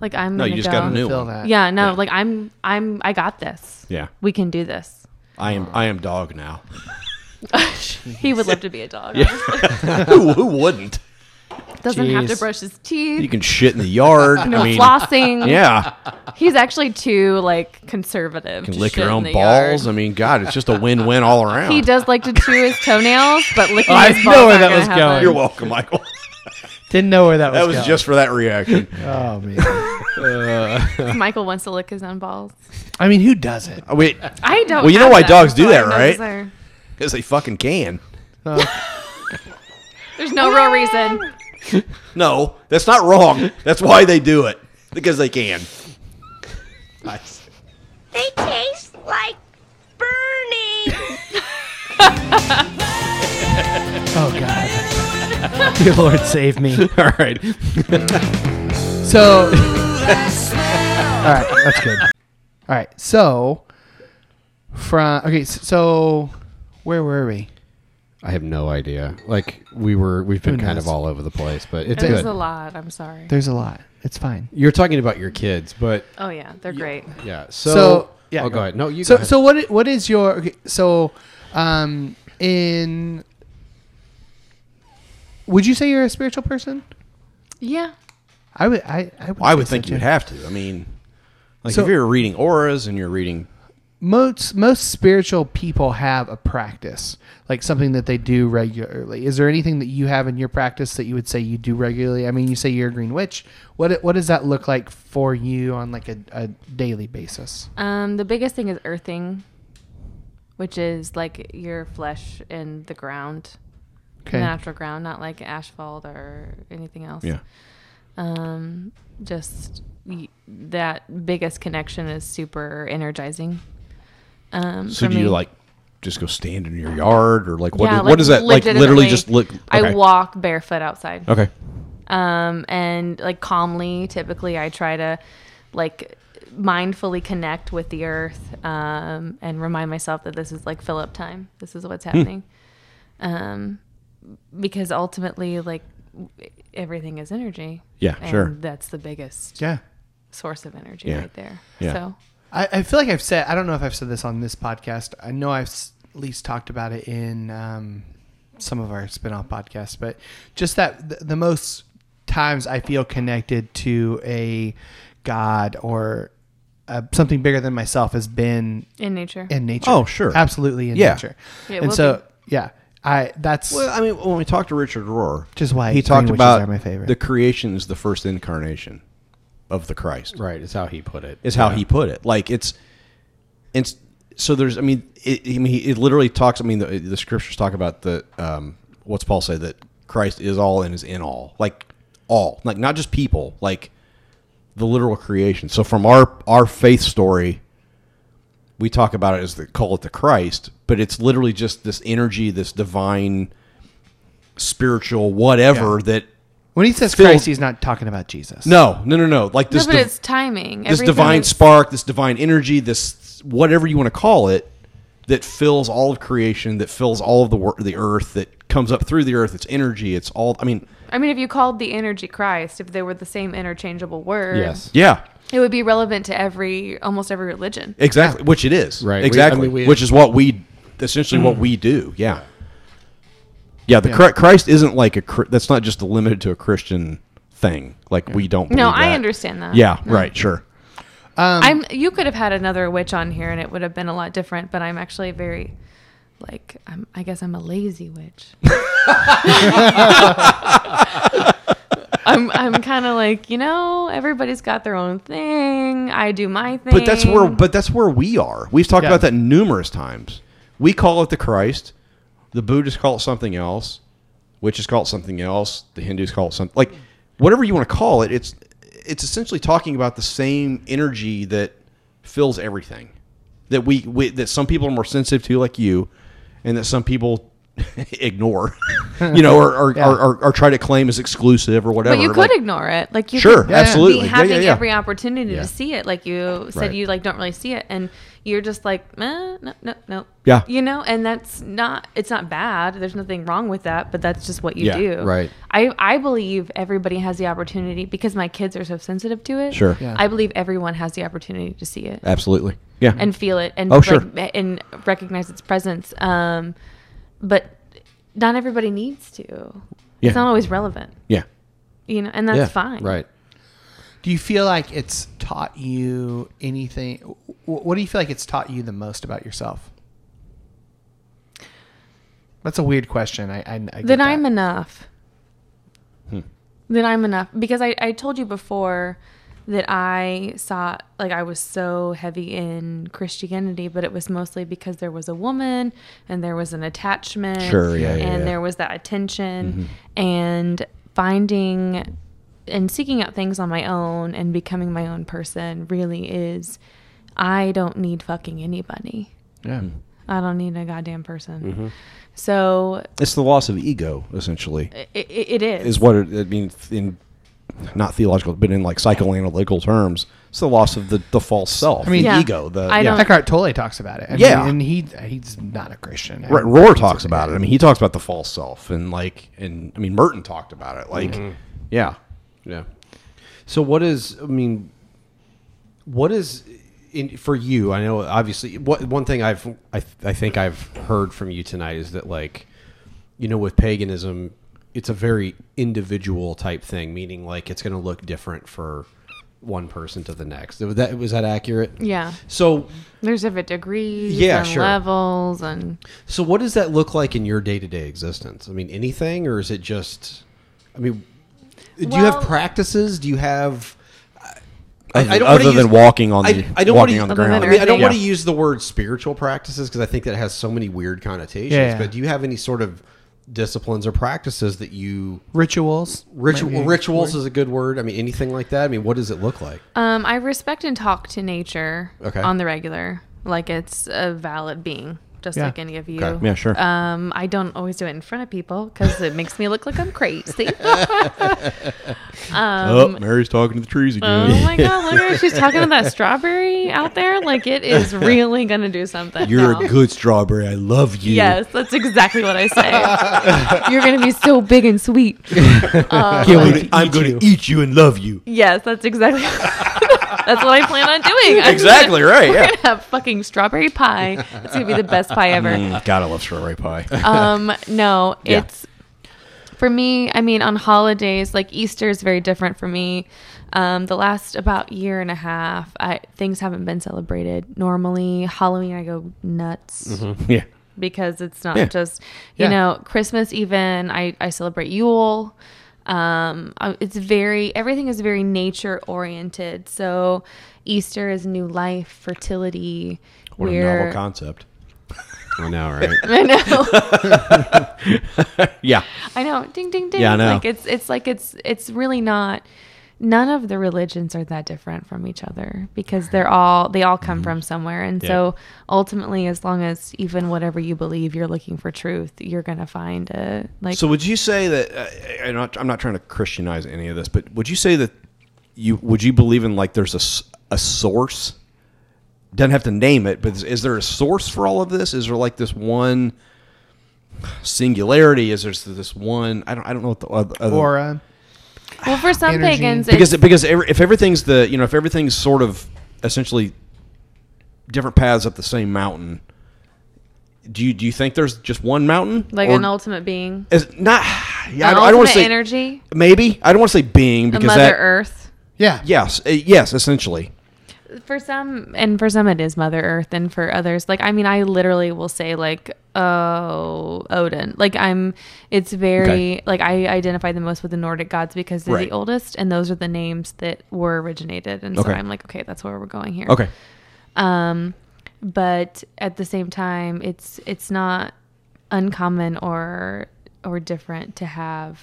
C: Like I'm
D: No, you
C: gonna
D: just
C: go.
D: got a new
B: Feel
D: one.
B: that.
C: Yeah, no, like I'm I'm I got this.
D: Yeah.
C: We can do this.
D: I am I am dog now.
C: He would love to be a dog.
D: Yeah. who, who wouldn't?
C: Doesn't have to
B: Jeez.
C: brush his teeth.
D: You can shit in the yard.
C: no
D: I mean,
C: flossing.
D: Yeah.
C: He's actually too like conservative.
D: You
C: to
D: can lick
C: shit
D: your
C: in
D: own
C: the
D: balls.
C: yard.
D: I mean, God, it's just a win-win all around.
C: He does like to chew his toenails, but licking
B: I
C: his
B: know where
C: balls aren't
B: that
C: gonna
B: was going.
C: happen.
D: You're welcome, Michael.
B: Didn't know where that was.
D: That was
B: going.
D: just for that reaction.
B: Oh man.
C: Michael wants to lick his own balls.
B: I mean, who doesn't?
D: Oh, Wait,
C: I don't.
D: Well, you know
C: have
D: why
C: that,
D: dogs do
C: so I
D: that,
C: don't know
D: right?
C: if there-
D: because they fucking can.
C: There's no real reason.
D: No, that's not wrong. That's why they do it because they can.
K: They taste like burning.
B: Oh God. Dear Lord, save me.
D: All right,
B: So. all right, that's good. All right, so from okay, s- so where were we?
A: I have no idea. Like we were, we've been
B: Who
A: kind
B: knows?
A: of all over the place, but it's
C: There's
A: good.
C: a lot. I'm sorry.
B: There's a lot. It's fine.
A: You're talking about your kids, but
C: Oh yeah, they're great.
A: yeah. So,
B: So, yeah,
A: oh, go ahead. No, you.
B: So
A: go ahead.
B: so what i- what is your okay, so um in would you say you're a spiritual person?
C: Yeah.
B: I would I I would,
D: I would
B: say
D: think
B: so,
D: you'd
B: too.
D: have to. I mean, like
B: So-
D: if you're reading auras and you're reading,
B: most most spiritual people have a practice like something that they do regularly is there anything that you have in your practice that you would say you do regularly i mean you say you're a green witch what what does that look like for you on like a, a daily basis
C: Um, the biggest thing is earthing, which is like your flesh in the ground,
B: okay
C: the natural ground, not like asphalt or anything else.
D: yeah,
C: Um, just y- that biggest connection is super energizing. Um,
D: so
C: for
D: do you
C: me.
D: like just go stand in your yard or like what?
C: Yeah,
D: is- what is that? Like literally
C: legitimately,
D: just look.
C: I
D: okay.
C: walk barefoot outside.
D: Okay.
C: um, and like calmly. Typically, I try to like mindfully connect with the earth um, and remind myself that this is like fill up time. This is
D: Hmm.
C: what's happening, um, because ultimately, like w- everything is energy.
D: Yeah,
C: and
D: sure.
C: That's the biggest
B: yeah
C: source of energy
D: Yeah.
C: right there.
D: Yeah.
C: So
B: I, I feel like I've said I don't know if I've said this on this podcast. I know I've s- at least talked about it in um, some of our spin-off podcasts, but just that the, the most times I feel connected to a god or uh, something bigger than myself has been
C: in nature,
B: in nature.
D: Oh, sure.
B: absolutely in
D: Yeah.
B: nature.
C: Yeah, it
B: and
C: will
B: so yeah, I that's
D: Well, I mean, when we talked to Richard Rohr,
B: Just why
D: he talked
B: green witches
D: about
B: are my favorite.
D: the creation is the first incarnation of the Christ.
A: right is how he put it.
D: is how
A: Yeah.
D: he put it. Like it's, it's so there's. I mean, it, I mean, it literally talks. I mean, the, the scriptures talk about the um, what's Paul say that Christ is all and is in all, like all, like not just people, like the literal creation. So from our our faith story, we talk about it as the call it the Christ, but it's literally just this energy, this divine, spiritual whatever that.
B: when he says
D: filled-
B: Christ, he's not talking about Jesus.
D: No, no, no, no. Like
C: no,
D: this.
C: but
D: div-
C: it's timing.
D: this
C: Everything
D: divine
C: is-
D: spark, this divine energy, this whatever you want to call it, that fills all of creation, that fills all of the wor- the earth, that comes up through the earth. It's energy. It's all. I mean,
C: I mean, if you called the energy Christ, if they were the same interchangeable word,
A: Yes.
D: yeah,
C: it would be relevant to every almost every religion.
D: exactly. Which it is.
A: Right. We- I
D: Exactly.
A: mean, we-
D: which is what we essentially what we do. Yeah. Yeah. The Chri- Christ isn't like a. Chri- That's not just limited to a Christian thing. Like we don't.
C: No,
D: believe
C: I
D: that.
C: understand that.
D: Yeah. Right. Sure.
B: Um,
C: I'm. You could have had another witch on here, and it would have been a lot different. But I'm actually very, like, I'm. I guess I'm a lazy witch. I'm. I'm kind of like you know, everybody's got their own thing. I do my thing.
D: But that's where but that's where we are. We've talked
C: Mm. Yeah.
D: about that numerous times. We call it the Christ. The Buddhists call it something else. Witches call it something else. The Hindus call it something like whatever you want to call it. It's it's essentially talking about the same energy that fills everything that we, we that some people are more sensitive to, like you, and that some people ignore, you know, or or,
C: Yeah.
D: or, or or try to claim as exclusive or whatever.
C: But you could
D: Like,
C: ignore it. Like you
D: Sure,
C: could
D: absolutely. Yeah,
C: be
D: yeah,
C: having
D: yeah.
C: every opportunity
D: Yeah.
C: to see it. Like you said,
D: Right.
C: you like don't really see it, and you're just like, eh, no, no, no.
D: Yeah.
C: You know, and that's not. It's not bad. There's nothing wrong with that. But that's just what you
D: Yeah,
C: do.
D: right.
C: I I believe everybody has the opportunity because my kids are so sensitive to it.
D: Sure. Yeah.
C: I believe everyone has the opportunity to see it
D: absolutely, yeah,
C: and feel it and
D: Oh, sure.
C: like, and recognize its presence. Um, but not everybody needs to.
B: Yeah.
C: It's not always relevant.
D: Yeah.
C: You know, and that's fine.
B: Do you feel like it's taught you anything? wh- What do you feel like it's taught you the most about yourself? That's a weird question. I, I, I get
C: Then
B: that.
C: I'm enough.
B: Hmm.
C: Then I'm enough because I, I told you before that I saw like I was so heavy in Christianity, but it was mostly because there was a woman and there was an attachment,
K: Sure, yeah,
C: and
K: yeah, yeah.
C: there was that attention and finding and seeking out things on my own and becoming my own person really is. I don't need fucking anybody.
B: Yeah.
C: I don't need a goddamn person.
D: Mhm.
C: So
D: It's the loss of ego, essentially.
C: i i it is.
D: is what it, I mean in not theological, but in like psychoanalytical terms. It's the loss of the, the false self,
B: I mean,
D: the ego. The yeah.
B: Eckhart Tolle talks about it. I
D: Yeah.
B: mean, and he he's not a Christian.
D: Right, Rohr talks about it. I mean, he talks about the false self, and like, and I mean, Merton talked about it. Like,
A: Mhm.
D: yeah,
A: Yeah. So what is I mean what is in, for you? I know obviously what one thing I've I, th- I think I've heard from you tonight is that like you know with paganism it's a very individual type thing meaning like it's going to look different for one person to the next. Was that was that accurate?
C: Yeah.
A: So
C: There's different degrees
A: Yeah,
C: and
A: sure.
C: levels and
A: So, what does that look like in your day to day existence? I mean, anything, or is it just? I mean, do you have
C: Well-
A: practices? Do you have?
D: Other- other
A: wanna
D: than walking on the-
A: I don't wanna
D: walking
A: use-
D: on the Other ground.
A: I,
D: than
A: mean, I don't
D: earthing.
A: want to
D: Yeah.
A: use the word spiritual practices because I think that has so many weird connotations.
B: Yeah.
A: But do you have any sort of disciplines or practices that you
B: Rituals. might
A: ritual
B: be a
A: rituals
B: word.
A: is a good word? I mean, anything like that. I mean, what does it look like?
C: um, I respect and talk to nature
A: Okay.
C: on the regular, like it's a valid being, just
A: Yeah.
C: like any of you.
A: Okay. Yeah, sure.
C: Um, I don't always do it in front of people because it makes me look like I'm crazy. Um,
D: oh, Mary's talking to the trees again.
C: Oh my god, look at her. She's talking to that strawberry out there. Like it is really gonna do something.
D: You're
C: now.
D: a good strawberry. I love you.
C: Yes, that's exactly what I say. You're gonna be so big and sweet. Um,
D: I'm going to eat you and love you.
C: Yes, that's exactly. that's what I plan on doing. I'm
D: Exactly
C: gonna-
D: right,
C: We're
D: yeah.
C: gonna have fucking strawberry pie. It's gonna be the best pie ever.
D: Mm, God, I love strawberry pie.
C: um, no,
D: Mm. Yeah.
C: it's for me. I mean, on holidays like Easter is very different for me. Um, the last about year and a half, I, things haven't been celebrated. Normally, Halloween I go nuts.
D: Mhm. Yeah.
C: Because it's not
D: Yeah.
C: just you
D: Yeah.
C: know Christmas. Even I I celebrate Yule. Um, I- it's very everything is very nature oriented. So Easter is new life, fertility.
D: what a
C: we're-
D: novel concept.
A: I know, right?
C: I
D: know. yeah.
C: I know. Ding ding ding.
D: Yeah, I know.
C: Like it's it's like it's it's really not none of the religions are that different from each other because they're all they all
D: Mm-hmm.
C: come from somewhere. And
J: Yeah.
C: so ultimately as long as even whatever you believe you're looking for truth, you're gonna find it. Like
D: so would you say that uh, I'm not I'm not trying to Christianize any of this, but would you say that you would you believe in like there's a s- a source? Doesn't have to name it, but is, is there a source for all of this? Is there like this one singularity? Is there s- this one? I don't I don't know what the other, other-
B: aura.
C: Well for some
B: Energy.
C: pagans it's
D: because because every, if everything's the you know if everything's sort of essentially different paths up the same mountain. Do you do you think there's just one mountain?
C: like
D: Or-
C: an ultimate being.
D: Is not. Yeah, I
C: An
D: don't, I don't want to
C: ultimate
D: say
C: energy?
D: Maybe I don't want to say being
C: The
D: because
C: Mother
D: that.
C: Earth.
B: Yeah.
D: Yes. uh, yes. Essentially.
C: for some and for some it is mother earth and for others like i mean i literally will say like oh odin like i'm it's very
L: Okay.
C: like i identify the most with the nordic gods because they're
L: Right.
C: the oldest and those are the names that were originated and so
L: Okay.
C: i'm like okay that's where we're going here
L: Okay.
C: um but at the same time it's it's not uncommon or or different to have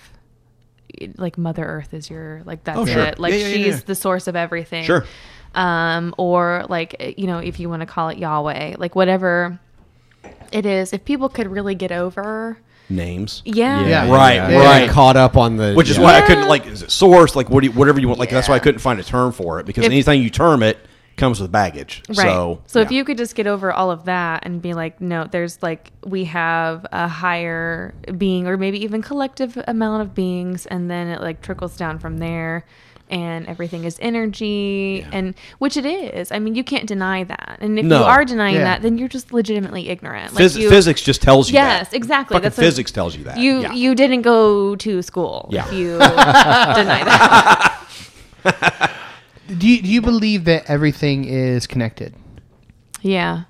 C: like mother earth is your like that's
L: Oh, sure.
C: it like
L: Yeah, yeah, yeah,
C: she's
L: yeah.
C: the source of everything
L: Sure.
C: um or like you know if you want to call it yahweh like whatever it is if people could really get over
D: names.
C: Yeah. Yeah.
D: right,
A: Yeah.
D: right.
A: Getting caught up on the-
D: which is
A: yeah.
D: why I couldn't like is it source like what do you, whatever you want like that's why I couldn't find a term for it because
C: If-
D: anything you term it comes with baggage.
C: right
D: So
C: if you could just get over all of that and be like no there's like we have a higher being or maybe even collective amount of beings and then it like trickles down from there and everything is energy and which it is i mean you can't deny that and if
D: No.
C: you are denying
D: Yeah.
C: that then you're just legitimately ignorant
D: Phys-
C: you-
D: physics just tells you that.
C: yes exactly
D: Fucking
C: what-
D: physics tells you that.
C: you
D: Yeah.
C: you didn't go to school
D: Yeah.
C: if you deny that
B: Do you, do you believe that everything is connected?
C: yeah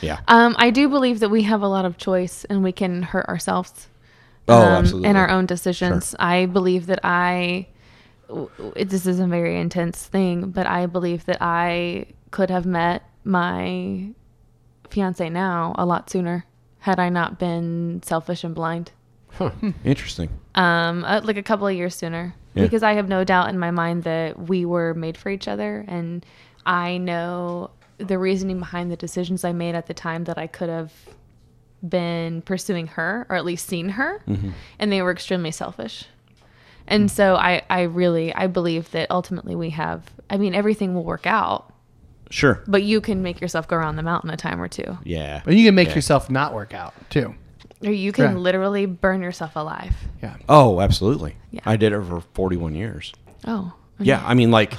D: Yeah.
C: Um, I do believe that we have a lot of choice and we can hurt ourselves.
L: Oh,
C: um,
L: absolutely.
C: In our own decisions. I believe that I, w- w- this is a very intense thing, but I believe that I could have met my fiance now a lot sooner had I not been selfish and blind
D: Huh. Interesting.
C: um, uh, like a couple of years sooner
D: Yeah.
C: because I have no doubt in my mind that we were made for each other, and I know the reasoning behind the decisions I made at the time that I could have been pursuing her or at least seen her,
D: Mm-hmm.
L: Mhm.
C: and they were extremely selfish. And so I, I really, I believe that ultimately we have. I mean, everything will work out,
D: Sure.
C: but you can make yourself go around the mountain a time or two,
D: Yeah.
B: But you can make
D: Yeah.
B: yourself not work out too.
C: or you can
B: Right.
C: literally burn yourself alive.
D: Oh, absolutely. I did it for 41 years.
C: Oh,
D: Yeah, I mean, like,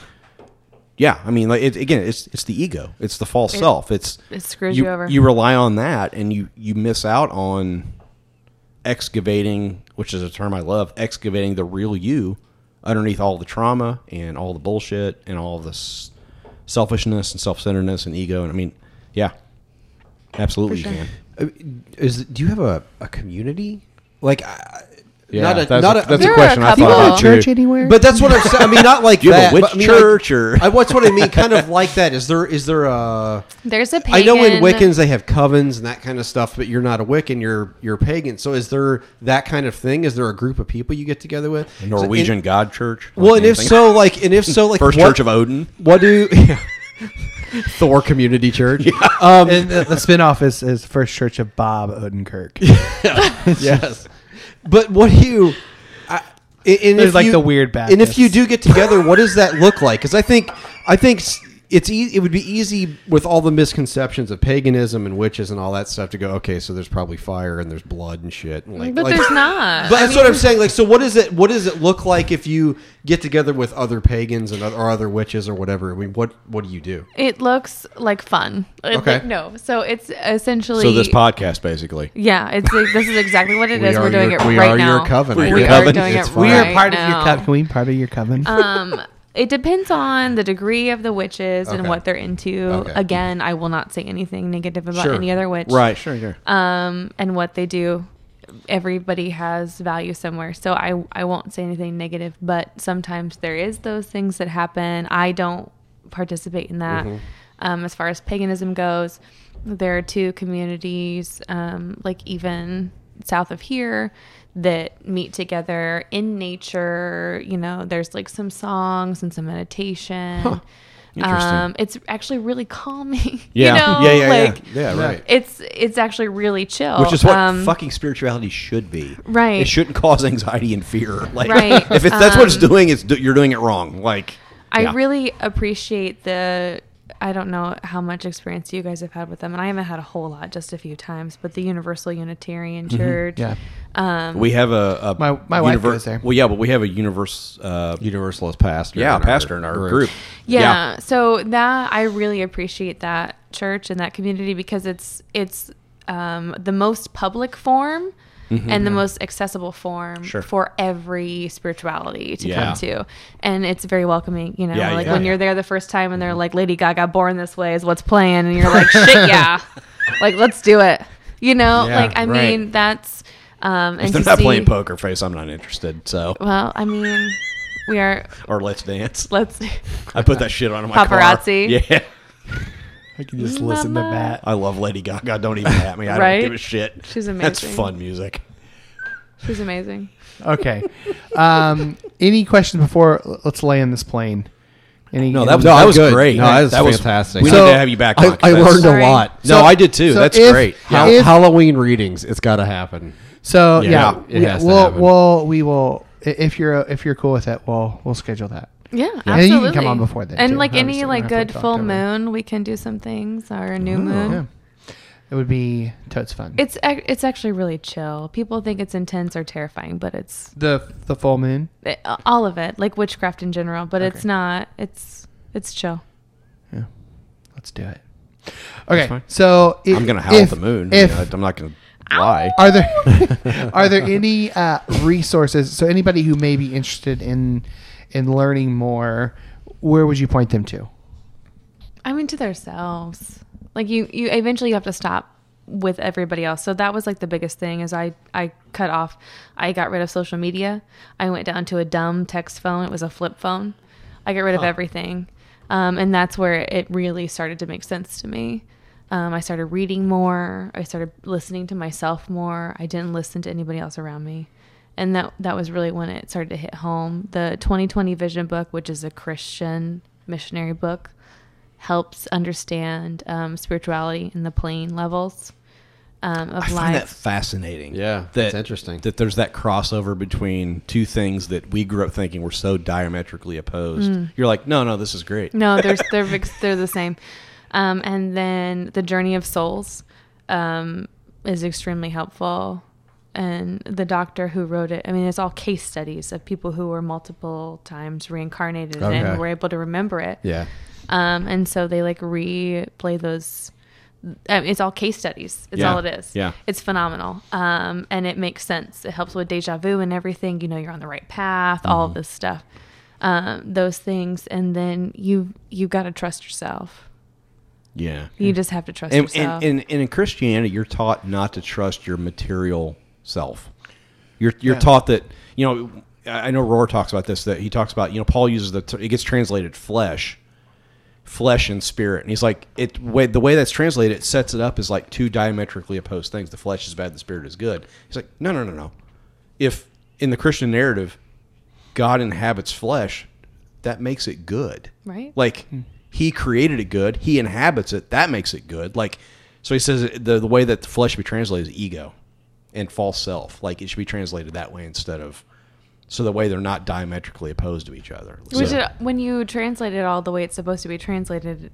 D: yeah, I mean, like, it, again, it's it's the ego, it's the false
C: It-
D: self. It's
C: it screws you over.
D: You rely on that, and you you miss out on excavating, which is a term I love, excavating the real you underneath all the trauma and all the bullshit and all this selfishness and self centeredness and ego. And I mean, yeah, absolutely,
A: For
D: you
A: sure.
D: can.
A: Is do you have a, a community? Like, I,
D: Yeah,
A: not a
D: that's
A: not
D: a-
A: a,
D: that's a There are a question I couple. thought
A: Not
D: about, too.
A: But that's what I'm saying. I mean, not like
D: Do you have a
A: that.
D: witch
A: but I mean,
D: church
A: like,
D: or-
A: I, what's what I mean? Kind of like that. Is there is there a
C: There's a
A: I know in
C: pagan-
A: Wiccans they have covens and that kind of stuff, but you're not a Wiccan. You're you're pagan. So is there that kind of thing? Is there a group of people you get together with?
D: A Norwegian
A: And-
D: God Church.
A: Well, and if
D: Anything?
A: so, like, and if so, like,
D: First
A: what-
D: Church of Odin.
A: What do Thor Community Church?
B: Um, and the, the spinoff is, is First Church of Bob Odenkirk.
A: yes. But what do you? I, and- and
B: There's
A: if
B: like
A: you-
B: the weird
A: And if you do get together, what does that look like? Because I think I think s- it's ea- it would be easy with all the misconceptions of paganism and witches and all that stuff to go. Okay, so there's probably fire and there's blood and shit. and like,
C: But
A: like-
C: there's not.
A: But
C: I
A: that's what
C: mean-
A: I'm saying. Like, so what is it? What does it look like if you get together with other pagans and other, or other witches or whatever? I mean, what what do you do?
C: It looks like fun. It-
A: Okay.
C: like, no. So it's essentially.
D: So this podcast, basically.
C: Yeah, it's this is exactly what it
D: We
C: is.
D: are
C: We're doing
D: your-
C: it
D: we
C: right
D: are your
C: now.
D: covenant.
C: We
D: We're your
C: are
D: covenant.
C: doing
D: It's
C: it
D: fine.
B: we
C: right
B: are part of your
C: now.
B: coven. Can we be part of your coven?
C: um, it depends on the degree of the witches and
B: Okay.
C: what they're into.
B: Okay.
C: Again, I will not say anything negative about
B: Sure.
C: any other witch.
B: Right, sure, sure.
C: Um, and what they do. Everybody has value somewhere, so I I won't say anything negative. But sometimes there is those things that happen. I don't participate in that.
D: Mm-hmm.
L: Mhm.
C: Um, as far as paganism goes, there are two communities, um, like even south of here, that meet together in nature. You know, there's like some songs and some meditation.
L: Huh. Interesting.
C: Um, it's actually really calming.
D: Yeah.
C: You know,
D: Yeah, yeah, yeah.
C: like,
D: Yeah, right.
C: It's it's actually really chill.
D: Which is what
C: Um,
D: fucking spirituality should be.
C: Right.
D: It shouldn't cause anxiety and fear. Like,
C: Right.
D: if it's, that's what it's
C: Um,
D: doing, it's do, you're doing it wrong. Like,
C: I
D: yeah.
C: really appreciate the. I don't know how much experience you guys have had with them, and I haven't had a whole lot, just a few times. But the Universal Unitarian
D: Mhm.
C: Church,
D: Yeah.
C: um,
D: we have a, a
B: My- my wife
D: univer-
B: goes there.
D: Well, yeah, but we have a universe uh,
A: universalist pastor.
D: Yeah,
A: in our
D: pastor in our
A: group.
D: group.
C: yeah, So that I really appreciate that church and that community because it's it's um, the most public form
D: Mhm.
C: and the
D: Yeah.
C: most accessible form
D: Sure.
C: for every spirituality to
D: Yeah.
C: come to. And it's very welcoming, you know,
D: Yeah,
C: like
D: yeah, Mm-hmm.
C: when
D: yeah.
C: you're there the first time and they're like, Lady Gaga, Born This Way is what's playing. And you're like, shit, yeah. Like, let's do it. You know,
D: Yeah,
C: like, I
D: right.
C: mean, that's. Um,
D: if
C: and
D: they're
C: to
D: not
C: see-
D: playing poker face, I'm not interested. So
C: Well, I mean, we are.
D: or let's dance.
C: Let's.
D: I put that shit on in my
C: Paparazzi.
D: Car. Yeah.
B: I can just listen to that.
D: I love Lady Gaga. Don't even at me. I
C: Right?
D: don't give a shit.
C: She's
D: That's
C: amazing.
D: fun music.
C: She's amazing.
B: Okay. Um, any questions before l- let's lay in this plane? Any?
D: No, that was,
A: No,
D: that
A: I'm
D: was
A: good.
D: great.
A: No, that was fantastic.
D: we
A: So,
D: need to have you back.
A: I,
D: on, 'cause
A: I
D: that's-
A: learned a lot.
D: No, I did too.
B: so
D: That's
B: if-
D: great.
B: Yeah.
A: Ha-
B: if-
A: Halloween readings. It's got to happen.
B: So
A: Yeah,
B: yeah,
A: it has to
B: we'll,
A: happen.
B: we'll we will i- if you're uh, if you're cool with it, we'll we'll schedule that.
C: Yeah,
B: And
C: absolutely.
B: you can come on before then,
C: And
B: too.
C: like
B: Obviously,
C: any
B: we don't
C: like
B: have to
C: good
B: talk
C: full
B: to everyone.
C: moon, we can do some things. Or a new
B: Yeah.
C: moon.
B: It would be totes fun.
C: Mm-hmm. It's ac- it's actually really chill. People think it's intense or terrifying, but it's
B: the the full moon.
C: it, all of it, like witchcraft in general. But it's not. It's it's chill.
B: Yeah, let's do it.
D: That's
B: Okay,
D: fine.
B: so i-
D: I'm gonna howl
B: if-
D: at the moon.
B: If,
D: I am not gonna lie.
B: Are there are there any uh, resources? So anybody who may be interested in in learning more, where would you point them to?
C: I mean, to themselves. Like you, you eventually you have to stop with everybody else. So that was like the biggest thing is I, I cut off. I got rid of social media. I went down to a dumb text phone. It was a flip phone. I got rid of everything. Um, and that's where it really started to make sense to me. Um, I started reading more. I started listening to myself more. I didn't listen to anybody else around me. And that, that was really when it started to hit home. The 2020 Vision book, which is a Christian missionary book, helps understand um, spirituality in the plane levels um, of
D: I find that
C: life.
D: fascinating.
A: Yeah,
D: that,
A: it's interesting.
D: that there's that crossover between two things that we grew up thinking were so diametrically opposed.
C: Mm.
D: You're like, no, no, this is great.
C: no, there's they're mixed- they're the same. Um, and then the journey of souls um, is extremely helpful. And the doctor who wrote it, I mean, it's all case studies of people who were multiple times reincarnated
A: Okay.
C: and were able to remember it.
A: Yeah.
C: Um, and so they like replay those. Um, it's all case studies. It's
D: Yeah.
C: all it is.
D: Yeah.
C: It's phenomenal. Um, and it makes sense. It helps with deja vu and everything. You know, you're on the right path, all
D: Mm-hmm.
C: of this stuff. Um, those things. And then you, you got to trust yourself.
D: Yeah.
C: You just have to trust
D: Mm. and,
C: yourself.
D: and, and, and in Christianity, you're taught not to trust your material self. You're you're
A: Yeah.
D: taught that you know. I I know Rohr talks about this. That he talks about you know Paul uses the ter- it gets translated flesh, flesh and spirit, and he's like it way, the way that's translated it sets it up as like two diametrically opposed things. The flesh is bad, the spirit is good. He's like no no no no. If in the Christian narrative, God inhabits flesh, that makes it good.
C: Right.
D: Like he created it good, he inhabits it, that makes it good. Like so he says the the way that the flesh should be translated is ego and false self. Like it should be translated that way instead of so the way they're not diametrically opposed to each other.
C: Which
D: So-
C: it, when you translate it all the way it's supposed to be translated,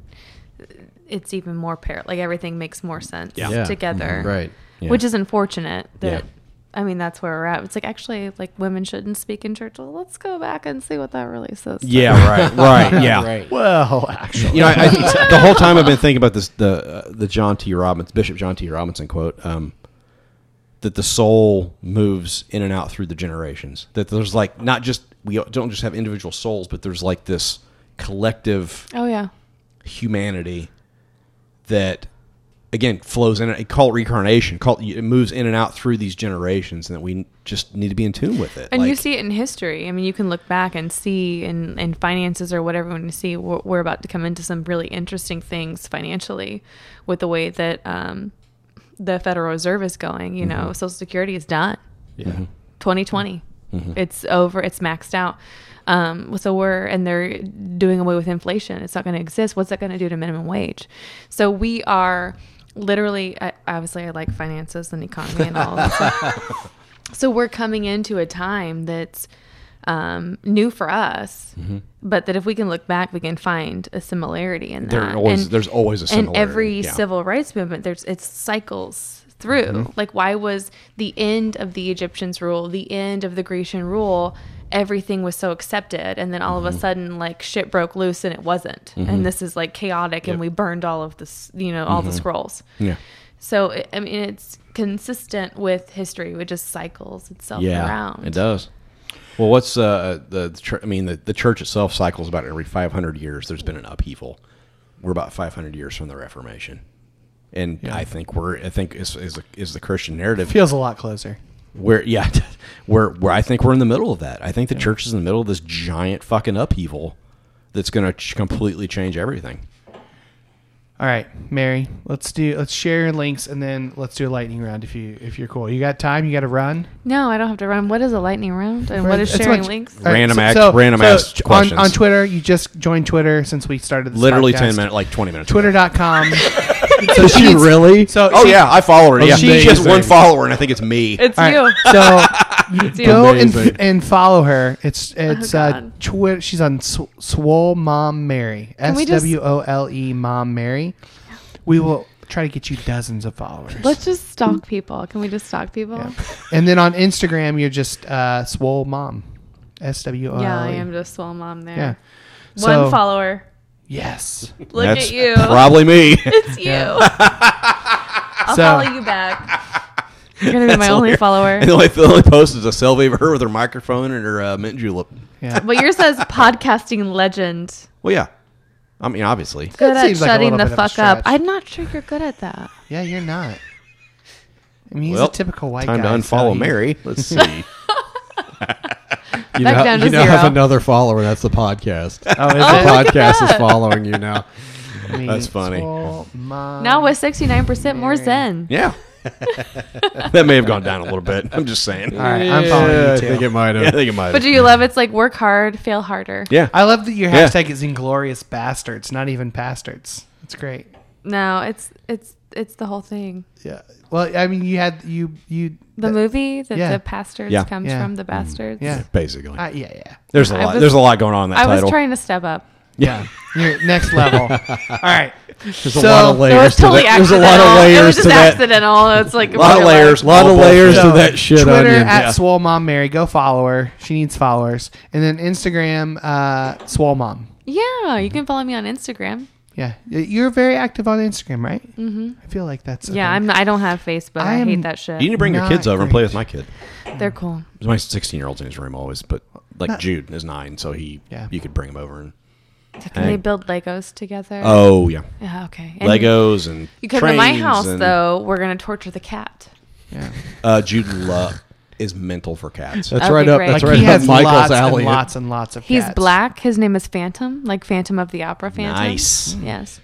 C: it's even more par. Like everything makes more sense
D: Yeah. Yeah.
C: together,
A: Mhm. Right.
D: Yeah.
C: Which is unfortunate. That
D: Yeah.
C: I mean, that's where we're at. It's like actually, like women shouldn't speak in church. Well, let's go back and see what that really says.
D: yeah, right, right, yeah.
A: Right.
B: Well, actually,
D: You know, I, I, the whole time I've been thinking about this the uh, the John T. Robbins Bishop John T. Robinson quote um, that the soul moves in and out through the generations. That there's like not just we don't just have individual souls, but there's like this collective
C: Oh yeah.
D: humanity that again flows in and call it reincarnation call it, it moves in and out through these generations and that we just need to be in tune with it
C: And you
D: Like,
C: see it in history. I mean, you can look back and see in, in finances or whatever when you see we're, we're about to come into some really interesting things financially with the way that um, the Federal Reserve is going. You
D: Mm-hmm.
C: know, Social Security is done.
A: Yeah.
C: 2020.
D: Mhm.
C: It's over. It's maxed out. Um, so we're and they're doing away with inflation. It's not going to exist. What's that going to do to minimum wage? So we are literally. I, obviously, I like finances and economy and all. That stuff. So we're coming into a time that's um, new for us,
D: Mm-hmm.
C: but that if we can look back, we can find a similarity in
D: There
C: that.
D: always- there's always a
C: And every
D: similarity, yeah. Mm-hmm.
C: civil rights movement, there's it's cycles through. Like, why was the end of the Egyptians' rule, the end of the Grecian rule? Everything was so accepted, and then all
D: Mm-hmm.
C: of a sudden, like shit broke loose, and it wasn't.
D: Mhm.
C: And this is like chaotic, and we burned all of this, you know, all the
D: Mhm.
C: scrolls.
D: yeah
C: So I- I mean, it's consistent with history, which just cycles itself
D: yeah,
C: around.
D: it does. Well, what's uh, the, the chur- I mean, the, the church itself cycles about every 500 years. There's been an upheaval. We're about 500 years from the Reformation, and I think we're I think is is, is the Christian narrative
B: Feels a lot closer.
D: where yeah where where I think we're in the middle of that. I think the church is in the middle of this giant fucking upheaval that's going to ch- completely change everything.
B: All right, Mary, let's do let's share links and then let's do a lightning round if you if you're cool. You got time? You got to run?
C: No, I don't have to run. What is a lightning round and what is
B: It's
C: sharing
B: much-
C: links?
B: All right,
D: Random
B: so-
D: act-
B: so-
D: random
B: so
D: asked
B: j-
D: questions.
B: on, on Twitter. You just joined Twitter since we started. This
D: Literally
B: podcast.
D: 10 minutes, like 20 minutes. ago.
B: Twitter.com.
A: Does she
B: she's-
A: really?
B: So
D: Oh
B: she-
D: yeah, I follow her. Yeah,
A: Amazing.
D: she has one follower, and I think it's me.
C: It's
B: All
C: you.
B: right, so you
C: you. Oh,
B: go and,
A: Amazing.
B: and follow her. It's it's uh,
C: God.
B: Twitter. She's on Sw- Swole Mom Mary. S
C: we just-
B: W O L E Mom Mary. We will try to get you dozens of followers.
C: Let's just stalk people. Can we just stalk people?
B: Yeah. And then on Instagram, you're just uh, Swole Mom. S W O L E.
C: Yeah, I am just swell mom there.
B: Yeah.
C: One
B: So-
C: follower.
B: Yes.
C: Look
D: That's
C: at you.
D: Probably me.
C: it's you. I'll
B: So-
C: follow you back. You're gonna be my only
D: hilarious.
C: follower.
D: And the only, the only post is a selfie of her with her microphone and her uh, mint julep.
B: Yeah.
C: But yours says podcasting legend.
D: Well, yeah. I mean, obviously.
C: Good at
B: seems like a
C: shutting
B: little
C: the
B: bit of a
C: fuck up.
B: stretch.
C: I'm not sure you're good at that.
B: Yeah, you're not. I mean, he's
D: Well,
B: a typical white
D: Time
B: guy.
D: to
B: so
D: unfollow
B: he-
D: Mary. Let's see.
A: You
C: Back
A: now,
C: down to
A: you now have
C: zero.
A: another follower. That's the podcast.
B: Oh,
A: the
B: is it?
C: look at
A: podcast is
C: that.
A: following you now.
B: I mean,
D: That's funny.
B: Swole Mom.
C: Now with 69% more zen.
D: yeah. that may have gone down a little bit. I'm just saying.
B: All right, I'm following
A: Yeah,
B: you
A: I
B: too.
A: think it might
D: Oh, Yeah, I
A: have.
D: think it might.
C: But
D: Have.
C: do you love it's like work hard, fail harder?
D: Yeah.
B: I love that your
D: Yeah.
B: hashtag is inglorious bastards, not even bastards. That's great.
C: No, it's it's it's the whole thing.
B: Yeah. Well, I mean, you had you you
C: The movie that
B: yeah.
C: the bastards
D: Yeah.
C: comes
B: Yeah.
C: from, the bastards.
B: yeah
D: Basically,
B: uh, yeah yeah
D: there's a
C: I
D: lot.
C: was-
D: there's a lot going on in that
C: I
D: title.
C: was trying to step up.
B: yeah. You're next level. All right.
A: There's a
B: So-
A: lot of
C: No, it was
A: layers to
C: totally
A: that. There's a
C: accidental.
A: lot of
C: it
A: layers
C: was
A: to
C: just
A: that.
C: accidental. It's like
D: a lot of layers.
A: A lot
D: all
A: of layers
D: bullshit.
A: to that shit
B: Twitter
A: onion.
B: at
A: Yeah.
B: Swole Mom Mary. Go follow her. She needs followers. And then Instagram, uh, Swole Mom.
C: Yeah, you can follow me on Instagram.
B: Yeah, Y- you're very active on Instagram, right? Mm-hmm. I feel like that's a
C: Yeah,
B: thing.
C: I'm. I don't have Facebook. I,
B: I am-
C: hate that shit.
D: You need to bring your kids
B: Not
D: over and play
B: great.
D: with my kid.
C: They're cool.
D: There's my 16 year old's in his room always, but like
B: Not-
D: Jude is nine, so he
B: Yeah.
D: you could bring him over and
C: So can
D: Hey.
C: they build Legos together?
D: oh yeah,
C: yeah, okay. And
D: Legos and
C: You come to my
D: trains
C: house
D: and-
C: though. We're gonna torture the cat.
B: Yeah.
D: Uh, Jude Law is mental for cats.
A: That's
C: Okay,
A: right up.
C: great.
A: That's
B: Like
A: right
B: he
A: up
B: has
A: Michael's
B: lots
A: alley.
B: and lots and lots of.
C: He's
B: cats.
C: black. His name is Phantom, like Phantom of the Opera. Phantom.
D: Nice.
C: Yes.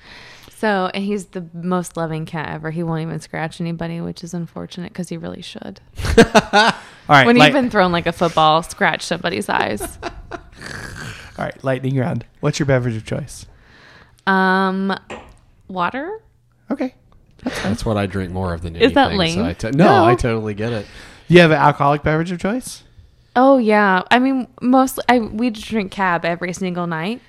C: So, and he's the most loving cat ever. He won't even scratch anybody, which is unfortunate because he really should.
B: All right,
C: when
B: light-
C: you've been thrown like a football, scratch somebody's eyes.
B: all right, lightning round. What's your beverage of choice?
C: Um, water.
B: Okay,
A: That's what I drink more of than anything.
C: Is that
A: so
C: lame?
A: I te- no,
C: No.
A: I totally get it.
B: do you have an alcoholic beverage of choice?
C: Oh yeah. I mean, mostly I we drink cab every single night.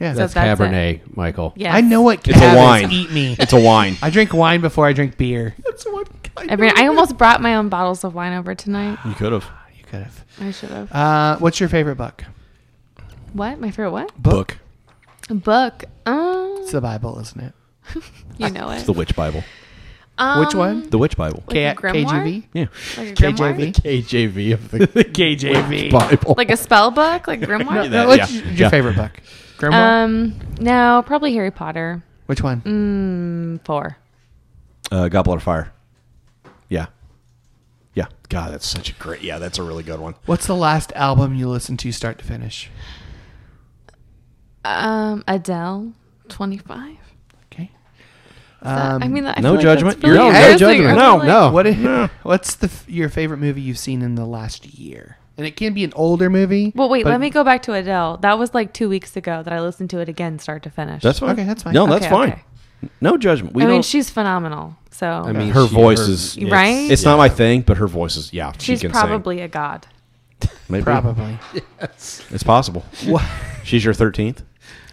B: Yeah,
C: So-
A: That's,
C: that's it.
A: Cabernet, Michael.
C: Yes.
B: I know what
D: It's a
B: cab is.
D: wine.
B: Eat me.
D: It's a wine.
B: I drink wine before I drink beer. That's what
C: Every I almost brought my own bottles of wine over tonight.
D: you could have
B: you could have.
C: I should have.
B: Uh, what's your favorite book?
C: What? My favorite what?
D: book.
C: Book. Um,
B: It's the Bible, isn't it?
C: you know it.
D: It's the Witch Bible.
C: Um,
B: Which one?
D: The Witch Bible.
C: Like a grimoire?
B: KJV.
D: Yeah.
C: Like a grimoire?
B: KJV.
A: KJV of the
B: KJV.
A: Bible.
C: Like a spell book? Like grimoire?
D: that,
B: No, what's
D: yeah,
B: your, your
D: yeah.
B: favorite book? Grimoire?
C: Um, no, probably Harry Potter.
B: Which one?
C: Mm, four.
D: Uh, Goblet of Fire. Yeah. Yeah. God, that's such a great. Yeah, that's a really good one.
B: What's the last album you listened to start to finish?
C: Um, Adele, twenty-five.
B: Okay.
C: That-
B: Um,
C: I mean, I feel
D: no
C: like
D: judgment.
C: that's really
D: You're- no, no
C: embarrassing. I
D: judgment.
C: feel
A: No,
C: like-
A: no.
B: what i- what's the f- your favorite movie you've seen in the last year? And it can be an older movie.
C: Well, wait.
B: but-
C: Let me go back to Adele. That was like two weeks ago that I listened to it again, start to finish.
D: That's fine.
B: Okay, that's fine.
D: No, that's
C: Okay,
D: fine.
C: okay.
D: No judgment. We
C: I
D: don't.
C: mean, she's phenomenal. So
A: I mean,
D: her
A: she-
D: voice
A: her-
D: is.
A: yeah.
C: right?
D: It's not my thing, but her voice is. Yeah,
C: she's
D: she can
C: probably a god.
D: sing. Maybe.
B: probably.
D: It's possible.
B: What-
D: She's your thirteenth.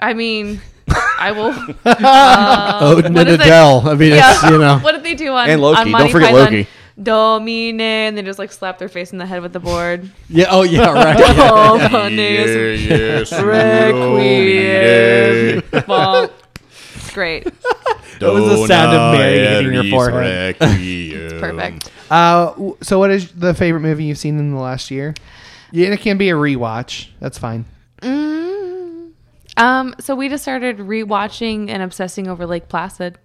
C: I mean, I will.
A: Odin
C: Oh, What
A: and
C: is it?
A: Adele. I mean, it's,
C: Yeah.
A: you know.
C: What did they do on
D: And Loki.
C: on
D: Don't
C: Monty
D: forget
C: Python?
D: Loki.
C: Domine, and they just like slap their face in the head with the board.
A: Yeah. Oh, yeah. Right.
C: Domine, requiem, bonk. It's great.
B: That was the sound of Mary hitting your forehead.
C: It's perfect.
B: Uh, w- so, what is the favorite movie you've seen in the last year? Yeah, it can be a rewatch. That's fine.
C: Mm. Um, so we just started rewatching and obsessing over Lake Placid.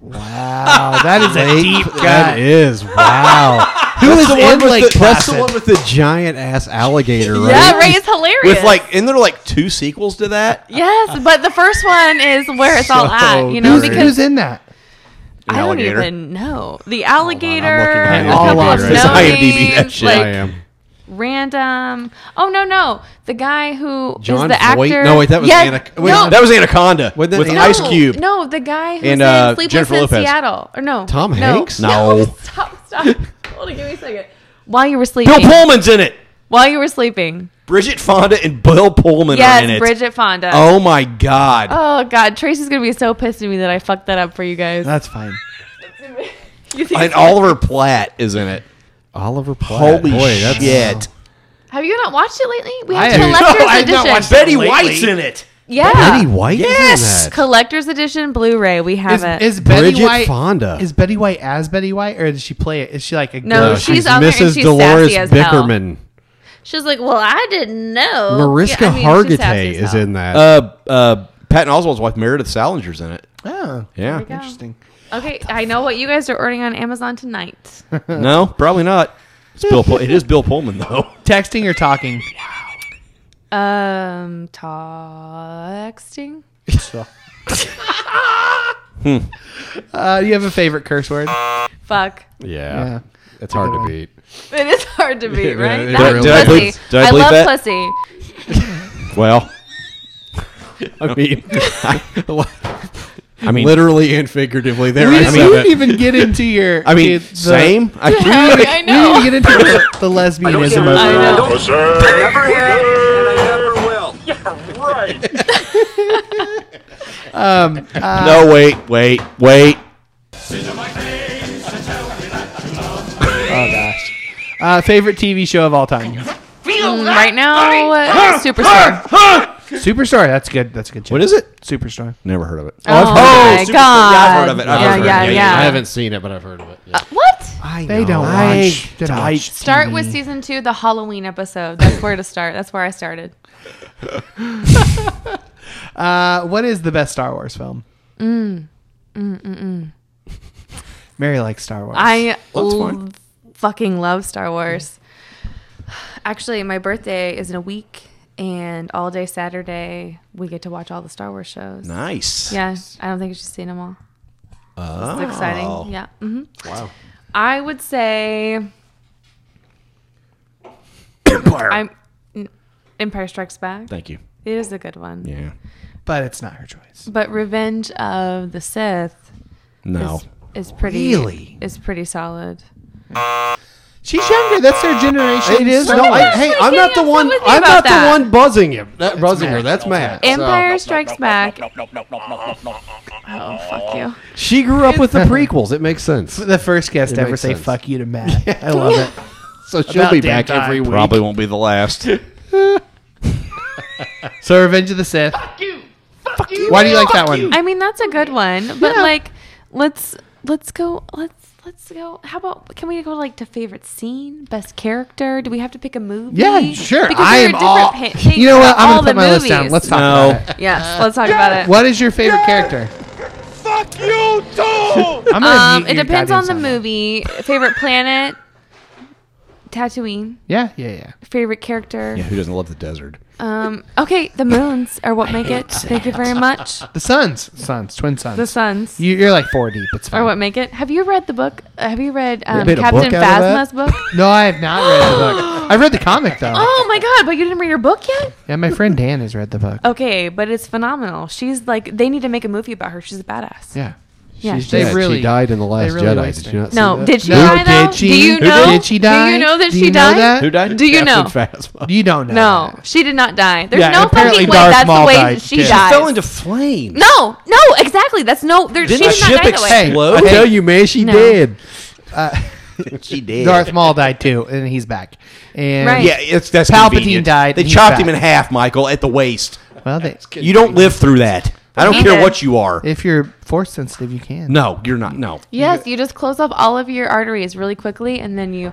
B: Wow, that is a deep
A: That
B: cut.
A: is wow. Who
B: That's
A: is
B: the
A: in
B: one with
A: Lake
B: the-
A: Placid?
B: that's
A: That's
B: the
A: the one with the giant ass alligator, right?
C: Yeah, right. It's hilarious.
D: With like, and there are like two sequels to that.
C: yes, but the first one is where it's all
D: So
C: at, you know,
D: great.
B: Who's
C: because
B: in that?
C: I don't
D: alligator.
C: even know the alligator,
D: I'm
C: a
D: looking at
C: couple
B: it.
C: of
B: It's
C: snow
D: IMDb, that
C: names,
D: shit.
C: like
A: I am.
C: random. Oh no, no, the guy who is
A: John
C: the
A: Voight?
C: actor.
A: No, wait, that was
C: yeah,
A: Anac- wait,
C: no,
D: That was Anaconda
A: With
D: with,
A: the-
C: no,
D: Ice Cube.
C: No, the guy who's in
D: And, uh,
C: Sleepless
D: Jennifer
C: in
D: Lopez.
C: Seattle, or no,
A: Tom
C: no,
A: Hanks?
C: No,
D: No.
C: stop, stop. Hold on, give me a second. While you were sleeping,
D: Bill Pullman's in it.
C: while you were sleeping,
D: Bridget Fonda and Bill Pullman are in
C: yes,
D: it.
C: Bridget Fonda.
D: Oh my god.
C: Oh God, Tracy's gonna be so pissed at me that I fucked that up for you guys.
B: That's fine.
C: You think-
D: and Oliver Platt is in it.
A: Oliver Platt.
D: Holy
A: Boy, that's-
D: shit.
C: have you not watched it lately? We
B: I
C: have
B: have-
C: collector's
B: No, I have
C: edition.
B: not watched that.
D: Betty
B: Lately.
D: White's in it.
C: Yeah,
A: Betty White
D: Yes!
A: is in that.
C: collector's edition Blu-ray. We have
B: Is,
C: it.
B: is Betty
A: Bridget
B: White
A: Fonda.
B: Is Betty White as Betty White, or does she play it? Is she like a
C: No,
B: ghost?
C: she- she's um, on there and
A: Mrs.
C: she's
A: Dolores
C: sassy as hell.
A: Bickerman.
C: She's like, well, I didn't know.
A: Mariska
C: Yeah, I mean, she's sassy
A: Hargitay
C: as
A: is
C: hell.
A: in that.
D: Uh uh Patton Oswald's wife Meredith Salinger's in it.
B: Oh,
D: Yeah.
C: go.
B: interesting.
C: Okay, I know what you guys are ordering on Amazon tonight.
D: No, probably not. It's Bill Pull- it is Bill Pullman though.
B: Texting or talking?
C: Um, texting.
B: So. uh, do you have a favorite curse word?
C: Fuck.
A: yeah.
B: yeah.
A: It's hard to beat.
C: It is hard to beat,
A: Yeah,
C: right?
A: it
C: That's
A: really
D: Did I
C: pussy.
D: bleep- did I bleep
C: love
D: that?
C: pussy.
D: Well,
A: I mean,
D: I mean,
A: literally and figuratively. There,
B: we
A: I
B: didn't
A: mean,
B: we didn't even get into your.
D: uh, I mean,
B: the- the-
D: same. I,
C: I, mean, I
B: We didn't
C: know.
B: even get into the, the lesbianism. of
C: I
B: it.
C: know.
K: Never have, and I never will.
D: no, wait, wait, wait.
B: Oh gosh. Uh, favorite TV show of all time?
C: Mm, right now, uh, Superstore.
B: Superstore. That's good. That's a good. Show.
D: What is it?
B: Superstore.
D: Never heard of it.
C: Oh, my
D: Superstore.
C: God.
D: Yeah, I've heard of it. I've
C: yeah,
D: heard of it.
C: yeah,
D: Yeah, yeah,
C: yeah.
A: I haven't seen it, but I've heard of it. Yeah.
C: What?
B: They don't
A: I
B: watch. They don't watch
C: Start
B: TV.
C: with season two, the Halloween episode. That's where to start. That's where I started.
B: Uh, what is the best Star Wars film? Mm. Mm. Mm. Mary likes Star Wars.
C: mm. I
D: That's
C: l-
D: fine.
C: fucking love Star Wars. Actually, my birthday is in a week, and all day Saturday we get to watch all the Star Wars shows.
D: Nice.
C: Yeah, I don't think you've seen them all. Oh. It's exciting. Yeah. hmm Wow. I would say
D: Empire.
C: I'm n- Empire Strikes Back.
D: Thank you.
C: It is a good one.
D: Yeah.
B: but it's not her choice.
C: But Revenge of the Sith
D: No.
C: is pretty
B: Really?
C: is pretty solid.
B: She's younger. That's their generation.
A: It is.
B: So
A: No, I,
B: much.
A: hey,
C: freaking
A: I'm not the
C: upset
A: one.
C: with you
A: I'm
C: about
A: not
C: that.
A: the one buzzing him. That buzzing her.
B: Matt.
A: That's Matt. so-
C: Empire Strikes Back. Oh fuck you.
A: She grew up with the prequels. It makes sense.
B: the first guest
A: It
B: to ever
A: makes
B: say
A: sense.
B: "fuck you" to Matt. I love it.
A: So she'll
B: About
A: be
B: damn
A: back every
B: time.
A: week.
D: Probably won't be the last.
B: So, Revenge of the Sith. Fuck you. Why do you like that one?
C: I mean that's a good one, but like let's let's go let's let's go. How about can we go like to favorite scene, best character? Do we have to pick a movie?
B: Yeah, sure.
C: Because
B: I
C: there
B: am
C: are different
B: all.
C: pa- things
B: you know what?
C: about
B: I'm
C: all
B: gonna put
C: the
B: my list down.
C: movies.
B: Let's talk
D: No.
B: about it.
C: Yes, let's talk about it.
B: What is your favorite character?
K: Fuck you too!
B: I'm
C: Um,
B: mute
C: it
B: your
C: depends
B: goddamn sound.
C: on the movie. Favorite planet, Tatooine.
B: Yeah, yeah, yeah.
C: Favorite character.
D: yeah, who doesn't love the desert?
C: Um, okay, the moons are what make it. Thank you very much.
B: The sons, sons, twin sons.
C: The suns
B: You, you're like four deep. It's fine.
C: are what make it. Have you read the book? Have you read um,
A: made a
C: Captain
A: book out of
C: Phasma's book?
B: No, I have not read the book. I've read the comic though.
C: Oh my god! But you didn't read your book yet.
B: Yeah, my friend Dan has read the book.
C: Okay, but it's phenomenal. She's like they need to make a movie about her. She's a badass.
B: Yeah.
C: Yeah,
B: She's-
C: she-
B: They
A: Yeah,
B: really-
A: she died in the Last
B: really
A: Jedi.
B: wasted
A: Did you not see
C: no,
A: that?
C: did she
B: No,
C: die though?
B: did she?
C: Do you
B: Who
C: know?
B: did she
C: Do
B: die?
C: you know that
B: Do
C: she
B: you know
C: died?
B: that?
D: Who died?
C: Do you
D: Captain
C: know?
D: Phasma.
B: You don't know.
C: No,
B: that.
C: she did not die. There's
B: Yeah,
C: no
B: apparently
C: fucking way
B: Darth
C: that's
B: Maul
C: the way
B: died,
C: she
B: too. She
C: died.
D: fell into flames.
C: no, no, exactly. That's no. There, she
D: Didn't
C: did
D: the
C: not die
D: ship
C: that
B: Hey,
C: way.
A: I
D: Explode?
B: hey,
A: tell you, man, she
C: No.
A: did.
D: She did.
B: Darth Maul died too, and he's back. And
C: Right.
D: Yeah, it's that's
B: Palpatine
D: convenient.
B: died
D: They
B: and he's
D: chopped
B: back.
D: him in half, Michael, at the waist.
B: Well, they,
D: You don't live through that. I don't
C: He
D: care
C: did.
D: what you are.
B: If you're force sensitive, you can.
D: No, you're not. No.
C: Yes, you just close up all of your arteries really quickly, and then you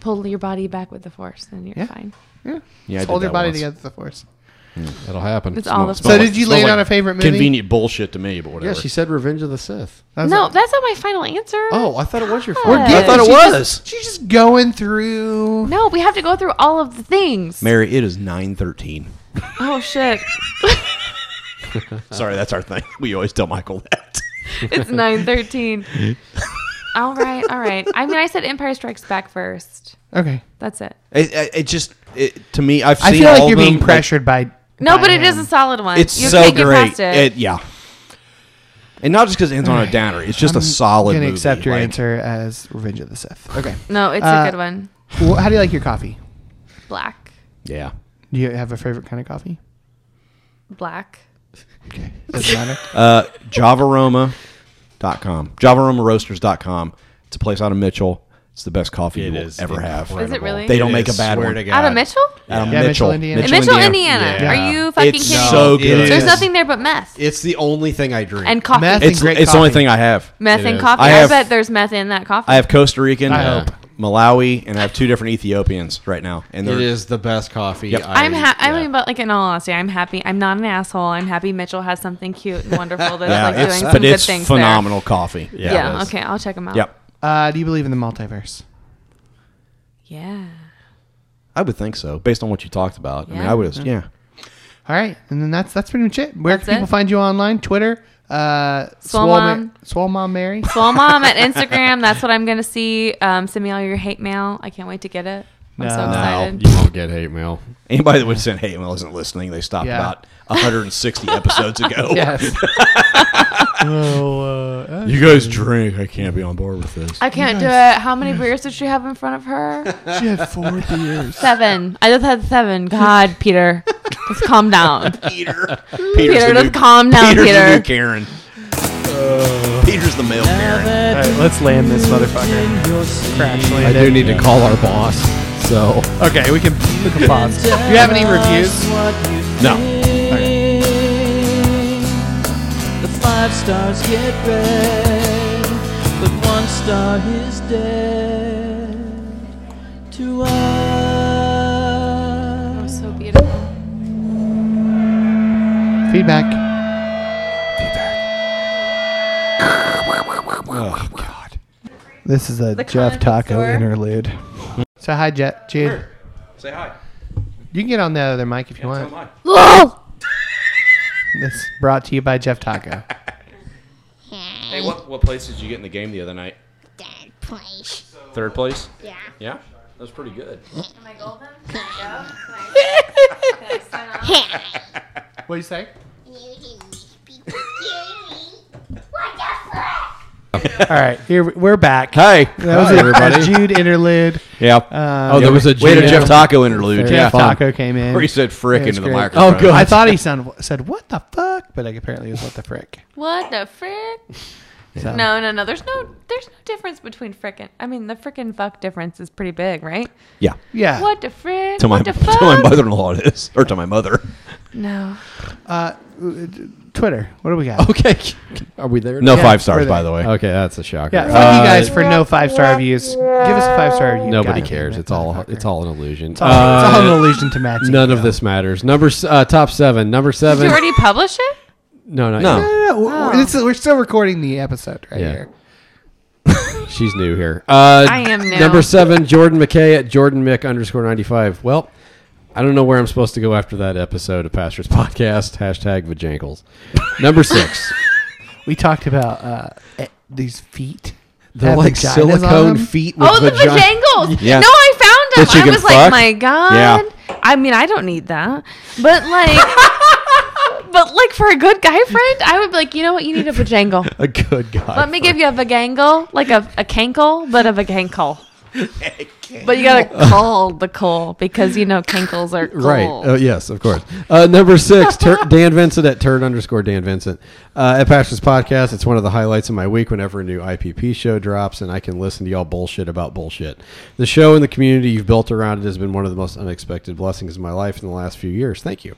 C: pull your body back with the force, and you're fine.
B: Yeah.
D: Yeah, I
B: Just
D: did
B: hold your
D: that
B: body
D: once.
B: together with the force.
A: That'll happen.
C: It's all of
B: So did you lay
D: Smells
B: down
D: like
B: a favorite movie?
D: Convenient bullshit to me, but whatever.
A: Yeah, she said Revenge of the Sith.
C: no, that's not my final answer.
A: Oh, I thought it was your
C: God.
A: favorite.
B: We're getting-
D: I thought it
B: she's
D: was.
B: Just, she's just going through.
C: No, we have to go through all of the things.
D: Mary, it is nine thirteen.
B: Uh-huh.
C: Oh shit!
D: Sorry, that's our thing. We always tell Michael that.
C: It's nine thirteen. all right, all right. I mean, I said Empire Strikes Back first.
B: Okay.
C: That's it.
D: It, it, it just it, to me, I've
B: I
D: seen
B: feel
D: all
B: like you're
D: of them,
B: being pressured by.
C: No,
B: by
C: but it
B: him.
C: is a solid one.
D: It's
C: You
D: so
C: can't get
D: great.
C: past it.
D: It- yeah, and not just because it ends on a downer. It's just a solid.
B: I'm gonna
D: movie.
B: accept your
D: Like,
B: answer as Revenge of the Sith. Okay.
C: No, it's
B: Uh,
C: a good one.
B: Wh- how do you like your coffee?
C: Black,
D: Yeah.
B: Do you have a favorite kind of coffee?
C: black.
B: Okay. Doesn't matter.
D: Uh, Javaroma.com. Javaromaroasters.com. It's a place out of Mitchell. It's the best coffee
A: It
D: you will
A: is
D: ever have.
A: incredible.
C: Is it really?
D: They don't
A: It
D: make
A: is,
D: a bad
A: swear
D: one.
A: to God.
C: Out of Mitchell?
D: Out of
B: Yeah, Mitchell,
D: Mitchell,
B: Indiana.
C: In Mitchell, Indiana.
A: Yeah.
C: Are you fucking
D: It's
C: kidding
D: so
C: me?
A: It
D: good.
A: is.
C: There's nothing there but meth
A: It's the only thing I drink.
C: and coffee.
B: Meth?
C: Meth,
D: It's,
B: Great
D: it's the only
B: coffee.
D: thing I have.
A: It
C: and
A: is.
C: coffee.
D: I
C: I,
D: have-
C: bet there's meth in that coffee.
D: I have Costa Rican,
B: I hope.
D: Malawi, and I have two different Ethiopians right now. And they're,
A: it is the best coffee.
D: Yep.
A: I,
C: I'm ha- I
A: yeah.
C: mean, but like in all honesty, I'm happy. I'm not an asshole. I'm happy Mitchell has something cute and wonderful that's
D: yeah,
C: like doing
D: it's,
C: some
D: but
C: good
D: it's
C: things.
D: phenomenal coffee.
C: There.
A: Yeah, it
C: Yeah.
A: is.
C: okay. I'll check them out.
D: Yep.
B: Uh, do you believe in the multiverse?
C: Yeah.
D: I would think so, based on what you talked about. I mean,
C: Yeah.
D: I would, yeah.
B: All right, and then that's that's pretty much it. Where
C: That's
B: can people
C: it?
B: find you online? Twitter, uh,
C: Swole
B: Ma-
C: Mom.
B: Swole Mom Mary.
C: Well, mom at Instagram. That's what I'm gonna see. Um, send me all your hate mail. I can't wait to get it. I'm so
B: No. No.
C: excited.
A: You won't get hate mail.
D: Anybody that would send hate mail isn't listening. They stopped
B: Yeah.
D: about 160 episodes ago.
B: Yes.
D: uh,
B: well, uh,
D: You guys drink. I can't be on board with this.
C: I can't do it. How many beers did she have in front of her?
B: she had four beers.
C: seven. I just had seven. God, Peter, just calm down.
D: Peter.
C: Peter, just calm down,
D: Peter's the
C: Peter.
D: new Karen. Peter's the male Karen.
B: All right, let's land this motherfucker. Crash
A: I
B: land
A: do
B: it.
A: need to call our boss. So
B: Okay, we can, we can pause. Do you have any reviews?
D: No.
I: The five stars get red, but one star is dead to us.
C: That was so beautiful.
B: Feedback.
D: Oh, God.
B: This is a Jeff
C: condoms
B: Taco
C: store.
B: interlude. So hi, Jeff. Jude.
D: Say hi.
B: You can get on the other mic if you want. This brought to you by Jeff Taco.
D: Hey, what, what place did you get in the game the other night? Third place? Yeah. Yeah? That was pretty good.
B: What do you say? All right, here we- we're back.
D: Hey.
B: That was
A: Hi,
B: a-
A: everybody.
B: a Jude interlude.
D: Yeah.
B: Um,
A: Oh, there was a
D: we had a
A: Jeff-
D: Jeff Taco interlude.
B: Jeff
D: yeah.
B: Taco came in.
D: Where he said frick
B: It was
D: into the
B: great.
D: microphone.
A: Oh, good.
B: I thought he sound, said "What the fuck," but like apparently it was "What the frick."
C: What the frick?
B: So-
C: No, no, no. There's no, there's no difference between frickin'. I mean, the frickin' fuck difference is pretty big, right?
D: Yeah.
B: Yeah.
C: What the frick?
D: To my,
C: what the
D: to
C: fuck?
D: my mother in law, it is. Or to my mother.
C: No.
B: Twitter? What do we got?
A: okay, are we there?
D: No
B: Yeah,
D: five
B: we're
D: stars,
B: there.
D: by the way.
A: Okay, that's a shocker.
B: Yeah. Fuck you guys for no five star reviews. Give us a five star review.
A: Nobody
B: God
A: cares.
B: damn it,
A: It's all
B: motherfucker.
A: it's all an illusion.
B: It's all, it's all
A: Uh,
B: an illusion to Matt's.
A: None of
B: ego.
A: this matters. Number s- uh, top seven. Number
C: Did
A: seven.
C: you already publish it?
A: no, not
D: No.
A: yet.
B: No, no, no, we're- this is- we're still recording the episode right
A: Yeah.
B: here.
A: She's new here. Uh,
C: I am new.
A: Number seven, Jordan McKay at Jordan Mick underscore 95. Well, I don't know where I'm supposed to go after that episode of Pastor's Podcast. Hashtag vajankles. Number six.
B: We talked about uh, eh, these feet.
A: They're
B: Have
A: like
B: vaginas on
A: silicone
B: them.
A: feet with
C: Oh, the
A: vagi-
C: vajangles.
D: Yeah.
C: No, I found
D: That you
C: them. I
D: can
C: was
D: fuck?
C: like, my god.
D: Yeah.
C: I mean, I don't need that, but like, but like for a good guy friend, I would be like, you know what? You need a vajangle.
A: A good guy.
C: Let me give you a vajangle, like a, a cankle, but a vajankle. But you gotta call the coal because you know cankles are cool.
A: Right. Oh, yes, of course. Uh, number six, Tur- Dan Vincent at turd underscore Dan Vincent. Uh, at Pastor's Podcast, it's one of the highlights of my week whenever a new IPP show drops and I can listen to y'all bullshit about bullshit. The show and the community you've built around it has been one of the most unexpected blessings of my life in the last few years. Thank you.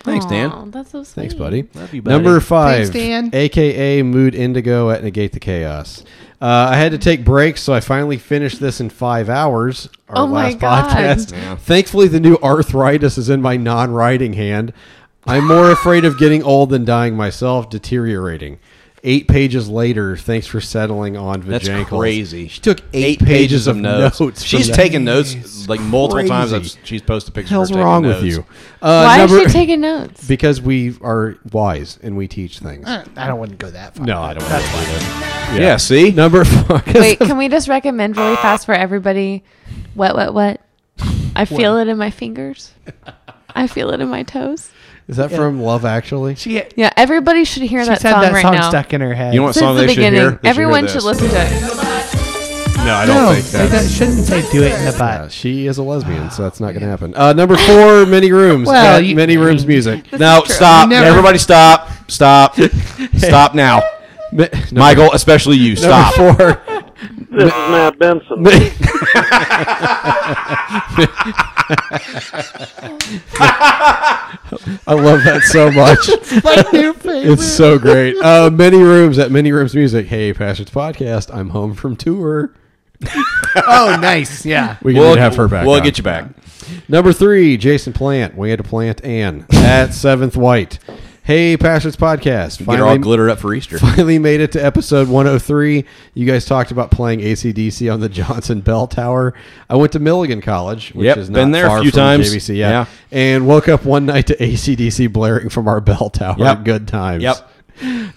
D: Thanks, Dan.
C: Aw, that's so sweet.
A: Thanks, buddy.
D: Love you, buddy.
A: Number five,
D: Thanks, Dan.
A: aka Mood Indigo at Negate the Chaos. Uh, I had to take breaks, so I finally finished this in five hours. Our
C: Oh my
A: last
C: God.
A: podcast.
C: Yeah.
A: Thankfully, the new arthritis is in my non-writing hand. I'm more afraid of getting old than dying myself, deteriorating. Eight pages later, thanks for settling on
D: That's
A: Vajankles.
D: crazy.
A: She took eight, pages, of notes. from
D: She's
A: that.
D: taken notes like multiple
A: Crazy.
D: times. I've, she's posted pictures. of
A: Hell's
D: her taking
A: wrong with
D: notes.
A: you? Uh,
B: Uh,
C: Why is she taking notes?
A: Because we are wise and we teach things.
B: Uh, I don't wouldn't go that far.
A: No, I don't. That's why.
D: Yeah. see?
A: Number four.
C: Wait, can we just recommend really fast for everybody? What, what, what? I feel it in my fingers. I feel it in my toes.
A: Is that from Love Actually?
B: She
C: Yeah, everybody should hear
B: She's
C: that
B: had
C: song
B: that
C: right
B: song
C: now.
B: stuck in her head.
D: You know what
C: Since
D: song
C: the
D: they should
C: beginning,
D: hear? They should hear
C: everyone
D: this.
C: should listen to it.
D: No, I
B: No,
D: don't think
B: they
D: that's.
B: don't- shouldn't say do it in the butt.
A: Uh, she is a lesbian, so that's not going to happen. Uh, number four, many rooms.
B: Well,
A: Well,
B: you-
A: many rooms music.
D: No, stop.
B: Never.
D: Everybody stop. Stop. stop now.
A: Mi-
D: Michael, especially you.
A: Number
D: Stop.
A: four.
L: This is Matt Benson.
A: I love that so much. It's so great. Uh, many rooms at many rooms music. Hey, Pastor's podcast. I'm home from tour.
B: oh, nice. Yeah.
A: We can
D: We'll-
A: have her back.
D: We'll
A: on.
D: get you back.
A: Number three, Jason Plant. We had to plant Ann at seventh white. Hey, Pastor's podcast.
D: Get her all glittered up for Easter.
A: finally made it to episode 103. You guys talked about playing ACDC on the Johnson Bell Tower. I went to Milligan College, which
D: Yep,
A: is not
D: been there a
A: far
D: few
A: from
D: times.
A: JVC, yeah.
D: Yeah.
A: And woke up one night to ACDC blaring from our bell tower.
D: Yep.
A: Good times.
D: Yep.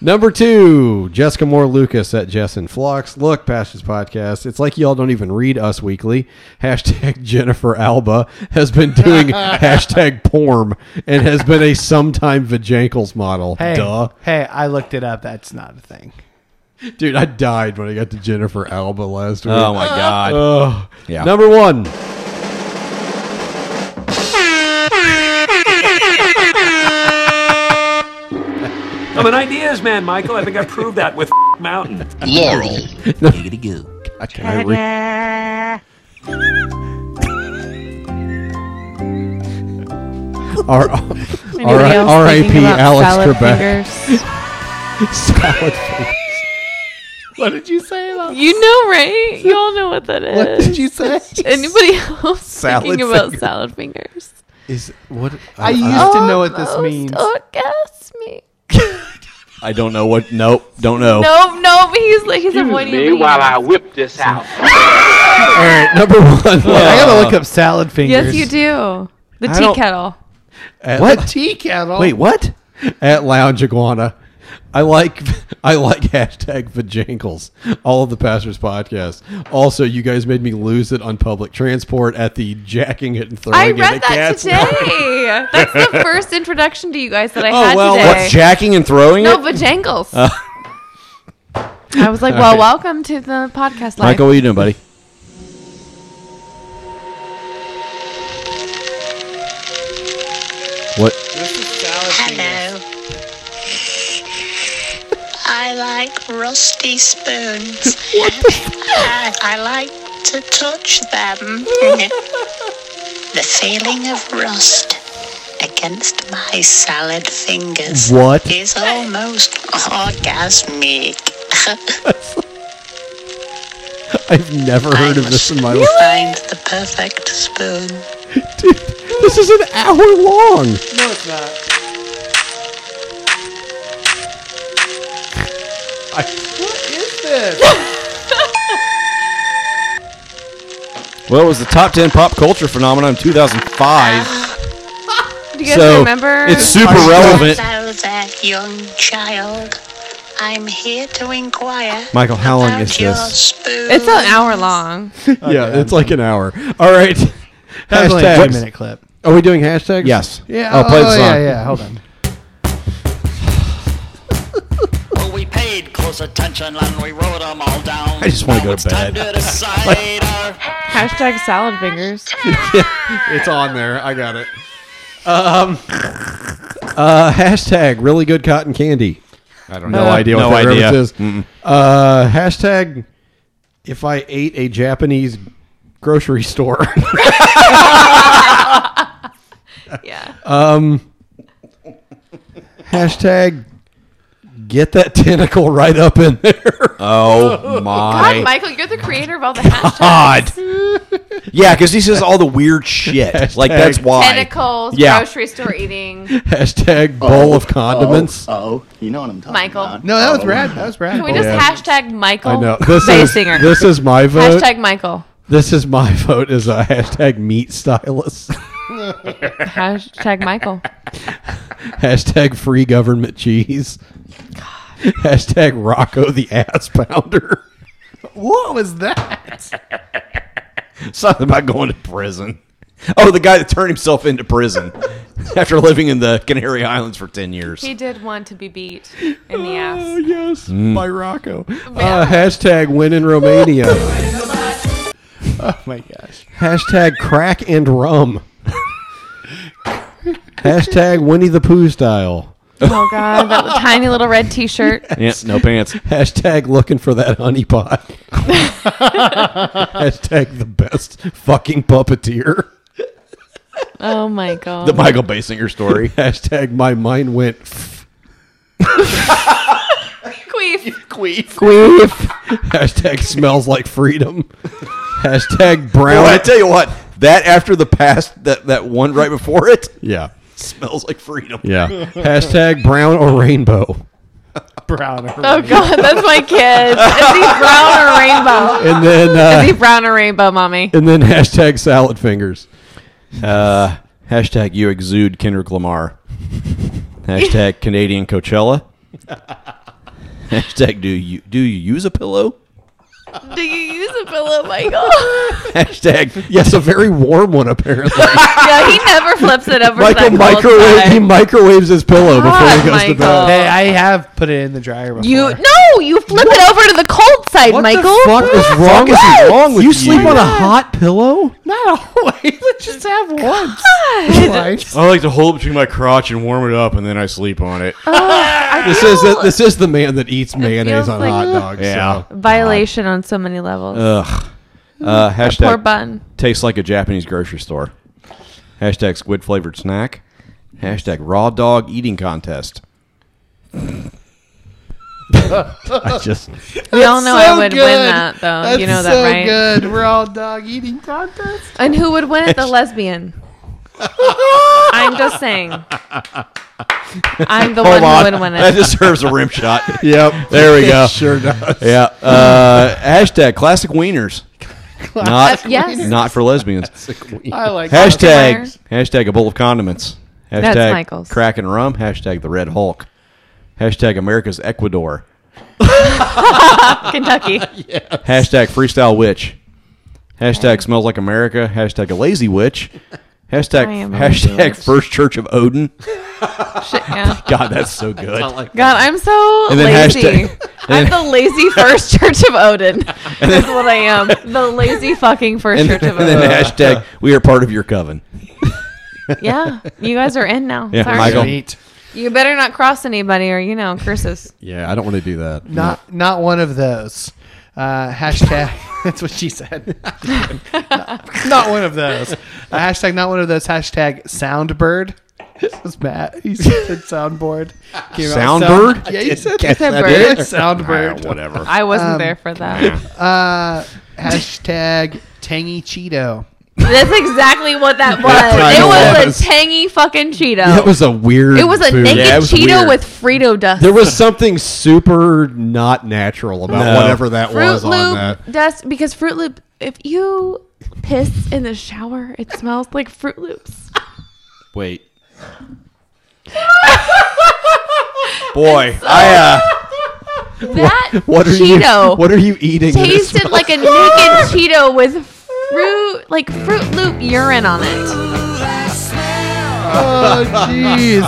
A: Number two, Jessica Moore Lucas at Jess and Flux. Look, Pastors Podcast. It's like y'all don't even read us weekly. Hashtag Jennifer Alba has been doing hashtag porn and has been a sometime Vajankles model.
B: Hey,
A: Duh.
B: hey, I looked it up. That's not a thing.
A: Dude, I died when I got to Jennifer Alba last week.
D: Oh my god.
A: Ugh.
D: Yeah.
A: Number one.
L: I'm Oh, an ideas man, Michael. I think I proved that with Mountain.
G: Laurel. Giggity goo.
A: I can I re- R-
C: Anybody else
A: R.I.P.
C: thinking about
A: Alex
C: salad
A: Trebek.
C: fingers?
A: Salad fingers.
B: What did you say about
C: You know, right? You all know what that is.
B: What did you say?
C: Anybody else
D: Salad
C: thinking about
D: fingers.
C: salad fingers?
A: Is what uh,
B: I used to know what this means.
C: Orgasmic.
D: I don't know what. Nope. Don't know.
C: No, no, he's like he's avoiding
L: me
C: the
L: while I
C: hands.
L: whip this out.
A: All right, number one.
B: I gotta look up salad fingers.
C: Yes, you do. The
A: I
C: tea
A: don't-
C: kettle.
A: At-
B: What tea kettle?
D: Wait, what?
A: at Lounge Iguana. I like I like hashtag vajankles. All of the pastors podcast. Also, you guys made me lose it on public transport at the jacking it and throwing
C: I
A: it
C: read
A: at
C: that
A: cats.
C: today. That's the first introduction to you guys that I
A: Oh,
C: had today.
D: what's jacking and throwing
C: no,
D: it?
C: Bajangles.
A: Uh.
C: I was like, well, welcome to the podcast. Life.
D: Michael, what are you doing, buddy? What?
M: Hello. Oh. I like rusty spoons. I, I like to touch them. the feeling of rust against my salad fingers
A: What?
M: is almost orgasmic.
A: I've never heard of this in my
M: You
A: life.
M: find the perfect spoon.
A: Dude, this is an hour long.
B: No, it's not. What is this?
D: Well, it was the top ten pop culture phenomenon of 2005.
C: Do you guys
D: so
C: remember?
D: it's super relevant.
M: Hello there, young child. I'm here to inquire.
A: Michael, how long
M: about
A: is
M: your
A: this?
M: Spoon.
C: It's an hour long.
A: yeah, it's like an hour.
D: Uh,
A: All right.
B: That was only a two
A: Hashtags.
B: minute clip.
A: Are we doing hashtags?
D: Yes.
B: Yeah.
D: Oh, play the song.
B: yeah, yeah. Hold on.
N: Well, we paid close attention and we wrote 'em all down.
D: I just wanna go
N: Now it's
D: to
N: time
D: bed.
N: to decide our
C: Hashtag salad fingers.
A: It's on there. I got it. Um, uh, hashtag really good cotton candy. Uh,
D: I don't
A: No idea what
D: No
A: that
D: idea.
A: reference is. Uh, hashtag if I ate a Japanese grocery store.
C: Yeah.
A: um, Hashtag get that tentacle right up in there.
D: Oh
C: God,
D: my
C: Michael, you're the creator of all the hashtags.
D: God. yeah, because he says all the weird shit. like that's why.
C: Tentacles,
D: Yeah.
C: grocery store eating.
A: Hashtag bowl of condiments.
O: Oh, you know what I'm talking
C: Michael.
B: No, that was rad. That was rad.
C: Can we just
A: Yeah.
C: hashtag Michael
A: I know. This is
C: Basinger?
A: this is my vote.
C: Hashtag Michael.
A: This is my vote is a hashtag meat stylist.
C: hashtag Michael.
A: hashtag free government cheese. Hashtag Rocco the ass pounder.
B: What was that?
D: Something about going to prison. Oh, the guy that turned himself into prison after living in the Canary Islands for ten years.
C: He did want to be beat in the ass. Oh,
A: yes.
D: Mm.
A: By Rocco. Uh, hashtag win in Romania.
B: oh my gosh.
A: Hashtag crack and rum. hashtag Winnie the Pooh style.
C: Oh, God. That tiny little red t shirt.
D: Yes, no pants.
A: Hashtag looking for that honey pot. hashtag the best fucking puppeteer.
C: Oh, my God.
D: The Michael Basinger story.
A: hashtag my mind went. f-
C: Queef.
D: Queef.
A: hashtag smells like freedom. hashtag brown.
D: Well, I tell you what, that after the past, that that one right before it,
A: Yeah.
D: smells like freedom.
A: Yeah. hashtag brown or rainbow.
B: Brown.
C: Oh, God. That's my kid. Is he brown or rainbow?
A: And then. Uh,
C: Is he brown or rainbow, mommy?
A: and then hashtag salad fingers.
D: Uh, hashtag you exude Kendrick Lamar. Hashtag Canadian Coachella. Hashtag do you do you use a pillow?
C: Do you use a pillow, Michael?
D: Hashtag
A: yes, a very warm one apparently.
C: yeah, he never flips it over.
A: Michael
C: to that cold
A: microwave
C: side.
A: he microwaves his pillow before he
D: Oh
C: God,
A: goes to
C: Michael.
A: bed.
B: Hey, I have put it in the dryer before.
C: You no, you flip it over to the cold side,
B: What the
C: Michael.
B: fuck
A: is wrong with you?
C: What?
A: Wrong with you? sleep
B: you?
A: on a hot pillow?
B: Not always. just have once. Twice.
D: I like to hold it between my crotch and warm it up, and then I sleep on it.
C: Oh,
A: This is the, this is the man that eats mayonnaise
C: feels
A: on
C: like-
A: hot dogs.
D: Yeah.
A: so.
C: Violation on so many levels.
D: Ugh. Uh, hashtag
C: poor bun.
D: tastes like a Japanese grocery store. Hashtag squid flavored snack. Hashtag raw dog eating contest.
A: I just
C: we all know I would win that, though. you know that, right?
B: good. We're all dog eating contest.
C: And who would win it? The lesbian. I'm just saying. I'm the
D: Hold
C: one
D: on.
C: who would win it.
D: That deserves a rim shot.
A: Yep.
D: There we go.
A: Sure does.
D: Yeah. Uh, hashtag classic wieners. Not,
C: Uh, yes.
D: not for lesbians.
B: I like
D: Hashtag hashtag a bowl of condiments. Hashtag
C: That's Michael's.
D: crack and rum. Hashtag the Red Hulk. Hashtag America's Ecuador.
C: Kentucky.
D: Hashtag freestyle witch. Hashtag smells like America. Hashtag a lazy witch.
C: I
D: Hashtag
C: am a lazy
D: hashtag
C: witch.
D: first church of Odin.
C: Shit, yeah.
D: God, that's so good.
C: God, I'm so
D: And then
C: lazy.
D: hashtag-
C: I'm
D: and-
C: the lazy First Church of Odin. That's what I am. The lazy fucking First
D: and,
C: Church of
D: and
C: Odin.
D: then hashtag we are part of your coven.
C: yeah, you guys are in now.
D: Yeah,
C: Sorry.
D: Michael.
C: You better not cross anybody, or you know, curses.
A: Yeah, I don't want to do that.
B: Not not one of those. Uh, hashtag. that's what she said. not, not one of those. Uh, hashtag. Not one of those. Hashtag. Soundbird. This was Matt. He said soundboard. Came out-
D: Soundbird?
B: yeah, he said
C: catch that
B: soundbird.
C: bit.
B: Soundbird.
D: Ah, whatever.
C: I wasn't
B: Um,
C: there for that.
B: Uh, hashtag tangy Cheeto.
C: That's exactly what
A: That's
C: that was.
A: what
C: It
A: it
C: was
A: was.
C: a tangy fucking Cheeto.
A: That was a weird.
C: it was a
A: food.
C: naked
D: Yeah, it was
C: Cheeto
D: weird.
C: with Frito dust.
A: There was something super not natural about
D: No.
A: whatever that
C: Fruit
A: was on that.
C: Loop dust because Fruit Loop. If you piss in the shower, it smells like Fruit Loops.
D: Wait. Boy, I uh,
C: That
A: What are
C: Cheeto
A: you? What are you eating? that it
C: tasted like a naked Cheeto with fruit, like Fruit Loop urine on it.
B: Oh jeez.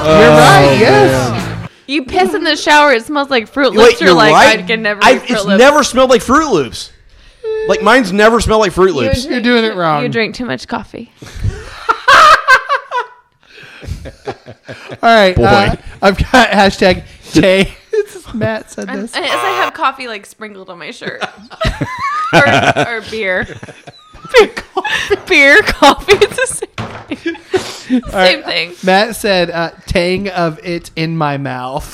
A: Uh, You're
B: right, yes.
C: You piss in the shower, it smells like Fruit Loops.
D: wait,
C: you're,
D: you're
C: like,
D: right.
C: I can never.
D: I,
C: eat Froot
D: it's
C: Loops.
D: never smelled like Fruit Loops. Like mine's never smelled like Fruit Loops.
B: You're doing it wrong.
C: You drink too much coffee.
B: All right,
D: Boy.
B: uh, I've got hashtag Tay. Matt said
C: I'm,
B: this.
C: as I have coffee like sprinkled on my shirt, or, or beer, beer, coffee. It's the same. thing. Same thing.
B: Matt said, uh, "Tang of it in my mouth."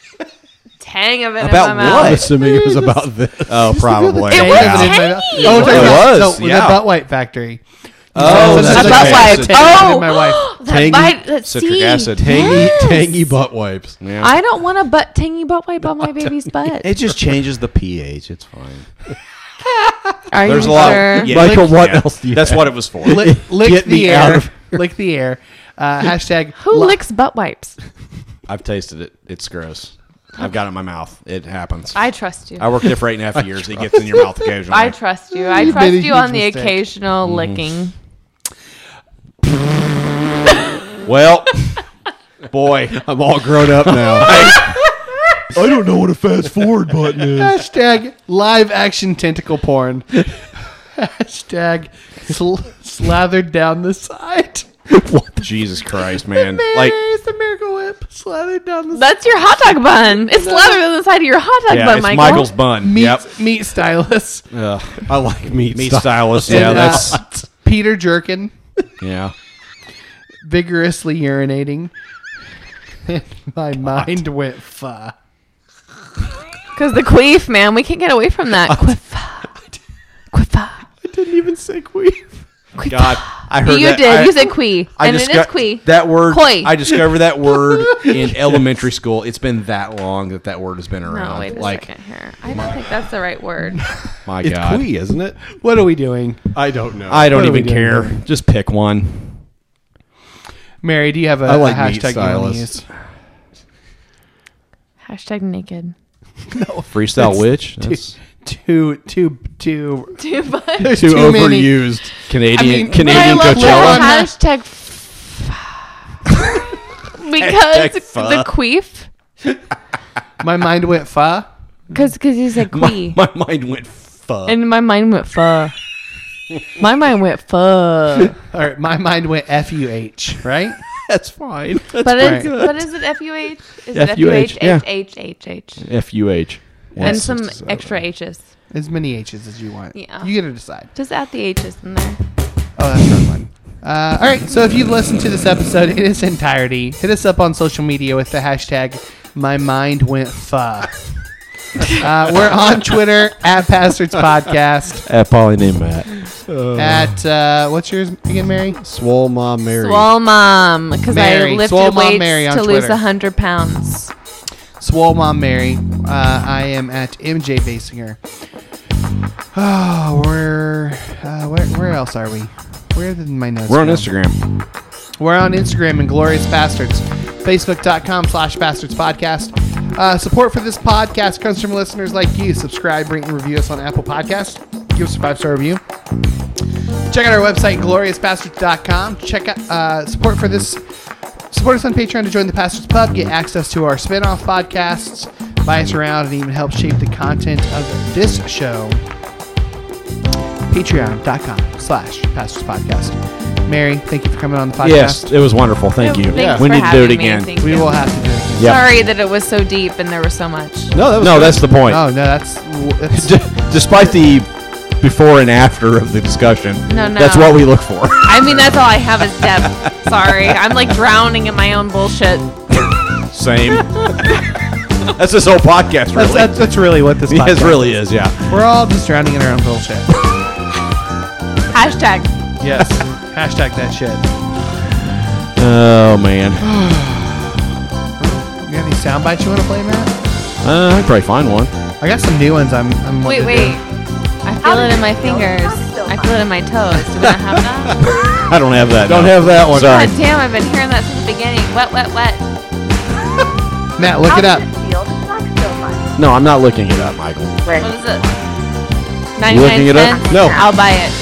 C: Tang of it
A: About
C: in my mouth.
A: what? Assuming it was about this.
D: Oh, probably.
C: It was
B: Tang of
C: tangy.
B: it in my mouth.
C: It
B: Oh, we're talking about-
D: was,
B: So,
D: yeah.
B: the butt white factory.
D: Oh,
B: So
D: that's
B: that's
D: right.
B: why I
D: Citric
B: tang
C: acid.
B: in my
C: Oh!
B: wife.
C: That Tangy- might- that
D: citric
C: see,
D: acid,
C: Tangy- yes. tangy
A: butt wipes.
D: Yeah.
C: I don't want a butt tangy butt wipe on my baby's butt.
D: it just changes the pH. It's fine.
C: Are
D: There's
C: you
D: a lot.
C: sure?
D: yeah.
A: Michael, what else do you
D: That's
A: have?
D: what it was for.
B: Lick, lick
A: Get
B: the
A: me
B: air.
A: out of
B: Lick the air. Uh, hashtag.
C: Who
B: li-
C: licks butt wipes?
D: I've tasted it. It's gross. I've got it in my mouth. It happens.
C: I trust you.
D: I worked there for eight and a half years. It gets in your mouth occasionally.
C: I trust you. I
B: You
C: trust
B: made a
C: you
B: huge
C: on the
B: mistake.
C: occasional licking.
D: Well, boy,
A: I'm all grown up now.
K: I don't know what a fast forward button is.
B: Hashtag live action tentacle porn. hashtag sl- slathered down the side.
D: Jesus Christ, man! Like,
B: Mayonnaise, the miracle whip, slathered down the
C: That's your hot dog bun. It's leather on the side of your hot dog
D: yeah,
C: bun,
D: it's
C: Michael.
D: Michael's bun.
B: meat,
D: yep.
B: meat stylus.
D: Ugh.
A: I like meat.
D: Meat
A: stuff.
D: stylus.
B: And,
D: Yeah,
B: uh,
D: that's
B: Peter Jerkin
D: yeah.
B: vigorously urinating. And my mind went fuh.
C: Because the queef, man, we can't get away from that. Quiffa. Quiffa.
B: I didn't even say queef.
D: God, I heard
C: You
D: that-
C: did.
D: I-
C: you said quee.
D: I
C: and it is
D: disco-
C: quee.
D: That word.
C: Quee.
D: I discovered that word in elementary school. It's been that long that that word has been around.
C: no, wait a
D: like,
C: second here. I don't think that's the right word.
D: my
A: It's
D: God,
A: Quee, isn't it?
B: What are we doing?
A: I don't know.
D: I don't
B: What are we
D: even
B: doing
D: care.
B: here?
D: Just pick one.
B: Mary, do you have a,
A: I like
B: a
A: meat
B: hashtag you want
A: stylus.
B: to use?
C: Hashtag naked.
D: Freestyle witch. That's
B: Two, two, two.
C: Too much.
B: There's
A: Too,
B: too many.
A: overused.
D: Canadian.
B: I mean,
C: But I
D: Canadian
C: love the
D: Coachella.
B: Coachella.
C: hashtag f- because
D: Hashtag pho.
C: the queef.
B: My mind went fuh.
C: Because you said quee.
D: My mind went fuck.
C: and my mind went fuh. my mind went fuh.
B: All right, my mind went fuh. Right?
D: That's fine. That's
C: But, it's,
B: Right.
C: but is it F-U-H? Is it
D: F-U-H,
C: F-U-H?
D: yeah.
C: H-H-H-H.
D: F U H.
C: And some extra H's.
B: As many H's as you want.
C: Yeah.
B: You get to decide.
C: Just add the H's in there.
B: Oh, that's not one. Uh, all right, so if you've listened to this episode in its entirety, hit us up on social media with the hashtag My Mind Went Fuh. uh, we're on Twitter at Bastards Podcast.
D: At polyname Matt.
A: Oh.
B: At uh, what's yours again, Mary?
A: Swole Mom Mary.
C: Swole mom, because I
B: Mary.
C: lifted
B: Swole Mom
C: weights
B: Mary on
C: to lose
B: Twitter.
C: lose hundred pounds.
B: Swole Mom Mary. Uh, I am at MJ Basinger. Oh, we're uh, where, where else are we? Where did my notes?
D: We're on
B: go?
D: Instagram.
B: We're on Instagram and Glorious Bastards. Facebook.com slash Bastards Podcast. Uh, support for this podcast comes from listeners like you. Subscribe, rate, and review us on Apple Podcasts. Give us a five star review. Check out our website, gloriousbastards.com. Check out uh, support for this. Support us on Patreon to join the Pastors Pub, get access to our spin off podcasts, buy us around, and even help shape the content of this show. Patreon.com slash Pastors Podcast. Mary, thank you for coming on the podcast.
D: Yes, it was wonderful. Thank
C: No,
D: you.
C: Oh, thanks
D: We
C: for
D: need to do it
C: having me.
D: again.
C: Thank
B: We
C: you.
B: will have to do it again.
D: Yeah.
C: Sorry that it was so deep and there was so much.
A: No, that was
D: No,
A: good.
D: that's the point.
B: Oh no, that's that's
D: D- Despite the before and after of the discussion,
C: No, no.
D: that's what we look for.
C: I mean, that's all I have is depth. Sorry, I'm like drowning in my own bullshit.
D: Same. that's this whole podcast,
B: that's,
D: really.
B: that's, that's really what this
D: Yes,
B: podcast
D: really is, yeah.
B: We're all just drowning in our own bullshit.
C: Hashtag.
B: yes. Hashtag that shit.
D: Oh, man.
B: You got any sound bites you want to play, Matt?
D: Uh, I can probably find one.
B: I got some new ones. I'm. I'm
C: Wait,
B: wanting to
C: wait.
B: do.
C: I feel it in my fingers. I feel it in my toes. Do we not have that?
D: I don't have that.
A: Don't
D: no.
A: have that one.
D: Sorry.
C: God damn, I've been hearing that since the beginning. Wet, wet, wet.
B: Matt, look it up.
D: No, I'm not looking it up, Michael.
C: What is it? 99
D: Looking it up?
C: cents?
D: No.
C: I'll buy it.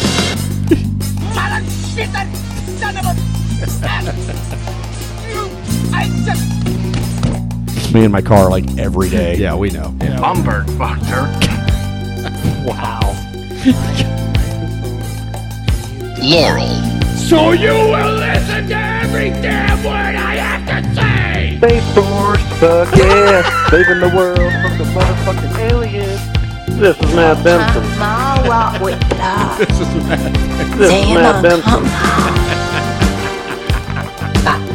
D: It's me in my car like every day.
A: Yeah, we know.
K: Humbert Doctor.
D: Wow.
K: Laurel. So you will listen to every damn word I have to say! They forced the gas, saving the world from the motherfucking aliens. This is Matt Benson.
M: Mama,
K: This is Matt Benson.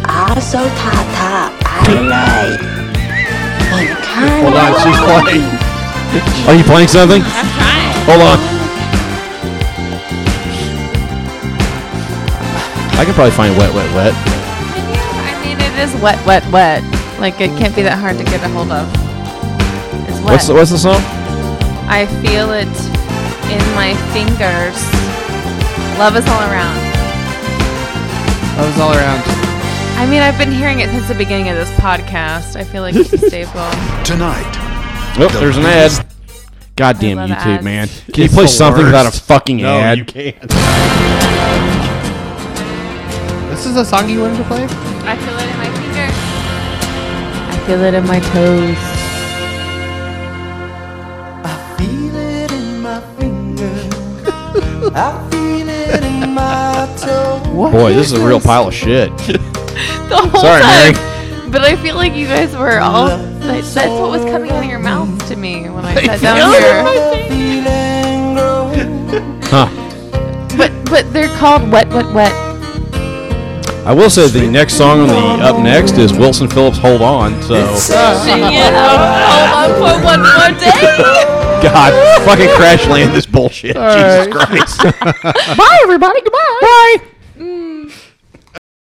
M: also Tata Adelaide. In Canada.
D: Hold on, she's playing. Are you playing something? I'm
M: trying.
D: Hold on. I can probably find wet, wet, wet.
C: I mean, it is wet, wet, wet. Like it can't be that hard to get a hold of. It's wet.
D: What's the, what's the song? Oh,
C: I feel it in my fingers. Love is all around.
B: That was all around.
C: I mean, I've been hearing it since the beginning of this podcast. I feel like it's a staple.
D: Tonight. Oh, there's an ad. God damn YouTube,
C: ads.
D: man. Can you
A: It's
D: play
A: the
D: something without a
A: worst.
D: fucking
A: No,
D: ad?
A: you can't.
B: This is a song you wanted to play?
C: I feel it in my fingers. I feel it in my toes.
K: feel it in my fingers. I feel it in my toes.
D: Boy, this is a real pile of shit.
C: The whole
D: Sorry,
C: time.
D: Mary.
C: But I feel like you guys were all. That, that's what was coming out of your mouths to me when I sat down here.
D: Huh.
C: But but they're called wet, wet, wet.
D: I will say the next song on the up next is Wilson Phillips' "Hold On." So,
C: yeah, hold on for one more day.
D: God, fucking crash land this bullshit.
C: All
D: Jesus
C: right.
D: Christ.
C: Bye, everybody. Goodbye.